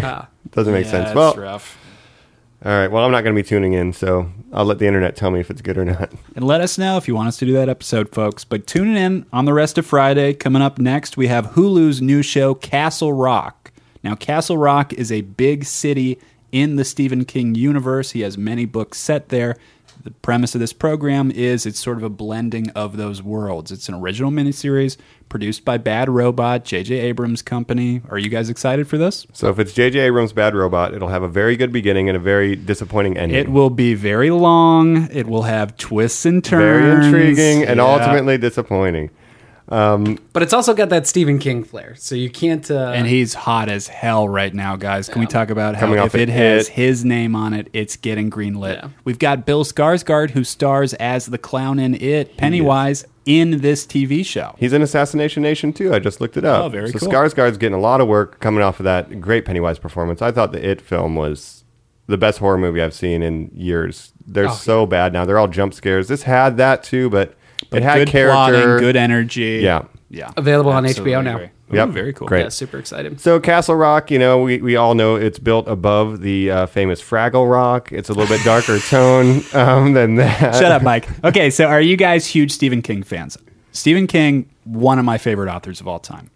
Speaker 1: Doesn't make sense.
Speaker 2: That's
Speaker 1: Well,
Speaker 2: rough.
Speaker 1: all right. Well, I'm not going to be tuning in, so I'll let the internet tell me if it's good or not.
Speaker 2: And let us know if you want us to do that episode, folks. But tune in on the rest of Friday. Coming up next, we have Hulu's new show, Castle Rock. Now, Castle Rock is a big city in the Stephen King universe. He has many books set there. The premise of this program is it's sort of a blending of those worlds. It's an original miniseries produced by Bad Robot, J.J. Abrams' company. Are you guys excited for this?
Speaker 1: So if it's J.J. Abrams' Bad Robot, it'll have a very good beginning and a very disappointing ending.
Speaker 2: It will be very long. It will have twists and
Speaker 1: very
Speaker 2: turns.
Speaker 1: intriguing and
Speaker 2: Yeah.
Speaker 1: ultimately disappointing.
Speaker 8: But it's also got that Stephen King flair, so you can't. Uh,
Speaker 2: and he's hot as hell right now, guys. Can we talk about how
Speaker 1: Coming off
Speaker 2: if it
Speaker 1: an
Speaker 2: has
Speaker 1: It.
Speaker 2: his name on it, it's getting greenlit?
Speaker 8: Yeah.
Speaker 2: We've got Bill Skarsgård who stars as the clown in It, Pennywise, in this TV show.
Speaker 1: He's in Assassination Nation too. I just looked it up.
Speaker 2: Oh, very
Speaker 1: so
Speaker 2: cool.
Speaker 1: Skarsgård's getting a lot of work coming off of that great Pennywise performance. I thought the It film was the best horror movie I've seen in years.
Speaker 2: Oh,
Speaker 1: They're so bad now. They're all jump scares. This had that too, but, it had
Speaker 2: good
Speaker 1: character.
Speaker 2: plotting, good energy.
Speaker 1: Yeah.
Speaker 2: yeah.
Speaker 8: Available on
Speaker 2: Absolutely
Speaker 8: HBO now.
Speaker 2: agree.
Speaker 1: Yep.
Speaker 2: Ooh, very cool.
Speaker 1: Great.
Speaker 8: yeah, super excited.
Speaker 1: So Castle Rock, you know, we, we all know it's built above the uh, famous Fraggle Rock. It's a little bit darker tone um, than that.
Speaker 2: Shut up, Mike. Okay, so are you guys huge Stephen King fans? Stephen King, one of my favorite authors of all time.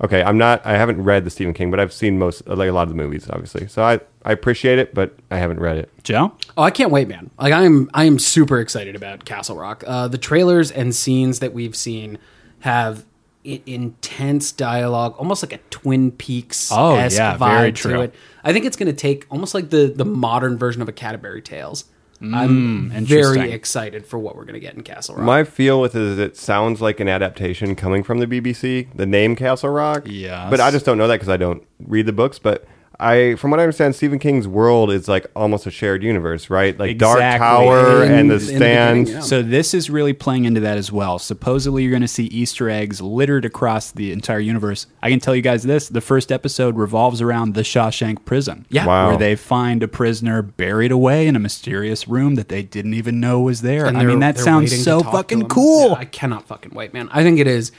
Speaker 1: Okay, I'm not. I haven't read the Stephen King, but I've seen most, like a lot of the movies, obviously. So I, I appreciate it, but I haven't read it.
Speaker 2: Joe?
Speaker 8: Oh, I can't wait, man! Like I am, I am super excited about Castle Rock. Uh, the trailers and scenes that we've seen have i intense dialogue, almost like a Twin Peaks.
Speaker 2: Oh, yeah, very
Speaker 8: To
Speaker 2: true.
Speaker 8: it. I think it's going to take almost like the the modern version of a Canterbury Tales. I'm
Speaker 2: Mm, interesting.
Speaker 8: very excited for what we're going to get in Castle Rock.
Speaker 1: My feel with it is it sounds like an adaptation coming from the BBC, the name Castle Rock.
Speaker 2: Yes.
Speaker 1: But I just don't know that because I don't read the books. But I, from what I understand, Stephen King's world is like almost a shared universe, right? Like Dark
Speaker 2: Exactly.
Speaker 1: Tower
Speaker 8: In-
Speaker 1: and
Speaker 8: in the
Speaker 1: the
Speaker 8: beginning,
Speaker 1: Stand.
Speaker 8: yeah.
Speaker 2: So this is really playing into that as well. Supposedly you're going to see Easter eggs littered across the entire universe. I can tell you guys this, the first episode revolves around the Shawshank prison.
Speaker 8: Yeah.
Speaker 1: Wow.
Speaker 2: Where they find a prisoner buried away in a mysterious room that they didn't even know was there.
Speaker 8: And
Speaker 2: I
Speaker 8: they're-
Speaker 2: mean that
Speaker 8: they're
Speaker 2: sounds
Speaker 8: waiting to
Speaker 2: so
Speaker 8: talk to
Speaker 2: fucking
Speaker 8: him.
Speaker 2: cool.
Speaker 8: Yeah, I cannot fucking wait, man! I think it is.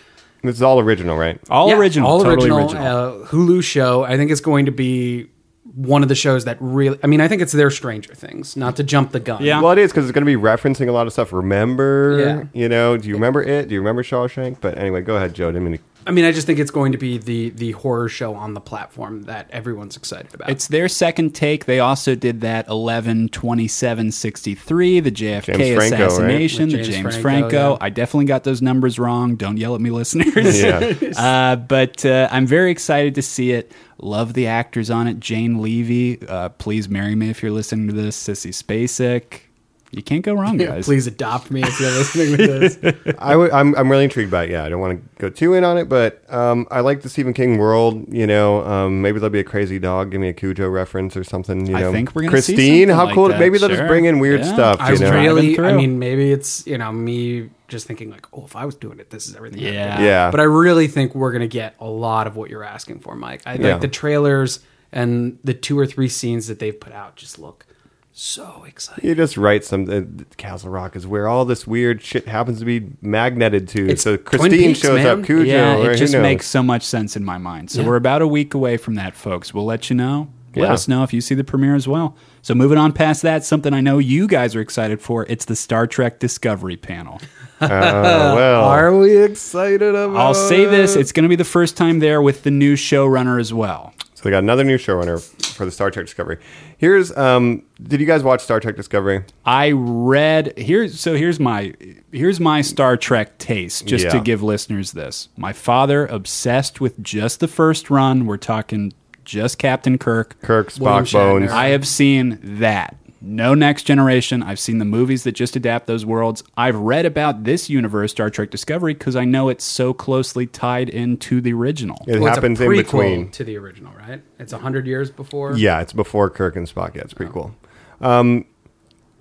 Speaker 1: This is all original, right?
Speaker 2: all
Speaker 8: Yeah,
Speaker 2: original,
Speaker 8: all
Speaker 2: totally
Speaker 8: original,
Speaker 2: original.
Speaker 8: Uh, Hulu show. I think it's going to be one of the shows that really. I mean, I think it's their Stranger Things. Not to jump the gun.
Speaker 2: Yeah.
Speaker 1: Well, it is because it's going to be referencing a lot of stuff. Remember,
Speaker 8: Yeah.
Speaker 1: you know, do you remember it? Do you remember Shawshank? But anyway, go ahead, Joe. Didn't mean to
Speaker 8: I mean, I just think it's going to be the the horror show on the platform that everyone's excited about.
Speaker 2: It's their second take. They also did that 11 27 63, the JFK
Speaker 1: James Franco, right?
Speaker 2: assassination,
Speaker 8: With
Speaker 2: the
Speaker 8: James
Speaker 2: James Franco.
Speaker 8: Franco, yeah.
Speaker 2: I definitely got those numbers wrong. Don't yell at me, listeners.
Speaker 1: Yeah.
Speaker 2: uh, but uh, I'm very excited to see it. Love the actors on it. Jane Levy, uh, please marry me if you're listening to this. Sissy Spacek. You can't go wrong, guys.
Speaker 8: Please adopt me if you're listening to this.
Speaker 1: I w- I'm, I'm really intrigued by it. Yeah, I don't want to go too in on it, but um, I like the Stephen King world. You know, um, maybe there'll be a crazy dog. Give me a Cujo reference or something. You
Speaker 2: I
Speaker 1: know,
Speaker 2: think we're gonna see
Speaker 1: Christine.
Speaker 2: something
Speaker 1: how
Speaker 2: like
Speaker 1: cool!
Speaker 2: that,
Speaker 1: maybe they'll just
Speaker 2: sure.
Speaker 1: bring in weird
Speaker 2: Yeah.
Speaker 1: stuff.
Speaker 8: I
Speaker 1: you
Speaker 8: was
Speaker 1: know?
Speaker 8: really.
Speaker 2: Driving
Speaker 8: I
Speaker 2: through.
Speaker 8: mean, maybe it's you know me just thinking like, oh, if I was doing it, this is everything. I'd
Speaker 2: Yeah.
Speaker 8: do.
Speaker 1: Yeah.
Speaker 8: But I really think we're gonna get a lot of what you're asking for, Mike. I
Speaker 1: Yeah.
Speaker 8: like the trailers and the two or three scenes that they've put out just look so exciting.
Speaker 1: you just write some. Uh, Castle Rock is where all this weird shit happens to be magneted to.
Speaker 8: It's
Speaker 1: so
Speaker 8: Twin
Speaker 1: Christine
Speaker 8: Peaks,
Speaker 1: shows
Speaker 8: man.
Speaker 1: up. Cujo.
Speaker 2: yeah,
Speaker 1: or
Speaker 2: it
Speaker 1: who
Speaker 2: just
Speaker 1: knows?
Speaker 2: makes so much sense in my mind. So we're about a week away from that, folks. We'll let you know. Let
Speaker 1: Yeah.
Speaker 2: us know if you see the premiere as well. So moving on past that, something I know you guys are excited for, it's the Star Trek Discovery panel.
Speaker 1: Oh, well,
Speaker 8: Are
Speaker 1: we excited about?
Speaker 2: I'll say
Speaker 1: Uh.
Speaker 2: this, it's going to be the first time there with the new showrunner as well.
Speaker 1: So they got another new showrunner for the Star Trek Discovery. Here's. Um, did you guys watch Star Trek Discovery?
Speaker 2: I read here so here's my here's my Star Trek taste just to
Speaker 1: Yeah.
Speaker 2: give listeners this. My father obsessed with just the first run. We're talking just Captain Kirk.
Speaker 1: Kirk,
Speaker 8: William
Speaker 1: Spock,
Speaker 8: Shatner.
Speaker 1: Bones.
Speaker 2: I have seen that. No next generation. I've seen the movies that just adapt those worlds. I've read about this universe, Star Trek Discovery, because I know it's so closely tied into the original.
Speaker 1: It
Speaker 8: Well, it's a
Speaker 1: happens in
Speaker 8: prequel
Speaker 1: between.
Speaker 8: to the original, right? It's hundred years before.
Speaker 1: Yeah, it's before Kirk and Spock. Yeah, it's pretty cool. Um,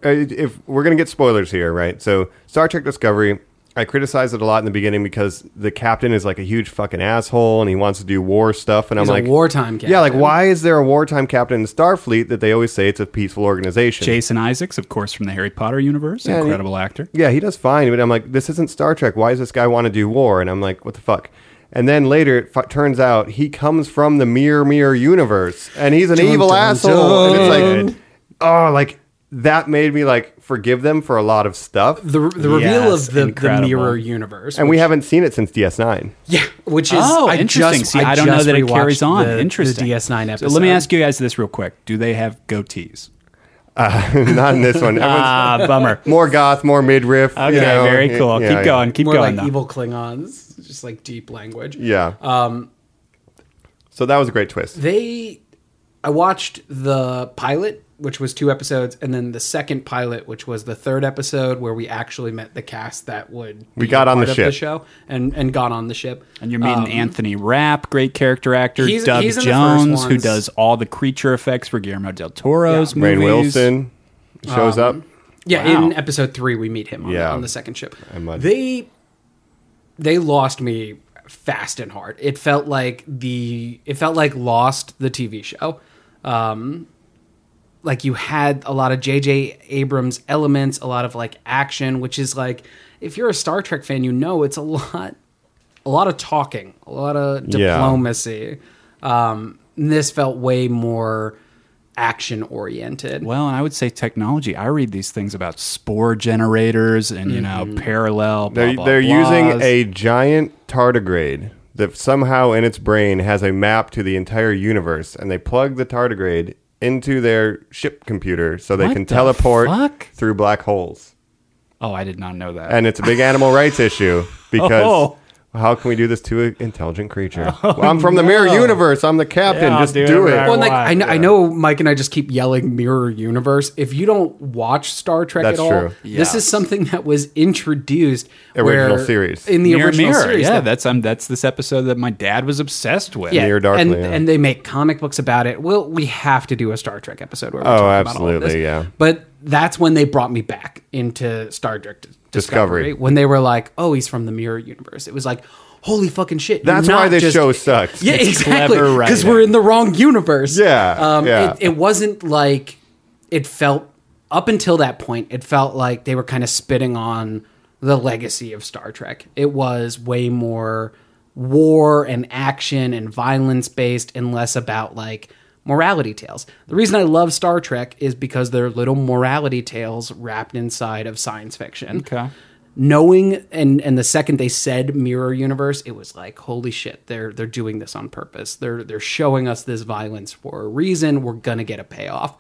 Speaker 1: uh, if we're gonna get spoilers here, right? So Star Trek Discovery, I criticized it a lot in the beginning because the captain is like a huge fucking asshole and he wants to do war stuff, and
Speaker 8: He's
Speaker 1: I'm
Speaker 8: a
Speaker 1: like
Speaker 8: wartime
Speaker 1: Yeah, like
Speaker 8: captain.
Speaker 1: why is there a wartime captain in Starfleet that they always say it's a peaceful organization?
Speaker 2: Jason Isaacs, of course, from the Harry Potter universe,
Speaker 1: and he-
Speaker 2: incredible actor.
Speaker 1: Yeah, he does fine, but I'm like, this isn't Star Trek. Why does this guy want to do war? And I'm like, what the fuck? And then later, it f- turns out he comes from the Mirror Mirror universe, and he's an evil asshole. And it's like, oh, like that made me like forgive them for a lot of stuff.
Speaker 8: The, the reveal
Speaker 2: Yes,
Speaker 8: of the, the
Speaker 2: incredible.
Speaker 8: mirror universe,
Speaker 1: and we
Speaker 8: which-
Speaker 1: haven't seen it since DS9.
Speaker 8: yeah, which is
Speaker 2: oh,
Speaker 8: I
Speaker 2: interesting.
Speaker 8: Just,
Speaker 2: See, I, don't know
Speaker 8: just
Speaker 2: that it
Speaker 8: rewatched
Speaker 2: carries on.
Speaker 8: The,
Speaker 2: interesting.
Speaker 8: The DS9 episode.
Speaker 2: So let me ask you guys this real quick: Do they have goatees?
Speaker 1: Not in this one. Everyone's
Speaker 2: Ah, bummer.
Speaker 1: more goth, more midriff.
Speaker 2: Okay, very cool. keep going. Keep
Speaker 8: more
Speaker 2: going.
Speaker 8: like
Speaker 2: though.
Speaker 8: evil Klingons, just like deep language.
Speaker 1: Yeah. Um, so that was a great twist.
Speaker 8: They, I watched the pilot, which was two episodes, and then the second pilot, which was the third episode, where we actually met the cast that would
Speaker 1: We
Speaker 8: be
Speaker 1: got
Speaker 8: a
Speaker 1: on the
Speaker 8: part of
Speaker 1: ship.
Speaker 8: show and and got on the ship. Um,
Speaker 2: And you're meeting Anthony Rapp, great character actor.
Speaker 8: He's-
Speaker 2: Doug
Speaker 8: he's in the first
Speaker 2: Jones, who
Speaker 8: ones.
Speaker 2: does all the creature effects for Guillermo del Toro's movies. um,
Speaker 1: Rain Wilson shows up.
Speaker 8: Yeah,
Speaker 2: Wow.
Speaker 8: in episode three, we meet him on,
Speaker 1: Yeah.
Speaker 8: on the second ship.
Speaker 1: might-
Speaker 8: They they lost me fast and hard. It felt like the it felt like lost the TV show. Um, like you had a lot of J.J. Abrams elements, a lot of like action, which is like if you're a Star Trek fan, you know it's a lot a lot of talking, a lot of
Speaker 1: Yeah.
Speaker 8: diplomacy. Um, and this felt way more action oriented.
Speaker 2: Well, and I would say technology. I read these things about spore generators and you
Speaker 8: Mm-hmm.
Speaker 2: know parallel. Blah,
Speaker 1: They're,
Speaker 2: blah,
Speaker 1: they're using
Speaker 2: blahs.
Speaker 1: a giant tardigrade that somehow in its brain has a map to the entire universe, and they plug the tardigrade into their ship computer so they
Speaker 2: What
Speaker 1: can
Speaker 2: the
Speaker 1: teleport
Speaker 2: fuck?
Speaker 1: through black holes.
Speaker 2: Oh, I did not know that.
Speaker 1: And it's a big animal rights issue because
Speaker 2: Oh.
Speaker 1: how can we do this to an intelligent creature? Well, I'm from the mirror universe. I'm the captain.
Speaker 2: Yeah, I'll
Speaker 1: Just
Speaker 2: do
Speaker 1: do, it.
Speaker 2: whatever I
Speaker 8: Well, and, like
Speaker 2: why,
Speaker 8: I know, I know Mike and I just keep yelling mirror universe. If you don't watch Star Trek
Speaker 1: That's
Speaker 8: at all,
Speaker 1: true.
Speaker 8: this is something that was introduced
Speaker 1: Original
Speaker 8: where-
Speaker 1: series.
Speaker 8: in the
Speaker 2: Mirror
Speaker 8: original
Speaker 2: Mirror.
Speaker 8: series.
Speaker 2: yeah,
Speaker 8: that-
Speaker 2: that's um, that's this episode that my dad was obsessed with.
Speaker 8: yeah,
Speaker 1: Near Darkly,
Speaker 8: and,
Speaker 1: yeah.
Speaker 8: and they make comic books about it. Well, we have to do a Star Trek episode where we talk about all of
Speaker 1: Oh, absolutely,
Speaker 8: this.
Speaker 1: yeah.
Speaker 8: But that's when they brought me back into Star Trek D- Discovery,
Speaker 1: Discovery.
Speaker 8: when they were like, "Oh, he's from the mirror universe." It was like, "Holy fucking shit!" you're
Speaker 1: That's why
Speaker 8: not
Speaker 1: this
Speaker 8: just-
Speaker 1: show sucks.
Speaker 8: Yeah, exactly.
Speaker 2: clever
Speaker 8: Because
Speaker 2: writing.
Speaker 8: we're in the wrong universe. Um,
Speaker 1: Yeah, yeah.
Speaker 8: It, it wasn't like it felt up until that point. It felt like they were kind of spitting on the legacy of Star Trek. It was way more war and action and violence based, and less about like morality tales. The reason I love Star Trek is because they're little morality tales wrapped inside of science fiction
Speaker 2: Okay.
Speaker 8: knowing and and the second they said mirror universe it was like holy shit they're they're doing this on purpose they're they're showing us this violence for a reason we're gonna get a payoff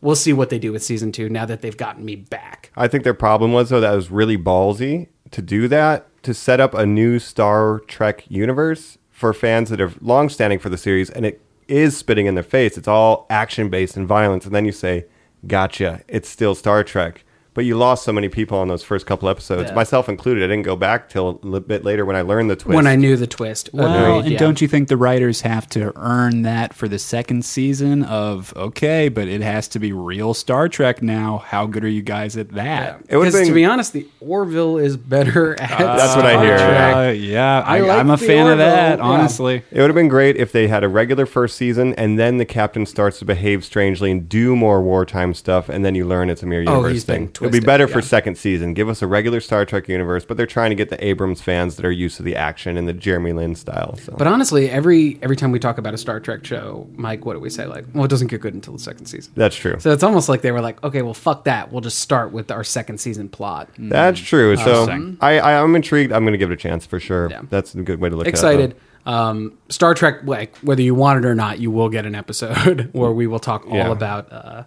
Speaker 8: we'll see what they do with season two now that they've gotten me back
Speaker 1: I think their problem was though that was really ballsy to do that to set up a new Star Trek universe for fans that are long standing for the series, and it is spitting in their face. It's all action based and violence, and then you say, "Gotcha, it's still Star Trek." But you lost so many people on those first couple episodes,
Speaker 8: Yeah.
Speaker 1: myself included. I didn't go back till a little bit later when I learned the twist.
Speaker 8: when i knew the twist
Speaker 2: Well,
Speaker 8: Agreed,
Speaker 2: and
Speaker 8: yeah.
Speaker 2: don't you think the writers have to earn that for the second season of okay, but it has to be real Star Trek now. How good are you guys at that?
Speaker 1: It would've
Speaker 8: because
Speaker 1: been-
Speaker 8: to
Speaker 1: Uh,
Speaker 8: be honest the orville is better at
Speaker 1: That's what I hear.
Speaker 8: Trek.
Speaker 2: Uh, yeah, I,
Speaker 8: I like
Speaker 2: I'm a
Speaker 8: the
Speaker 2: fan of
Speaker 8: Orville,
Speaker 2: that,
Speaker 8: yeah.
Speaker 2: honestly.
Speaker 1: It would have been great if they had a regular first season and then the captain starts to behave strangely and do more wartime stuff, and then you learn it's a mirror
Speaker 8: Oh,
Speaker 1: universe
Speaker 8: he's
Speaker 1: thing.
Speaker 8: been
Speaker 1: It would be
Speaker 8: twisted,
Speaker 1: better for
Speaker 8: yeah.
Speaker 1: second season. Give us a regular Star Trek universe, but they're trying to get the Abrams fans that are used to the action and the Jeremy Lin style. So.
Speaker 8: but honestly every every time we talk about a star trek show mike what do we say like well it doesn't get good until the second season
Speaker 1: that's true.
Speaker 8: so it's almost like they were like okay well fuck that we'll just start with our second season plot
Speaker 1: that's true. So
Speaker 2: Interesting.
Speaker 1: I, I, I'm intrigued. I'm going to give it a chance for sure.
Speaker 8: Yeah.
Speaker 1: That's a good way to
Speaker 2: Uh-huh.
Speaker 1: look at
Speaker 8: excited.
Speaker 1: it.
Speaker 8: Um, Star Trek, like whether you want it or not, you will get an episode where we will talk all
Speaker 1: Yeah.
Speaker 8: about uh,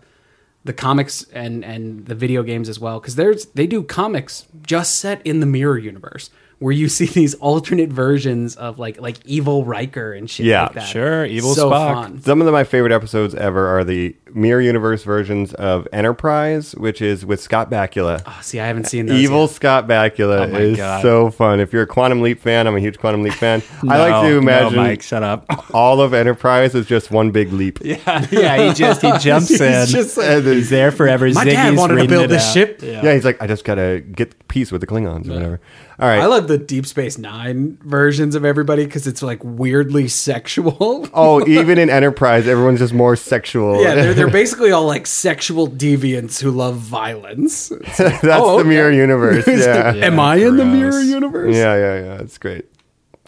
Speaker 8: the comics and and the video games as well because there's they do comics just set in the mirror universe where you see these alternate versions of like like evil Riker and shit.
Speaker 1: Yeah,
Speaker 8: like that.
Speaker 2: sure, evil
Speaker 8: so
Speaker 2: Spock.
Speaker 8: Fun.
Speaker 1: Some of the- my favorite episodes ever are the mirror universe versions of Enterprise, which is with Scott Bakula.
Speaker 8: Oh, see, I haven't seen those
Speaker 1: Evil
Speaker 8: yet.
Speaker 1: Scott Bakula
Speaker 2: Oh my
Speaker 1: is
Speaker 2: God.
Speaker 1: so fun. If you're a Quantum Leap fan, I'm a huge Quantum Leap fan. I like
Speaker 2: No,
Speaker 1: to
Speaker 2: no,
Speaker 1: imagine
Speaker 2: Mike, shut up.
Speaker 1: all of Enterprise is just one big leap. Yeah.
Speaker 2: yeah, he just he jumps in.
Speaker 1: just- and then-
Speaker 2: he's there forever.
Speaker 8: My dad
Speaker 2: Ziggy's
Speaker 8: wanted to
Speaker 2: reading
Speaker 8: build
Speaker 2: it
Speaker 8: this
Speaker 2: out.
Speaker 8: ship.
Speaker 1: he's like, I just gotta get peace with the Klingons or whatever. All right.
Speaker 8: I love the Deep Space Nine versions of everybody because it's like weirdly sexual.
Speaker 1: oh, even in Enterprise, everyone's just more sexual.
Speaker 8: Yeah, they're, they're basically all like sexual deviants who love violence. It's like,
Speaker 1: that's
Speaker 8: oh,
Speaker 1: the mirror
Speaker 8: okay.
Speaker 1: universe.
Speaker 8: It's
Speaker 1: Yeah.
Speaker 8: like,
Speaker 1: yeah,
Speaker 8: Am I in the
Speaker 2: gross.
Speaker 8: mirror universe?
Speaker 1: yeah, yeah. It's great.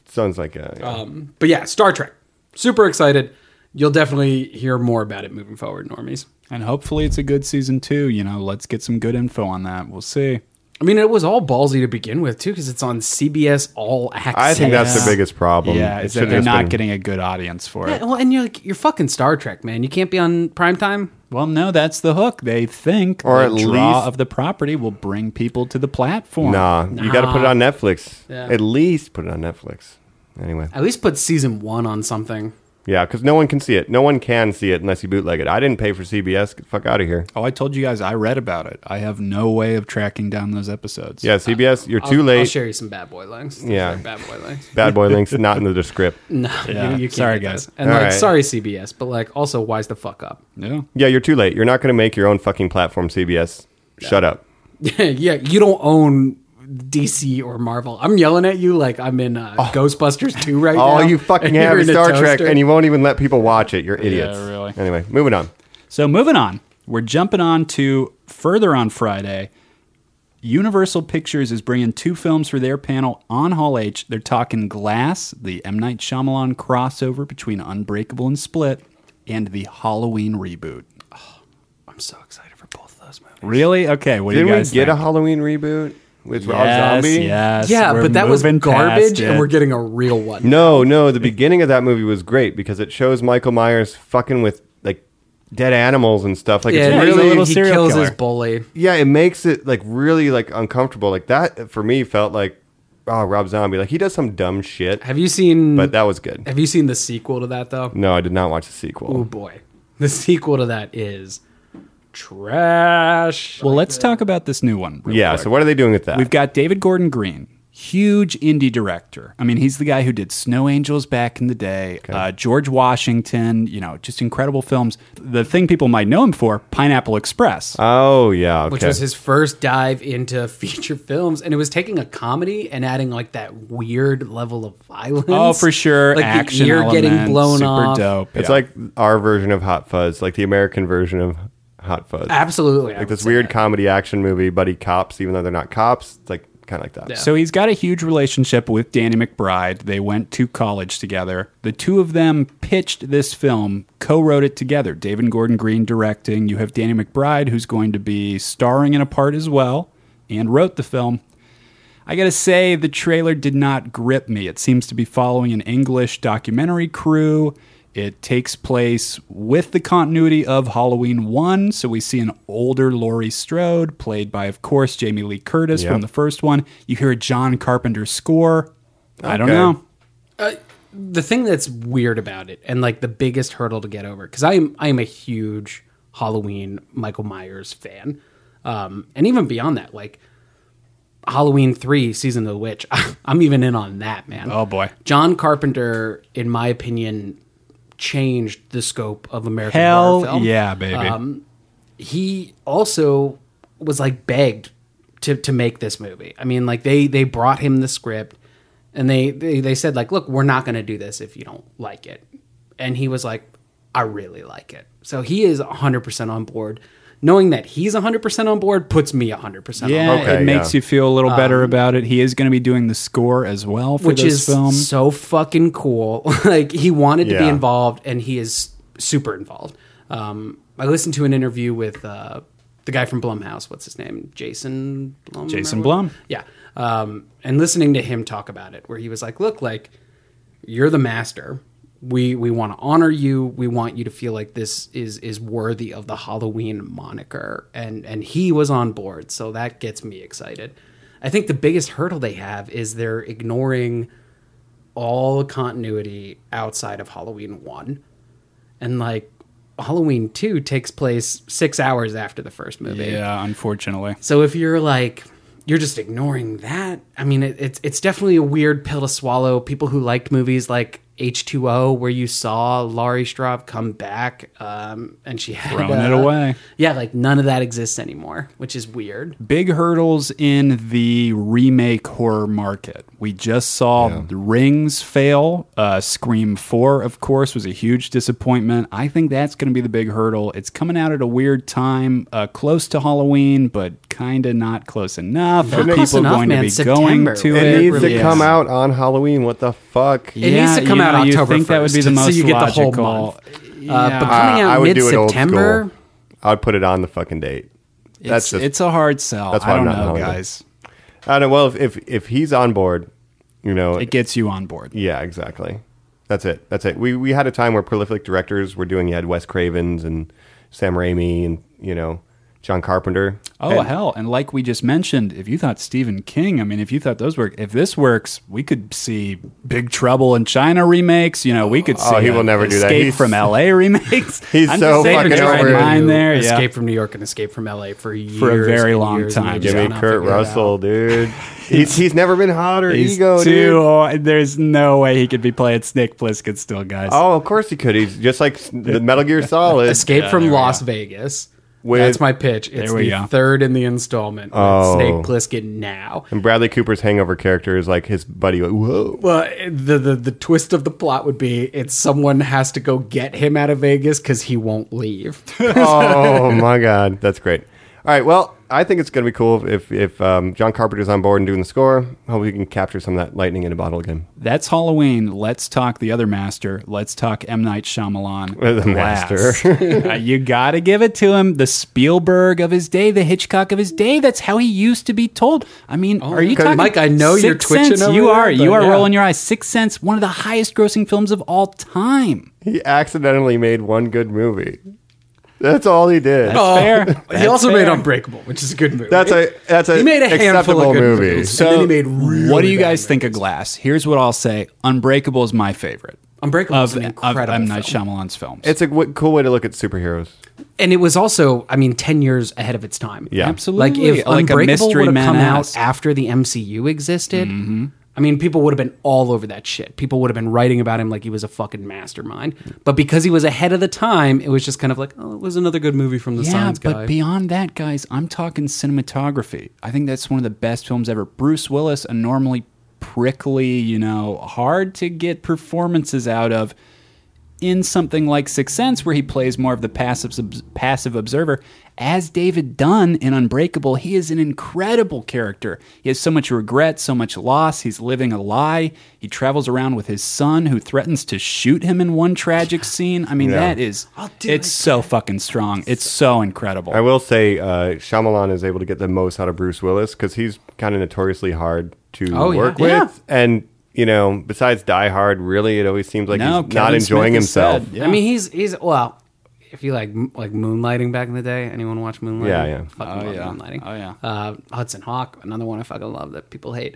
Speaker 9: Sounds like a. yeah.
Speaker 8: Um, but yeah, Star Trek. Super excited. You'll definitely hear more about it moving forward, normies.
Speaker 2: And hopefully it's a good season two. You know, let's get some good info on that. We'll see.
Speaker 8: I mean, it was all ballsy to begin with too, because it's on CBS All Access.
Speaker 9: I think that's the biggest problem.
Speaker 2: yeah,
Speaker 9: It
Speaker 2: is
Speaker 9: should've
Speaker 2: that they're
Speaker 9: just
Speaker 2: not
Speaker 9: been-
Speaker 2: getting a good audience for
Speaker 8: Yeah,
Speaker 2: it.
Speaker 8: well, and you're like you're fucking Star Trek, man. You can't be on primetime.
Speaker 2: Well, no, that's the hook. They think
Speaker 9: Or
Speaker 2: the
Speaker 9: at
Speaker 2: draw
Speaker 9: least-
Speaker 2: of the property will bring people to the platform.
Speaker 9: Nah, you got to put it on Netflix.
Speaker 8: Yeah.
Speaker 9: At least put it on Netflix. Anyway,
Speaker 8: At least put season one on something.
Speaker 9: yeah, because no one can see it. No one can see it unless you bootleg it. I didn't pay for CBS. Get the fuck out of here.
Speaker 2: Oh, I told you guys I read about it. I have no way of tracking down those episodes.
Speaker 9: Yeah, CBS, you're
Speaker 8: I'll-
Speaker 9: too
Speaker 8: I'll
Speaker 9: late.
Speaker 8: share you some bad boy links.
Speaker 9: Yeah.
Speaker 8: Sorry, bad boy links.
Speaker 9: Bad boy links not in the script.
Speaker 8: No,
Speaker 2: Yeah.
Speaker 8: you, you can't
Speaker 2: Sorry,
Speaker 8: do
Speaker 2: guys.
Speaker 8: this. And
Speaker 9: All
Speaker 8: like,
Speaker 9: right.
Speaker 8: sorry CBS, but like, also, wise the fuck up.
Speaker 2: Yeah.
Speaker 9: Yeah, you're too late. You're not going to make your own fucking platform. CBS, shut up.
Speaker 8: yeah, you don't own DC or Marvel. I'm yelling at you like I'm in uh, Ghostbusters 2 right now.
Speaker 9: All Oh. you fucking
Speaker 8: and you're
Speaker 9: have is
Speaker 8: in a
Speaker 9: Star Trek,
Speaker 8: toaster.
Speaker 9: and you won't even let people watch it. You're idiots.
Speaker 2: really.
Speaker 9: Anyway, moving on.
Speaker 2: So moving on, we're jumping on to further on Friday. Universal Pictures is bringing two films for their panel on Hall H. They're talking Glass, the M. Night Shyamalan crossover between Unbreakable and Split, and the Halloween reboot.
Speaker 8: Oh, I'm so excited for both of those movies.
Speaker 2: Really? Okay. What do
Speaker 9: Didn't
Speaker 2: you
Speaker 9: we
Speaker 2: guys
Speaker 9: get a
Speaker 2: think?
Speaker 9: Halloween reboot with Rob
Speaker 2: yes,
Speaker 9: Zombie?
Speaker 2: Yes.
Speaker 8: yeah,
Speaker 2: we're
Speaker 8: but that was
Speaker 2: moving past
Speaker 8: garbage,
Speaker 2: it.
Speaker 8: and we're getting a real one.
Speaker 9: No, no. The beginning of that movie was great because it shows Michael Myers fucking with like dead animals and stuff. Like
Speaker 8: yeah,
Speaker 9: it's
Speaker 8: he's a
Speaker 9: really,
Speaker 8: little
Speaker 2: he
Speaker 8: serial
Speaker 2: kills
Speaker 8: killer.
Speaker 2: his
Speaker 8: bully.
Speaker 9: yeah. It makes it like really like uncomfortable. Like that for me felt like oh Rob Zombie. Like he does some dumb shit,
Speaker 8: Have you seen?
Speaker 9: but that was good.
Speaker 8: have you seen the sequel to that though?
Speaker 9: No, I did not watch the
Speaker 8: Oh
Speaker 9: sequel.
Speaker 8: boy, the sequel to that is trash.
Speaker 2: Well, let's talk about this new one. real
Speaker 9: yeah.
Speaker 2: quick.
Speaker 9: So what are they doing with that?
Speaker 2: We've got David Gordon Green, huge indie director. I mean, he's the guy who did Snow Angels back in the day. Uh, George Washington, you know, just incredible films. The thing people might know him for, Pineapple Express.
Speaker 8: Uh,
Speaker 9: oh yeah. Okay.
Speaker 8: which was his first dive into feature films, and it was taking a comedy and adding like that weird level of violence.
Speaker 2: oh, for sure.
Speaker 8: like
Speaker 2: action
Speaker 8: the ear getting
Speaker 2: element,
Speaker 8: blown
Speaker 2: super
Speaker 8: off.
Speaker 2: dope.
Speaker 9: It's
Speaker 2: yeah.
Speaker 9: like our version of Hot Fuzz, like the American version of Hot Fuzz.
Speaker 8: Absolutely, I
Speaker 9: Like
Speaker 8: would
Speaker 9: this
Speaker 8: say
Speaker 9: weird
Speaker 8: that.
Speaker 9: comedy action movie, buddy cops, even though they're not cops. It's like kind of like that.
Speaker 2: So he's got a huge relationship with Danny McBride. They went to college together. The two of them pitched this film, co wrote it together. David Gordon Green directing. You have Danny McBride, who's going to be starring in a part as well, and wrote the film. I gotta say, the trailer did not grip me. It seems to be following an English documentary crew. It takes place with the continuity of Halloween 1, so we see an older Laurie Strode, played by, of course, Jamie Lee Curtis
Speaker 9: Yep.
Speaker 2: from the first one. You hear a John Carpenter score. I don't
Speaker 9: Okay.
Speaker 2: know.
Speaker 8: the thing that's weird about it and like the biggest hurdle to get over because i am i am a huge halloween michael myers fan um and even beyond that like halloween 3 season of the witch i'm even in on that man
Speaker 2: Oh, boy.
Speaker 8: john carpenter in my opinion changed the scope of american horror
Speaker 2: Hell
Speaker 8: film
Speaker 2: yeah, baby.
Speaker 8: Um, he also was like begged to to make this movie. I mean, like they they brought him the script and they they, they said like, "Look, we're not going to do this if you don't like it." And he was like, "I really like it." So he is 100% on board. Knowing that he's 100% on board puts me 100% on
Speaker 2: yeah,
Speaker 8: board.
Speaker 9: Okay,
Speaker 2: it makes
Speaker 9: yeah.
Speaker 2: you feel a little better about it. He is going to be doing the score as well for
Speaker 8: Um, which
Speaker 2: this
Speaker 8: is
Speaker 2: film.
Speaker 8: so fucking cool. like he wanted to be
Speaker 9: Yeah.
Speaker 8: involved, and he is super involved. Um, I listened to an interview with uh, the guy from Blumhouse. What's his name? Jason Blum.
Speaker 2: Jason
Speaker 8: or what?
Speaker 2: Blum.
Speaker 8: Yeah, um, and listening to him talk about it, where he was like, "Look, like you're the master. We we want to honor you. We want you to feel like this is is worthy of the Halloween moniker." And and he was on board, so that gets me excited. I think the biggest hurdle they have is they're ignoring all continuity outside of Halloween 1. And like Halloween 2 takes place 6 hours after the first movie.
Speaker 2: yeah, unfortunately.
Speaker 8: So if you're like you're just ignoring that, I mean, it, it's it's definitely a weird pill to swallow. People who liked movies like H2O where you saw Laurie Strop come back um, and she had
Speaker 2: Throwing it away.
Speaker 8: Yeah, like none of that exists anymore, which is weird. Uh,
Speaker 2: Big hurdles in the remake horror market. We just saw the Rings fail. Uh, Scream 4, of course, was a huge disappointment. I think that's going to be the big hurdle. It's coming out at a weird time, uh, close to Halloween, but kind of not close enough. Are
Speaker 8: close
Speaker 2: people
Speaker 8: enough,
Speaker 2: going
Speaker 8: man.
Speaker 2: to be
Speaker 8: September.
Speaker 2: going to
Speaker 8: It
Speaker 2: it?
Speaker 9: It needs
Speaker 8: really
Speaker 9: to come
Speaker 8: is.
Speaker 9: out on Halloween. What the fuck?
Speaker 8: It needs to come out
Speaker 2: you
Speaker 8: October
Speaker 2: think that would be
Speaker 8: 1st,
Speaker 2: the most
Speaker 8: so you get the whole
Speaker 2: logical.
Speaker 8: month.
Speaker 2: Yeah.
Speaker 8: Uh, but coming
Speaker 9: Uh,
Speaker 8: out mid September,
Speaker 9: school. I'd put it on the fucking date. That's
Speaker 2: it's,
Speaker 9: just,
Speaker 2: it's a hard sell.
Speaker 9: that's why
Speaker 2: I
Speaker 9: I'm
Speaker 2: don't
Speaker 9: not
Speaker 2: know,
Speaker 9: hungry.
Speaker 2: guys.
Speaker 9: I don't know. Well, if, if if he's on board, you know,
Speaker 2: It gets you on board.
Speaker 9: yeah, exactly. That's it. That's it. We we had a time where prolific directors were doing. You had Wes Cravens and Sam Raimi and you know John Carpenter.
Speaker 2: Oh
Speaker 9: And-
Speaker 2: hell! And like we just mentioned, if you thought Stephen King, I mean, if you thought those work, if this works, we could see Big Trouble in China remakes. You know, we could see.
Speaker 9: Oh, he
Speaker 2: uh,
Speaker 9: will never do that.
Speaker 2: Escape
Speaker 9: He's-
Speaker 2: from L.A. remakes.
Speaker 9: He's
Speaker 2: I'm
Speaker 9: so
Speaker 2: just saying,
Speaker 9: fucking
Speaker 2: we tried
Speaker 9: over it.
Speaker 2: mine there. yeah.
Speaker 8: Escape from New York and Escape from LA for years
Speaker 2: a very
Speaker 8: and
Speaker 2: long
Speaker 8: years and
Speaker 2: time.
Speaker 8: years
Speaker 2: Give
Speaker 9: Give
Speaker 8: and
Speaker 9: me
Speaker 8: years on, I
Speaker 9: Kurt
Speaker 8: figured it out.
Speaker 9: Russell, dude. he's he's never been hotter.
Speaker 2: He's
Speaker 9: Ego,
Speaker 2: too.
Speaker 9: dude.
Speaker 2: oh, there's no way he could be playing Snake Plissken still, guys.
Speaker 9: Oh, of course he could. He's just like s- the Metal Gear Solid.
Speaker 8: Escape from Las Vegas.
Speaker 9: With-
Speaker 8: That's my pitch. It's
Speaker 2: There we
Speaker 8: the
Speaker 2: go.
Speaker 8: third in the installment. with
Speaker 9: Oh.
Speaker 8: Snake Plissken now.
Speaker 9: And Bradley Cooper's hangover character is like his buddy. Like, Whoa.
Speaker 8: Well, the, the the twist of the plot would be it's someone has to go get him out of Vegas because he won't leave.
Speaker 9: oh my god, that's great. All right, well, I think it's going to be cool if if um, John Carpenter's on board and doing the score. Hope we can capture some of that lightning in a bottle again.
Speaker 2: That's Halloween. Let's talk the other master. Let's talk M. Night Shyamalan.
Speaker 9: The
Speaker 2: last.
Speaker 9: master.
Speaker 2: Uh, you got to give it to him. The Spielberg of his day, the Hitchcock of his day. That's how he used to be told. I mean, are you
Speaker 8: because-
Speaker 2: talking
Speaker 8: Oh, Mike, I know you're
Speaker 2: Sixth
Speaker 8: twitching
Speaker 2: Sense,
Speaker 8: over
Speaker 2: You
Speaker 8: there,
Speaker 2: are. You
Speaker 8: but
Speaker 2: are
Speaker 8: yeah.
Speaker 2: rolling your eyes. Sixth Sense, one of the highest grossing films of all time.
Speaker 9: He accidentally made one good movie. That's all he did.
Speaker 2: That's fair.
Speaker 8: Oh. he
Speaker 2: That's
Speaker 8: also
Speaker 2: fair.
Speaker 8: made Unbreakable, which is a good movie.
Speaker 9: That's a that's a
Speaker 8: he made a handful
Speaker 9: acceptable
Speaker 8: of good
Speaker 9: movie.
Speaker 8: movies.
Speaker 2: So,
Speaker 8: and then he made really
Speaker 2: what do you
Speaker 8: bad
Speaker 2: guys think of
Speaker 8: movies.
Speaker 2: Glass? Here's what I'll say: Unbreakable is my favorite.
Speaker 8: Unbreakable
Speaker 2: of,
Speaker 8: is an
Speaker 2: of
Speaker 8: incredible
Speaker 2: M. Night
Speaker 8: film.
Speaker 2: Shyamalan's films.
Speaker 9: It's a w- cool way to look at superheroes.
Speaker 8: and it was also, I mean, ten years ahead of its time.
Speaker 9: Yeah.
Speaker 2: absolutely
Speaker 8: Like if Unbreakable would have come
Speaker 2: menace.
Speaker 8: out after the MCU existed,
Speaker 2: Mm-hmm.
Speaker 8: I mean, people would have been all over that shit. People would have been writing about him like he was a fucking mastermind. But because he was ahead of the time, it was just kind of like, oh, it was another good movie from the
Speaker 2: Yeah,
Speaker 8: science guy.
Speaker 2: but beyond that, guys, I'm talking cinematography. I think that's one of the best films ever. Bruce Willis, a normally prickly, you know, hard to get performances out of, in something like Sixth Sense, where he plays more of the passive obs- passive observer. As David Dunn in Unbreakable, he is an incredible character. He has so much regret, so much loss. He's living a lie. He travels around with his son, who threatens to shoot him in one tragic scene. I mean, that is
Speaker 8: Oh,
Speaker 2: it's so fucking strong. It's so incredible.
Speaker 9: I will say, uh, Shyamalan is able to get the most out of Bruce Willis because he's kind of notoriously hard to
Speaker 8: Oh, yeah.
Speaker 9: work
Speaker 2: Yeah.
Speaker 9: with, and you know, besides Die Hard, really, it always seems like
Speaker 2: No,
Speaker 9: he's not
Speaker 2: Kevin
Speaker 9: enjoying
Speaker 2: Smith is
Speaker 9: himself.
Speaker 2: sad. Yeah.
Speaker 8: I mean, he's he's well. If you like m- like moonlighting back in the day, anyone watch moonlighting?
Speaker 9: Yeah, yeah.
Speaker 8: Fucking
Speaker 2: Oh,
Speaker 8: love
Speaker 2: yeah.
Speaker 8: moonlighting.
Speaker 2: Oh, yeah.
Speaker 8: Uh, Hudson Hawk, another one I fucking love that people hate.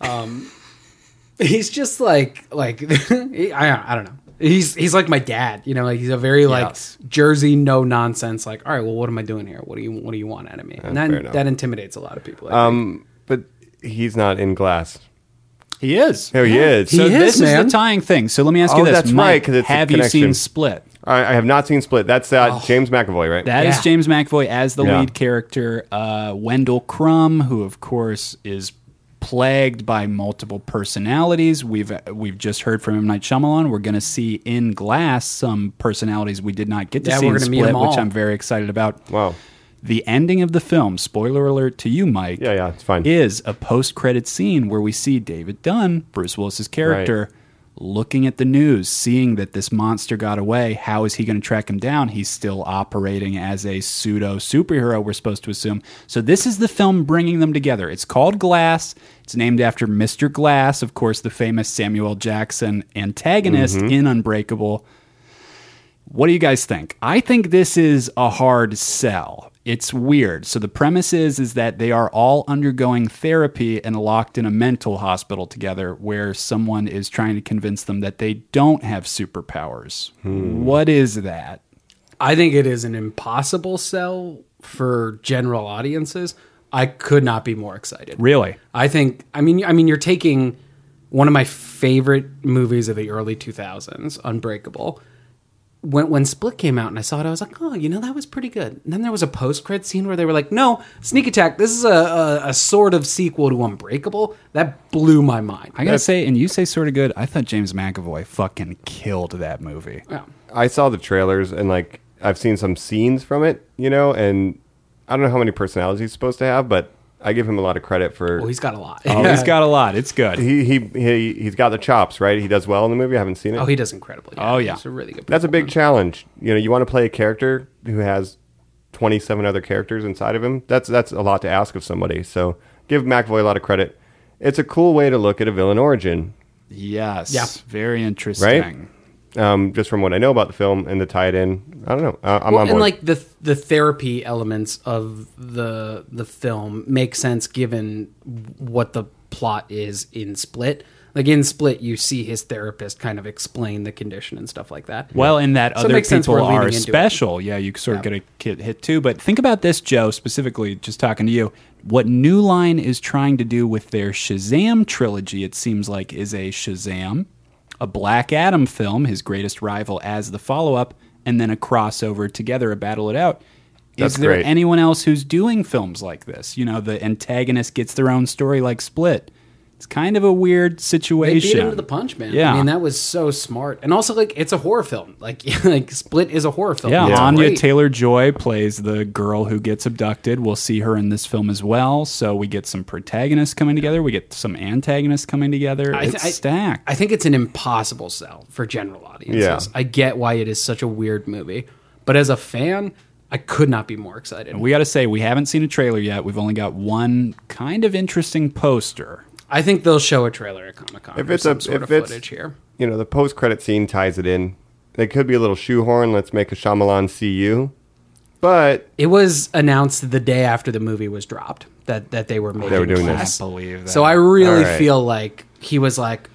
Speaker 8: Um, he's just like like he- I don't, I don't know. He's he's like my dad, you know. Like he's a very like
Speaker 2: Yes.
Speaker 8: Jersey no nonsense. Like, all right, well, what am I doing here? What do you what do you want out of me? And
Speaker 9: fair
Speaker 8: that
Speaker 9: enough. Um,
Speaker 8: that intimidates a lot of people. I think.
Speaker 9: But he's not in Glass.
Speaker 2: he is.
Speaker 9: There he is.
Speaker 2: So
Speaker 8: He
Speaker 2: this
Speaker 8: is, man.
Speaker 2: the tying thing. So let me ask
Speaker 9: Oh,
Speaker 2: you this,
Speaker 9: that's
Speaker 2: Mike,
Speaker 9: right, 'cause it's a
Speaker 2: have you
Speaker 9: connection.
Speaker 2: seen Split?
Speaker 9: I, I have not seen Split. That's uh, James McAvoy, right?
Speaker 2: Oh. That is
Speaker 8: Yeah.
Speaker 2: James McAvoy as the
Speaker 9: Yeah.
Speaker 2: lead character. Uh, Wendell Crumb, who of course is plagued by multiple personalities. We've we've just heard from M Night Shyamalan. We're going to see in Glass some personalities we did not get to
Speaker 8: Yeah,
Speaker 2: see
Speaker 8: we're
Speaker 2: in
Speaker 8: gonna meet
Speaker 2: Split,
Speaker 8: them
Speaker 2: which
Speaker 8: all.
Speaker 2: I'm very excited about.
Speaker 9: Wow.
Speaker 2: The ending of the film, spoiler alert to you, Mike.
Speaker 9: Yeah, yeah, it's fine.
Speaker 2: Is a post-credit scene where we see David Dunn, Bruce Willis's character, looking at the news, seeing that this monster got away. How is he going to track him down? He's still operating as a pseudo superhero. We're supposed to assume. So this is the film bringing them together. It's called Glass. It's named after Mr. Glass, of course, the famous Samuel Jackson antagonist in Unbreakable. What do you guys think? I think this is a hard sell. It's weird. So the premise is is that they are all undergoing therapy and locked in a mental hospital together where someone is trying to convince them that they don't have superpowers. What is that?
Speaker 8: I think it is an impossible sell for general audiences. I could not be more excited.
Speaker 2: Really?
Speaker 8: I think I mean I mean you're taking one of my favorite movies of the early 2000s, Unbreakable. When, when Split came out and I saw it, I was like, oh, you know, that was pretty good. And then there was a post credit scene where they were like, no, Sneak Attack, this is a, a, a sort of sequel to Unbreakable. That blew my mind.
Speaker 2: I gotta say, and you say sort of good. I thought James McAvoy fucking killed that movie.
Speaker 1: I saw the trailers and like I've seen some scenes from it, you know, and I don't know how many personalities he's supposed to have, but I give him a lot of credit for
Speaker 8: Well, he's got a lot.
Speaker 2: Oh, he's got a lot. It's good.
Speaker 1: he, he he he's got the chops, right? He does well in the movie. I haven't seen it.
Speaker 8: oh, he does incredibly.
Speaker 2: Oh, yeah.
Speaker 8: It's a really good
Speaker 1: That's a big challenge. You know, you want to play a character who has 27 other characters inside of him. That's that's a lot to ask of somebody. So give McAvoy a lot of credit. It's a cool way to look at a villain origin,
Speaker 2: Yes.
Speaker 8: Yeah.
Speaker 2: Very interesting.
Speaker 1: um, just from what I know about the film and to tie it in. I don't know. Uh, I'm
Speaker 8: well,
Speaker 1: on
Speaker 8: and
Speaker 1: board.
Speaker 8: like the the therapy elements of the the film make sense given what the plot is in Split. Like in Split, you see his therapist kind of explain the condition and stuff like that.
Speaker 2: Well, and that
Speaker 8: So it
Speaker 2: other
Speaker 8: makes sense
Speaker 2: people
Speaker 8: we're leaning
Speaker 2: are
Speaker 8: into it.
Speaker 2: special. Yeah, you sort of get a kid hit too. But think about this, Joe, specifically, just talking to you. What New Line is trying to do with their Shazam trilogy, it seems like, is a Shazam, a Black Adam film, his greatest rival as the follow up, and then a crossover together, a battle it out.
Speaker 1: That's
Speaker 2: is there
Speaker 1: great.
Speaker 2: anyone else who's doing films like this? You know, the antagonist gets their own story like Split. It's kind of a weird
Speaker 8: they
Speaker 2: situation.
Speaker 8: beat him to the punch, man.
Speaker 2: Yeah.
Speaker 8: I mean that was so smart, and also like it's a horror film. Like like Split is a horror film.
Speaker 2: Yeah,
Speaker 8: It's
Speaker 2: Anya
Speaker 8: great.
Speaker 2: Taylor Joy plays the girl who gets abducted. We'll see her in this film as well. So we get some protagonists coming together. We get some antagonists coming together.
Speaker 8: I th-
Speaker 2: it's
Speaker 8: I-
Speaker 2: stacked.
Speaker 8: I think it's an impossible sell for general audiences.
Speaker 1: Yeah.
Speaker 8: I get why it is such a weird movie, but as a fan, I could not be more excited.
Speaker 2: we got to say we haven't seen a trailer yet. We've only got one kind of interesting poster.
Speaker 8: I think they'll show a trailer at Comic Con.
Speaker 1: If
Speaker 8: If
Speaker 1: it's
Speaker 8: it's some
Speaker 1: a-
Speaker 8: sort
Speaker 1: if
Speaker 8: of
Speaker 1: it's-
Speaker 8: footage here,
Speaker 1: you know, the post credit scene ties it in. It could be a little shoehorn. Let's make a Shyamalan see you. But
Speaker 8: it was announced the day after the movie was dropped that that they were making.
Speaker 1: were doing
Speaker 8: plans.
Speaker 1: this.
Speaker 2: I believe that.
Speaker 8: So I really
Speaker 1: All right.
Speaker 8: feel like he was like,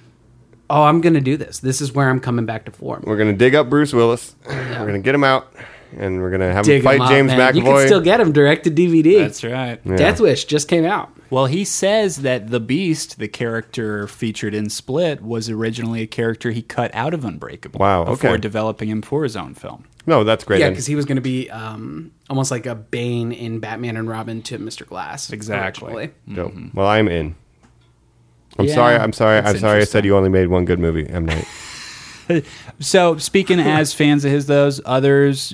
Speaker 8: "Oh, I'm going to do this. This is where I'm coming back to form."
Speaker 1: we're gonna dig up Bruce Willis. We're gonna get him out, and we're gonna have him
Speaker 8: Dig
Speaker 1: fight
Speaker 8: him up,
Speaker 1: James
Speaker 8: man.
Speaker 1: McAvoy.
Speaker 8: You can still get him direct to DVD.
Speaker 2: That's right.
Speaker 8: Death Wish just came out.
Speaker 2: Well, he says that the Beast, the character featured in Split, was originally a character he cut out of Unbreakable.
Speaker 1: Wow, okay.
Speaker 2: Before developing him for his own film.
Speaker 1: no, that's great.
Speaker 8: Yeah,
Speaker 1: then.
Speaker 8: because he was going to be um, almost like a Bane in Batman and Robin to Mr. Glass.
Speaker 2: Exactly.
Speaker 8: originally.
Speaker 1: Dope. Mm-hmm. Well, I'm in. I'm
Speaker 2: Yeah,
Speaker 1: sorry. I'm sorry.
Speaker 2: that's
Speaker 1: I'm sorry. I said
Speaker 2: interesting.
Speaker 1: you only made one good movie. M Night.
Speaker 2: So speaking as fans of his, those others,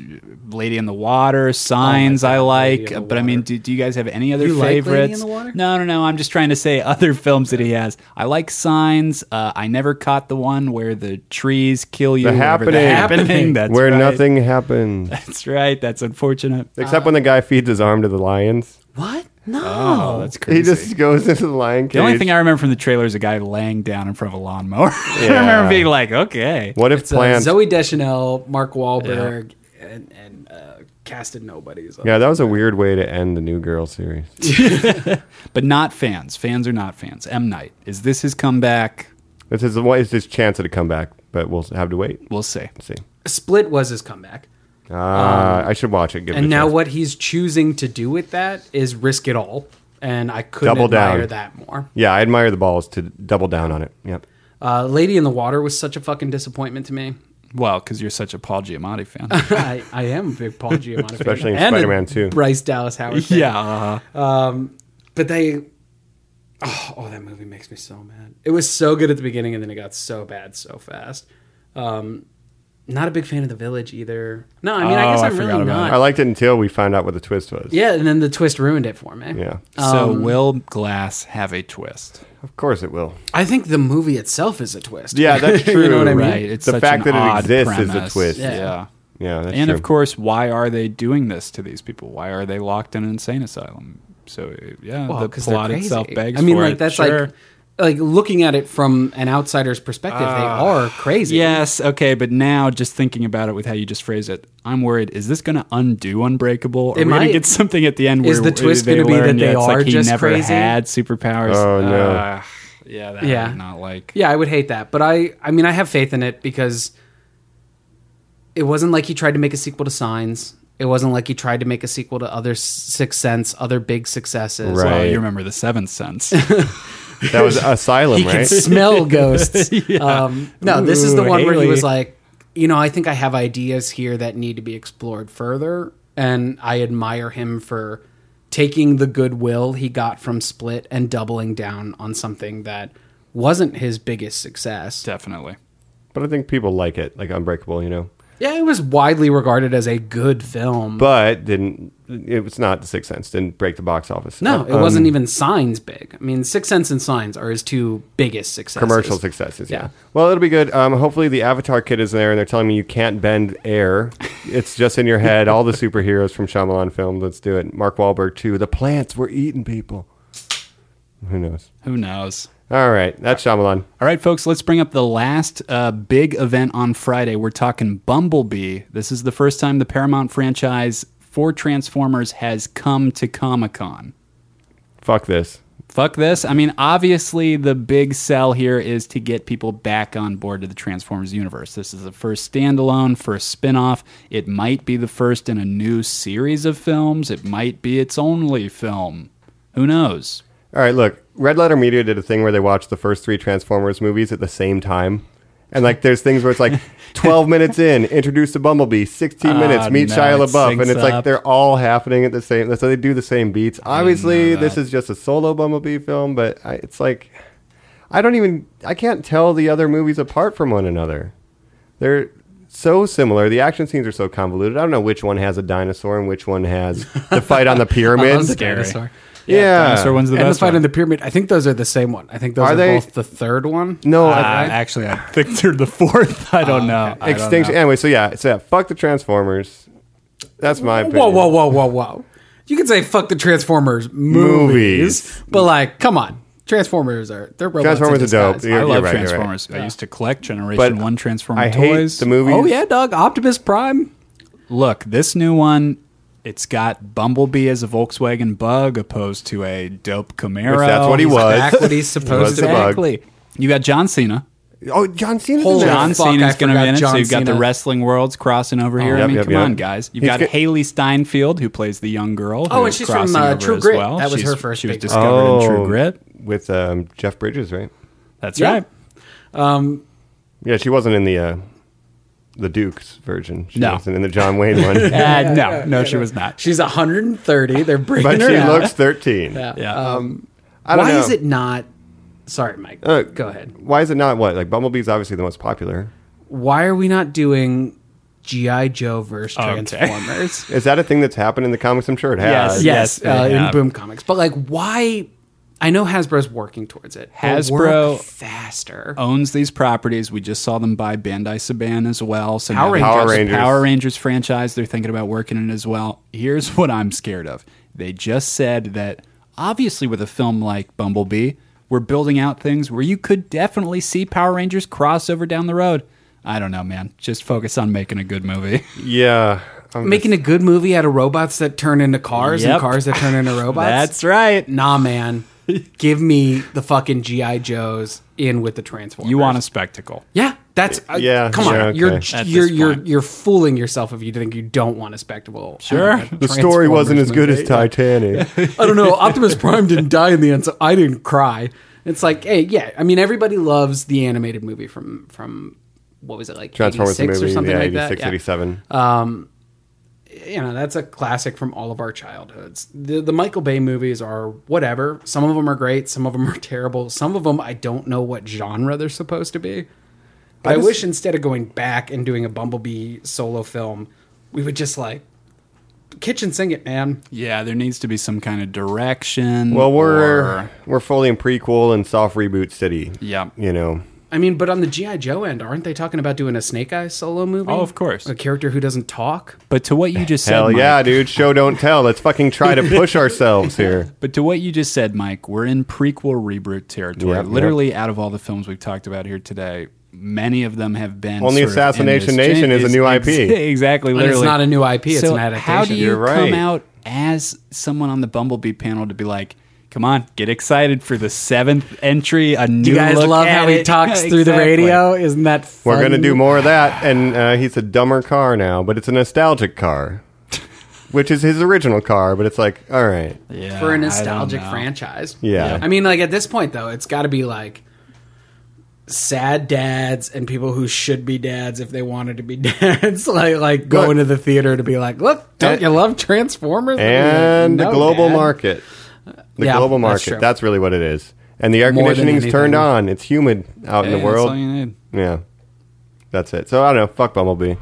Speaker 2: Lady in the Water, Signs, I like.
Speaker 8: Oh Lady in the
Speaker 2: But I mean,
Speaker 8: Water.
Speaker 2: do, do you guys have any other
Speaker 8: You like Lady in
Speaker 2: favorites?
Speaker 8: the Water?
Speaker 2: No, no, no. I'm just trying to say other films that he has. I like Signs. Uh, I never caught the one where the trees kill you.
Speaker 1: The
Speaker 2: or whatever,
Speaker 1: Happening.
Speaker 2: happening. That's
Speaker 1: Where
Speaker 2: right.
Speaker 1: nothing happens
Speaker 2: That's right. That's unfortunate.
Speaker 1: except when the guy feeds his arm to the lions.
Speaker 8: What? No.
Speaker 2: Oh, that's crazy.
Speaker 1: He just goes into the lion cage.
Speaker 2: the only thing I remember from the trailer is a guy laying down in front of a lawnmower. I
Speaker 1: Yeah.
Speaker 2: remember being like, okay.
Speaker 1: what if
Speaker 8: It's uh,
Speaker 1: plants?
Speaker 8: Zoe Deschanel, Mark Wahlberg, and, and uh, casted nobodies.
Speaker 1: yeah, that was a weird way to end the New Girl series.
Speaker 2: But not fans. Fans are not fans. M. Night. Is this his comeback?
Speaker 1: This is what is his chance at a comeback, but we'll have to wait.
Speaker 2: We'll see.
Speaker 1: See.
Speaker 8: Split was his comeback.
Speaker 1: Uh, I should watch it. Give it
Speaker 8: Um, And
Speaker 1: a
Speaker 8: now
Speaker 1: chance.
Speaker 8: what he's choosing to do with that is risk it all. And I couldn't
Speaker 1: Double down.
Speaker 8: admire that more.
Speaker 1: Yeah, I admire the balls to double down on it. Yep.
Speaker 8: Uh, Lady in the Water was such a fucking disappointment to me.
Speaker 2: Well, because you're such a Paul Giamatti fan.
Speaker 8: I, I am a big Paul Giamatti fan.
Speaker 1: Especially in
Speaker 8: And a
Speaker 1: Spider-Man 2.
Speaker 8: Bryce Dallas Howard. fan.
Speaker 2: uh,
Speaker 8: But they. Oh, oh, that movie makes me so mad. It was so good at the beginning and then it got so bad so fast. Um, not a big fan of The Village either. No, I mean, I
Speaker 2: Oh,
Speaker 8: guess
Speaker 2: I
Speaker 8: I'm
Speaker 2: forgot
Speaker 8: really
Speaker 2: about
Speaker 8: not.
Speaker 1: I liked it until we found out what the twist was.
Speaker 8: Yeah, and then the twist ruined it for me.
Speaker 1: Yeah.
Speaker 2: so
Speaker 1: Um,
Speaker 2: will Glass have a twist?
Speaker 1: Of course it will.
Speaker 8: I think the movie itself is a twist.
Speaker 1: Yeah, that's true.
Speaker 8: you know what I mean?
Speaker 2: Right. It's
Speaker 1: the
Speaker 2: such
Speaker 1: fact
Speaker 2: an
Speaker 1: that it
Speaker 2: odd
Speaker 1: exists is
Speaker 2: premise.
Speaker 1: a twist.
Speaker 8: Yeah.
Speaker 1: Yeah, yeah that's
Speaker 2: and
Speaker 1: true.
Speaker 2: of course, why are they doing this to these people? Why are they locked in an insane asylum? So yeah,
Speaker 8: Well,
Speaker 2: the
Speaker 8: Oh, 'cause they're
Speaker 2: plot
Speaker 8: crazy.
Speaker 2: itself begs.
Speaker 8: I mean,
Speaker 2: for
Speaker 8: like
Speaker 2: it,
Speaker 8: that's
Speaker 2: sure.
Speaker 8: like like looking at it from an outsider's perspective, they
Speaker 2: Ah.
Speaker 8: are crazy.
Speaker 2: Yes, okay, but now just thinking about it with how you just phrased it, I'm worried. Is this going to undo Unbreakable? Are
Speaker 8: It
Speaker 2: we going
Speaker 8: might.
Speaker 2: to get something at the end? Where
Speaker 8: Is the twist
Speaker 2: they
Speaker 8: gonna be that
Speaker 2: learn, yeah,
Speaker 8: they
Speaker 2: it's like
Speaker 8: are
Speaker 2: he
Speaker 8: just
Speaker 2: never
Speaker 8: crazy?
Speaker 2: had superpowers?
Speaker 1: Oh, no.
Speaker 2: Uh, yeah, that
Speaker 8: Yeah.
Speaker 2: I would not like.
Speaker 8: Yeah, I would hate that, but I I mean I have faith in it because it wasn't like he tried to make a sequel to Signs. It wasn't like he tried to make a sequel to other Sixth Sense, other big successes.
Speaker 9: Right.
Speaker 2: Well, you remember the seventh sense.
Speaker 9: That was Asylum,
Speaker 8: He can
Speaker 9: right?
Speaker 8: smell ghosts. um, no, this is the
Speaker 2: Ooh,
Speaker 8: one where he
Speaker 2: Haley.
Speaker 8: was like, you know, I think I have ideas here that need to be explored further, and I admire him for taking the goodwill he got from Split and doubling down on something that wasn't his biggest success.
Speaker 2: Definitely.
Speaker 9: But I think people like it, like Unbreakable, you know.
Speaker 8: Yeah, it was widely regarded as a good film.
Speaker 9: But didn't it was not The Sixth Sense? Didn't break the box office.
Speaker 8: no, it
Speaker 9: Um,
Speaker 8: wasn't even Signs big. I mean, Six Sense and Signs are his two biggest successes.
Speaker 9: commercial successes. Yeah.
Speaker 8: Yeah.
Speaker 9: Well, it'll be good. Um, hopefully, the Avatar kid is there, and they're telling me you can't bend air. it's just in your head. All the superheroes from Shyamalan films. Let's do it. Mark Wahlberg too. The plants were eating people. Who knows?
Speaker 2: Who knows?
Speaker 9: All right, that's Shyamalan.
Speaker 2: All right, folks, let's bring up the last uh, big event on Friday. We're talking Bumblebee. This is the first time the Paramount franchise for Transformers has come to Comic Con.
Speaker 9: Fuck this.
Speaker 2: Fuck this. I mean, obviously, the big sell here is to get people back on board to the Transformers universe. This is the first standalone, first spin off. It might be the first in a new series of films, it might be its only film. Who knows?
Speaker 9: All right, look. Red Letter Media did a thing where they watched the first three Transformers movies at the same time. And like, there's things where it's like, 12 minutes in, introduce the Bumblebee. 16 minutes, meet
Speaker 2: no,
Speaker 9: Shia
Speaker 2: it
Speaker 9: LaBeouf, and
Speaker 2: syncs
Speaker 9: it's like
Speaker 2: up.
Speaker 9: they're all happening at the same. So they do the same beats. Obviously, this is just a solo Bumblebee film, but I, it's like, I don't even, I can't tell the other movies apart from one another. They're so similar. The action scenes are so convoluted. I don't know which one has a dinosaur and which one has the fight on the pyramids.
Speaker 8: Scary. Dinosaur.
Speaker 9: Yeah,
Speaker 2: Dinosaur one's the
Speaker 8: and the
Speaker 2: best.
Speaker 8: fight
Speaker 2: one.
Speaker 8: in the pyramid. I think those are the same one. I think those
Speaker 9: Are
Speaker 8: are,
Speaker 9: they?
Speaker 8: both the third one.
Speaker 9: No,
Speaker 2: Uh,
Speaker 9: I-
Speaker 2: actually, I think they're the fourth. I don't know. I don't
Speaker 9: Extinction.
Speaker 2: know.
Speaker 9: Anyway, so yeah, so yeah, fuck the Transformers. That's my opinion.
Speaker 8: Whoa, whoa, whoa, whoa, whoa! You can say fuck the Transformers movies,
Speaker 9: Movies.
Speaker 8: but like, come on, Transformers are they're robots
Speaker 9: Transformers
Speaker 8: in
Speaker 9: are dope.
Speaker 8: disguise.
Speaker 9: You're-
Speaker 2: I
Speaker 9: you're
Speaker 2: love
Speaker 9: right, you're right.
Speaker 2: Transformers. I used to collect Generation
Speaker 9: But
Speaker 2: One Transformer
Speaker 9: I hate
Speaker 2: toys.
Speaker 9: the movies.
Speaker 8: Oh yeah, dog. Optimus Prime.
Speaker 2: Look, this new one, it's got Bumblebee as a Volkswagen Bug opposed to a dope Camaro.
Speaker 9: Which that's what he
Speaker 2: He's
Speaker 9: was.
Speaker 8: Back what he's
Speaker 9: Was
Speaker 8: supposed
Speaker 9: the
Speaker 8: to be.
Speaker 9: bug.
Speaker 2: Exactly. You got John Cena.
Speaker 9: Oh, John Cena's in
Speaker 8: Holy
Speaker 9: there.
Speaker 2: John
Speaker 8: fuck,
Speaker 2: Cena's
Speaker 8: I
Speaker 2: going to
Speaker 8: forgot
Speaker 2: be in it. So
Speaker 8: John
Speaker 2: you've got the
Speaker 8: Cena. Oh.
Speaker 2: wrestling worlds crossing over here.
Speaker 9: Yep,
Speaker 2: I mean,
Speaker 9: yep,
Speaker 2: come
Speaker 9: yep.
Speaker 2: on, guys. You've
Speaker 9: He's
Speaker 2: got
Speaker 9: got-
Speaker 2: Haley Steinfeld, who plays the young girl.
Speaker 8: Oh,
Speaker 2: who
Speaker 8: and
Speaker 2: is
Speaker 8: she's from,
Speaker 2: crossing
Speaker 8: uh,
Speaker 2: over
Speaker 8: True
Speaker 2: as
Speaker 8: Grit.
Speaker 2: Well.
Speaker 8: That was
Speaker 2: She's-
Speaker 8: her first
Speaker 2: She was
Speaker 8: big-
Speaker 2: discovered
Speaker 9: Oh,
Speaker 2: in True Grit.
Speaker 9: with um, Jeff Bridges, right?
Speaker 2: That's
Speaker 8: Yeah.
Speaker 2: right.
Speaker 9: Yeah, she wasn't in the uh, the Duke's version. She
Speaker 2: No.
Speaker 9: wasn't in the John Wayne one,
Speaker 2: Uh, no, no, she was not.
Speaker 8: She's 130. They're breaking
Speaker 9: but
Speaker 8: her
Speaker 9: she
Speaker 8: out.
Speaker 9: looks thirteen.
Speaker 2: Yeah.
Speaker 9: I don't
Speaker 8: Why
Speaker 9: know.
Speaker 8: is it not? Sorry, Mike.
Speaker 9: Uh,
Speaker 8: Go ahead.
Speaker 9: Why is it not what? Like Bumblebee's obviously the most popular.
Speaker 8: Why are we not doing GI Joe versus
Speaker 2: Okay.
Speaker 8: Transformers?
Speaker 9: Is that a thing that's happened in the comics? I'm sure it has.
Speaker 8: yes,
Speaker 2: Yes,
Speaker 8: uh,
Speaker 2: they
Speaker 8: in
Speaker 2: have.
Speaker 8: Boom Comics. But like, why? I know Hasbro's working towards it. but
Speaker 2: Hasbro- Oh,
Speaker 8: work faster.
Speaker 2: owns these properties. We just saw them buy Bandai Saban as well. So
Speaker 8: Power
Speaker 2: now they've got the
Speaker 9: Rangers. Power Rangers.
Speaker 2: Power Rangers franchise. They're thinking about working in it as well. Here's what I'm scared of. They just said that obviously with a film like Bumblebee, we're building out things where you could definitely see Power Rangers crossover down the road. I don't know, man. Just focus on making a good movie.
Speaker 9: Yeah. I'm
Speaker 8: Making a good movie out of robots that turn into cars
Speaker 2: Yep.
Speaker 8: and cars that turn into robots.
Speaker 2: That's right.
Speaker 8: Nah, man. Give me the fucking GI Joes in with the Transformers.
Speaker 2: You want a spectacle.
Speaker 8: Yeah, that's uh,
Speaker 9: Yeah,
Speaker 8: yeah. Come
Speaker 9: sure,
Speaker 8: on,
Speaker 9: okay.
Speaker 8: you're
Speaker 9: At
Speaker 2: this
Speaker 8: you're you're
Speaker 2: point.
Speaker 8: you're fooling yourself if you think you don't want a spectacle.
Speaker 2: Sure.
Speaker 8: out of a
Speaker 9: the story wasn't as good
Speaker 8: Transformers
Speaker 9: as Titanic.
Speaker 8: I don't know. Optimus Prime didn't die in the end, so I didn't cry. It's like, hey, yeah. I mean, everybody loves the animated movie from from what was it like
Speaker 9: Transformers the
Speaker 8: 86
Speaker 9: movie,
Speaker 8: or something
Speaker 9: yeah,
Speaker 8: like
Speaker 9: 86,
Speaker 8: that.
Speaker 9: 87.
Speaker 8: Yeah. You know, that's a classic from all of our childhoods. The the Michael Bay movies are whatever. Some of them are great. Some of them are terrible. Some of them I don't know what genre they're supposed to be. But I,
Speaker 9: just-
Speaker 8: wish instead of going back and doing a Bumblebee solo film, we would just like kitchen sing it, man.
Speaker 2: Yeah, there needs to be some kind of direction.
Speaker 9: Well, we're
Speaker 2: or-
Speaker 9: we're fully in prequel and soft reboot city.
Speaker 2: Yep.
Speaker 9: You know,
Speaker 8: I mean, but on the GI Joe end, aren't they talking about doing a Snake Eyes solo movie?
Speaker 2: Oh, of course.
Speaker 8: a character who doesn't talk.
Speaker 2: But to what you just said,
Speaker 9: hell
Speaker 2: Mike,
Speaker 9: yeah, dude. Show don't tell. Let's fucking try to push ourselves here.
Speaker 2: But to what you just said, Mike, we're in prequel reboot territory.
Speaker 9: Yep,
Speaker 2: Literally, out of all the films we've talked about here today, many of them have been
Speaker 9: Only
Speaker 2: sort of in
Speaker 9: Assassination
Speaker 2: this
Speaker 9: Nation
Speaker 2: gen-
Speaker 9: is a new IP.
Speaker 2: Exactly,
Speaker 8: And
Speaker 2: literally,
Speaker 8: it's not a new IP; it's
Speaker 2: so
Speaker 8: an adaptation.
Speaker 2: how do you
Speaker 9: You're right.
Speaker 2: come out as someone on the Bumblebee panel to be like? Come on, get excited for the seventh entry. A new
Speaker 8: Do you guys
Speaker 2: look
Speaker 8: love
Speaker 2: at
Speaker 8: how he
Speaker 2: it."
Speaker 8: talks through the
Speaker 2: Exactly.
Speaker 8: radio? Isn't that fun?
Speaker 9: We're gonna do more of that, and uh, he's a dumber car now, but it's a nostalgic car.
Speaker 1: which is his original car, but it's like, all right,
Speaker 2: Yeah,
Speaker 8: for a
Speaker 2: I don't
Speaker 8: nostalgic
Speaker 2: know.
Speaker 8: franchise.
Speaker 1: Yeah.
Speaker 8: I mean, like at this point though, it's got to be like sad dads and people who should be dads if they wanted to be dads, like like going to the theater to be like, look, don't
Speaker 1: And-
Speaker 8: you love Transformers?
Speaker 1: Eh. and the
Speaker 8: No,
Speaker 1: global
Speaker 8: Dad.
Speaker 1: market, the
Speaker 8: Yeah,
Speaker 1: global
Speaker 8: that's
Speaker 1: market.
Speaker 8: true.
Speaker 1: That's, really what it is. And the air
Speaker 8: More than
Speaker 1: conditioning's turned
Speaker 8: anything.
Speaker 1: on. It's humid out in
Speaker 2: Hey,
Speaker 1: the world.
Speaker 2: That's all you need.
Speaker 1: yeah, that's it. So I don't know. Fuck Bumblebee.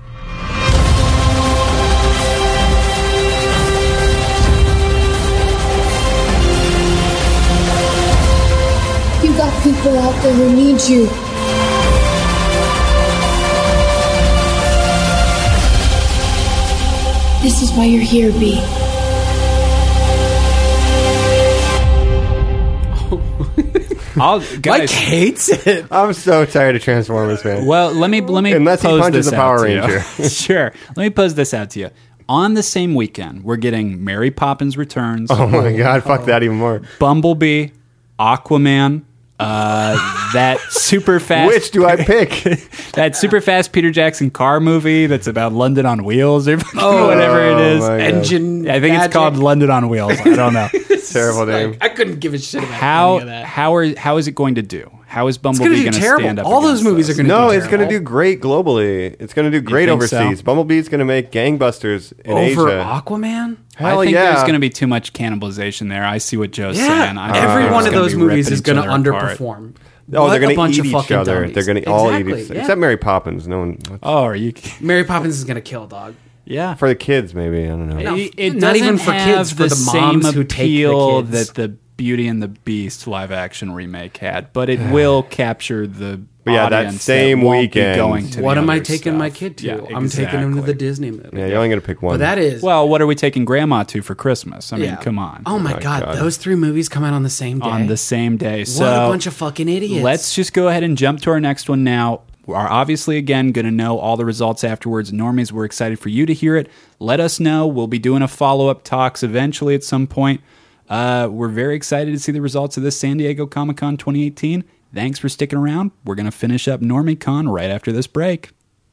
Speaker 13: You got people out there who need you. This is why you're here, B.
Speaker 2: I'll,
Speaker 8: Mike
Speaker 2: guys,
Speaker 8: hates it.
Speaker 1: I'm so tired of Transformers, man.
Speaker 2: Well, let me let me
Speaker 1: Unless he
Speaker 2: pose
Speaker 1: punches
Speaker 2: this
Speaker 1: a Power
Speaker 2: out to you.
Speaker 1: Ranger.
Speaker 2: sure. Let me pose this out to you. On the same weekend, we're getting Mary Poppins Returns,
Speaker 1: Oh my god, fuck that even more.
Speaker 2: Bumblebee, Aquaman, uh, that super fast
Speaker 1: Which do I pick?
Speaker 2: that super fast Peter Jackson car movie that's about London on wheels or whatever it
Speaker 1: Oh
Speaker 2: is.
Speaker 1: my God.
Speaker 8: Engine.
Speaker 2: I think
Speaker 8: magic.
Speaker 2: it's called London on Wheels. I don't know.
Speaker 1: Terrible name.
Speaker 8: Like, I couldn't give a shit about any
Speaker 2: how
Speaker 8: of that.
Speaker 2: how are how is it going to do? How is
Speaker 8: It's gonna
Speaker 2: Bumblebee
Speaker 8: do
Speaker 2: going to
Speaker 8: terrible.
Speaker 2: stand up?
Speaker 8: All those
Speaker 2: against
Speaker 8: movies
Speaker 2: this?
Speaker 8: are gonna
Speaker 1: no,
Speaker 8: do
Speaker 1: it's going to do
Speaker 8: terrible.
Speaker 1: great globally. It's going to do great
Speaker 2: think so?
Speaker 1: overseas. Bumblebee's going to make gangbusters in
Speaker 8: over
Speaker 1: Asia.
Speaker 8: Aquaman.
Speaker 1: Hell
Speaker 2: I think
Speaker 1: yeah.
Speaker 2: there's going to be too much cannibalization there. I see what Joe's
Speaker 8: Yeah,
Speaker 2: saying. I think
Speaker 8: every
Speaker 2: they're
Speaker 8: one
Speaker 2: just
Speaker 8: of
Speaker 2: gonna
Speaker 8: those
Speaker 2: be
Speaker 8: movies
Speaker 2: ripping
Speaker 8: is
Speaker 2: each
Speaker 8: going to
Speaker 2: other apart.
Speaker 8: underperform.
Speaker 1: oh,
Speaker 8: What
Speaker 1: they're
Speaker 8: a
Speaker 1: going
Speaker 8: bunch
Speaker 1: to eat
Speaker 8: of
Speaker 1: each
Speaker 8: fucking
Speaker 1: other.
Speaker 8: dummies.
Speaker 1: They're going to all eat
Speaker 8: Exactly,
Speaker 1: each
Speaker 8: yeah.
Speaker 1: except Mary Poppins. No one
Speaker 2: Oh, are you?
Speaker 8: Mary Poppins is going to kill, dog.
Speaker 2: Yeah.
Speaker 1: for the kids maybe. I don't know.
Speaker 8: No,
Speaker 2: it, it
Speaker 8: not even
Speaker 2: doesn't
Speaker 8: for
Speaker 2: have
Speaker 8: kids, for
Speaker 2: the,
Speaker 8: the
Speaker 2: same
Speaker 8: moms who take the
Speaker 2: appeal
Speaker 8: kids.
Speaker 2: that the Beauty and the Beast live action remake had, but it will capture the
Speaker 1: But yeah, that
Speaker 2: audience
Speaker 1: same
Speaker 2: won't
Speaker 1: weekend.
Speaker 2: Be going to the
Speaker 8: What am I
Speaker 2: other
Speaker 8: taking my
Speaker 2: stuff.
Speaker 8: kid to?
Speaker 2: Yeah,
Speaker 8: I'm taking him to the
Speaker 2: exactly.
Speaker 8: Disney movie.
Speaker 1: Yeah, you're only going to pick one.
Speaker 8: But that is
Speaker 2: Well, what are we taking Grandma to for Christmas? I mean,
Speaker 8: yeah.
Speaker 2: come on.
Speaker 8: Oh my god, those three movies come out on the same day.
Speaker 2: on the same day.
Speaker 8: what
Speaker 2: So
Speaker 8: a bunch of fucking idiots.
Speaker 2: Let's just go ahead and jump to our next one now. We are obviously again going to know all the results afterwards. Normies, we're excited for you to hear it. Let us know. We'll be doing a follow up talks eventually at some point. Uh, we're very excited to see the results of this San Diego Comic Con 2018. Thanks for sticking around. We're going to finish up NormieCon right after this break.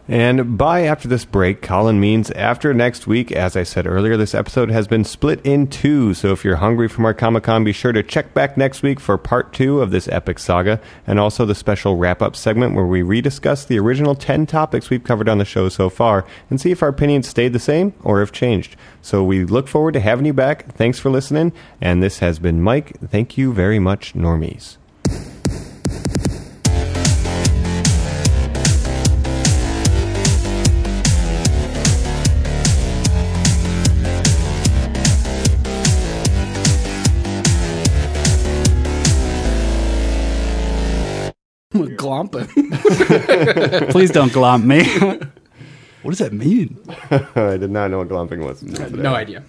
Speaker 1: And by after this break, Colin means after next week. As I said earlier, this episode has been split in two. So if you're hungry from our Comic Con, be sure to check back next week for part two of this epic saga and also the special wrap up segment where we rediscuss the original 10 topics we've covered on the show so far and see if our opinions stayed the same or have changed. So we look forward to having you back. Thanks for listening. And this has been Mike. Thank you very much, Normies.
Speaker 8: glomping.
Speaker 2: Please don't glomp me. what does that mean?
Speaker 1: I did not know what glomping was.
Speaker 8: no idea.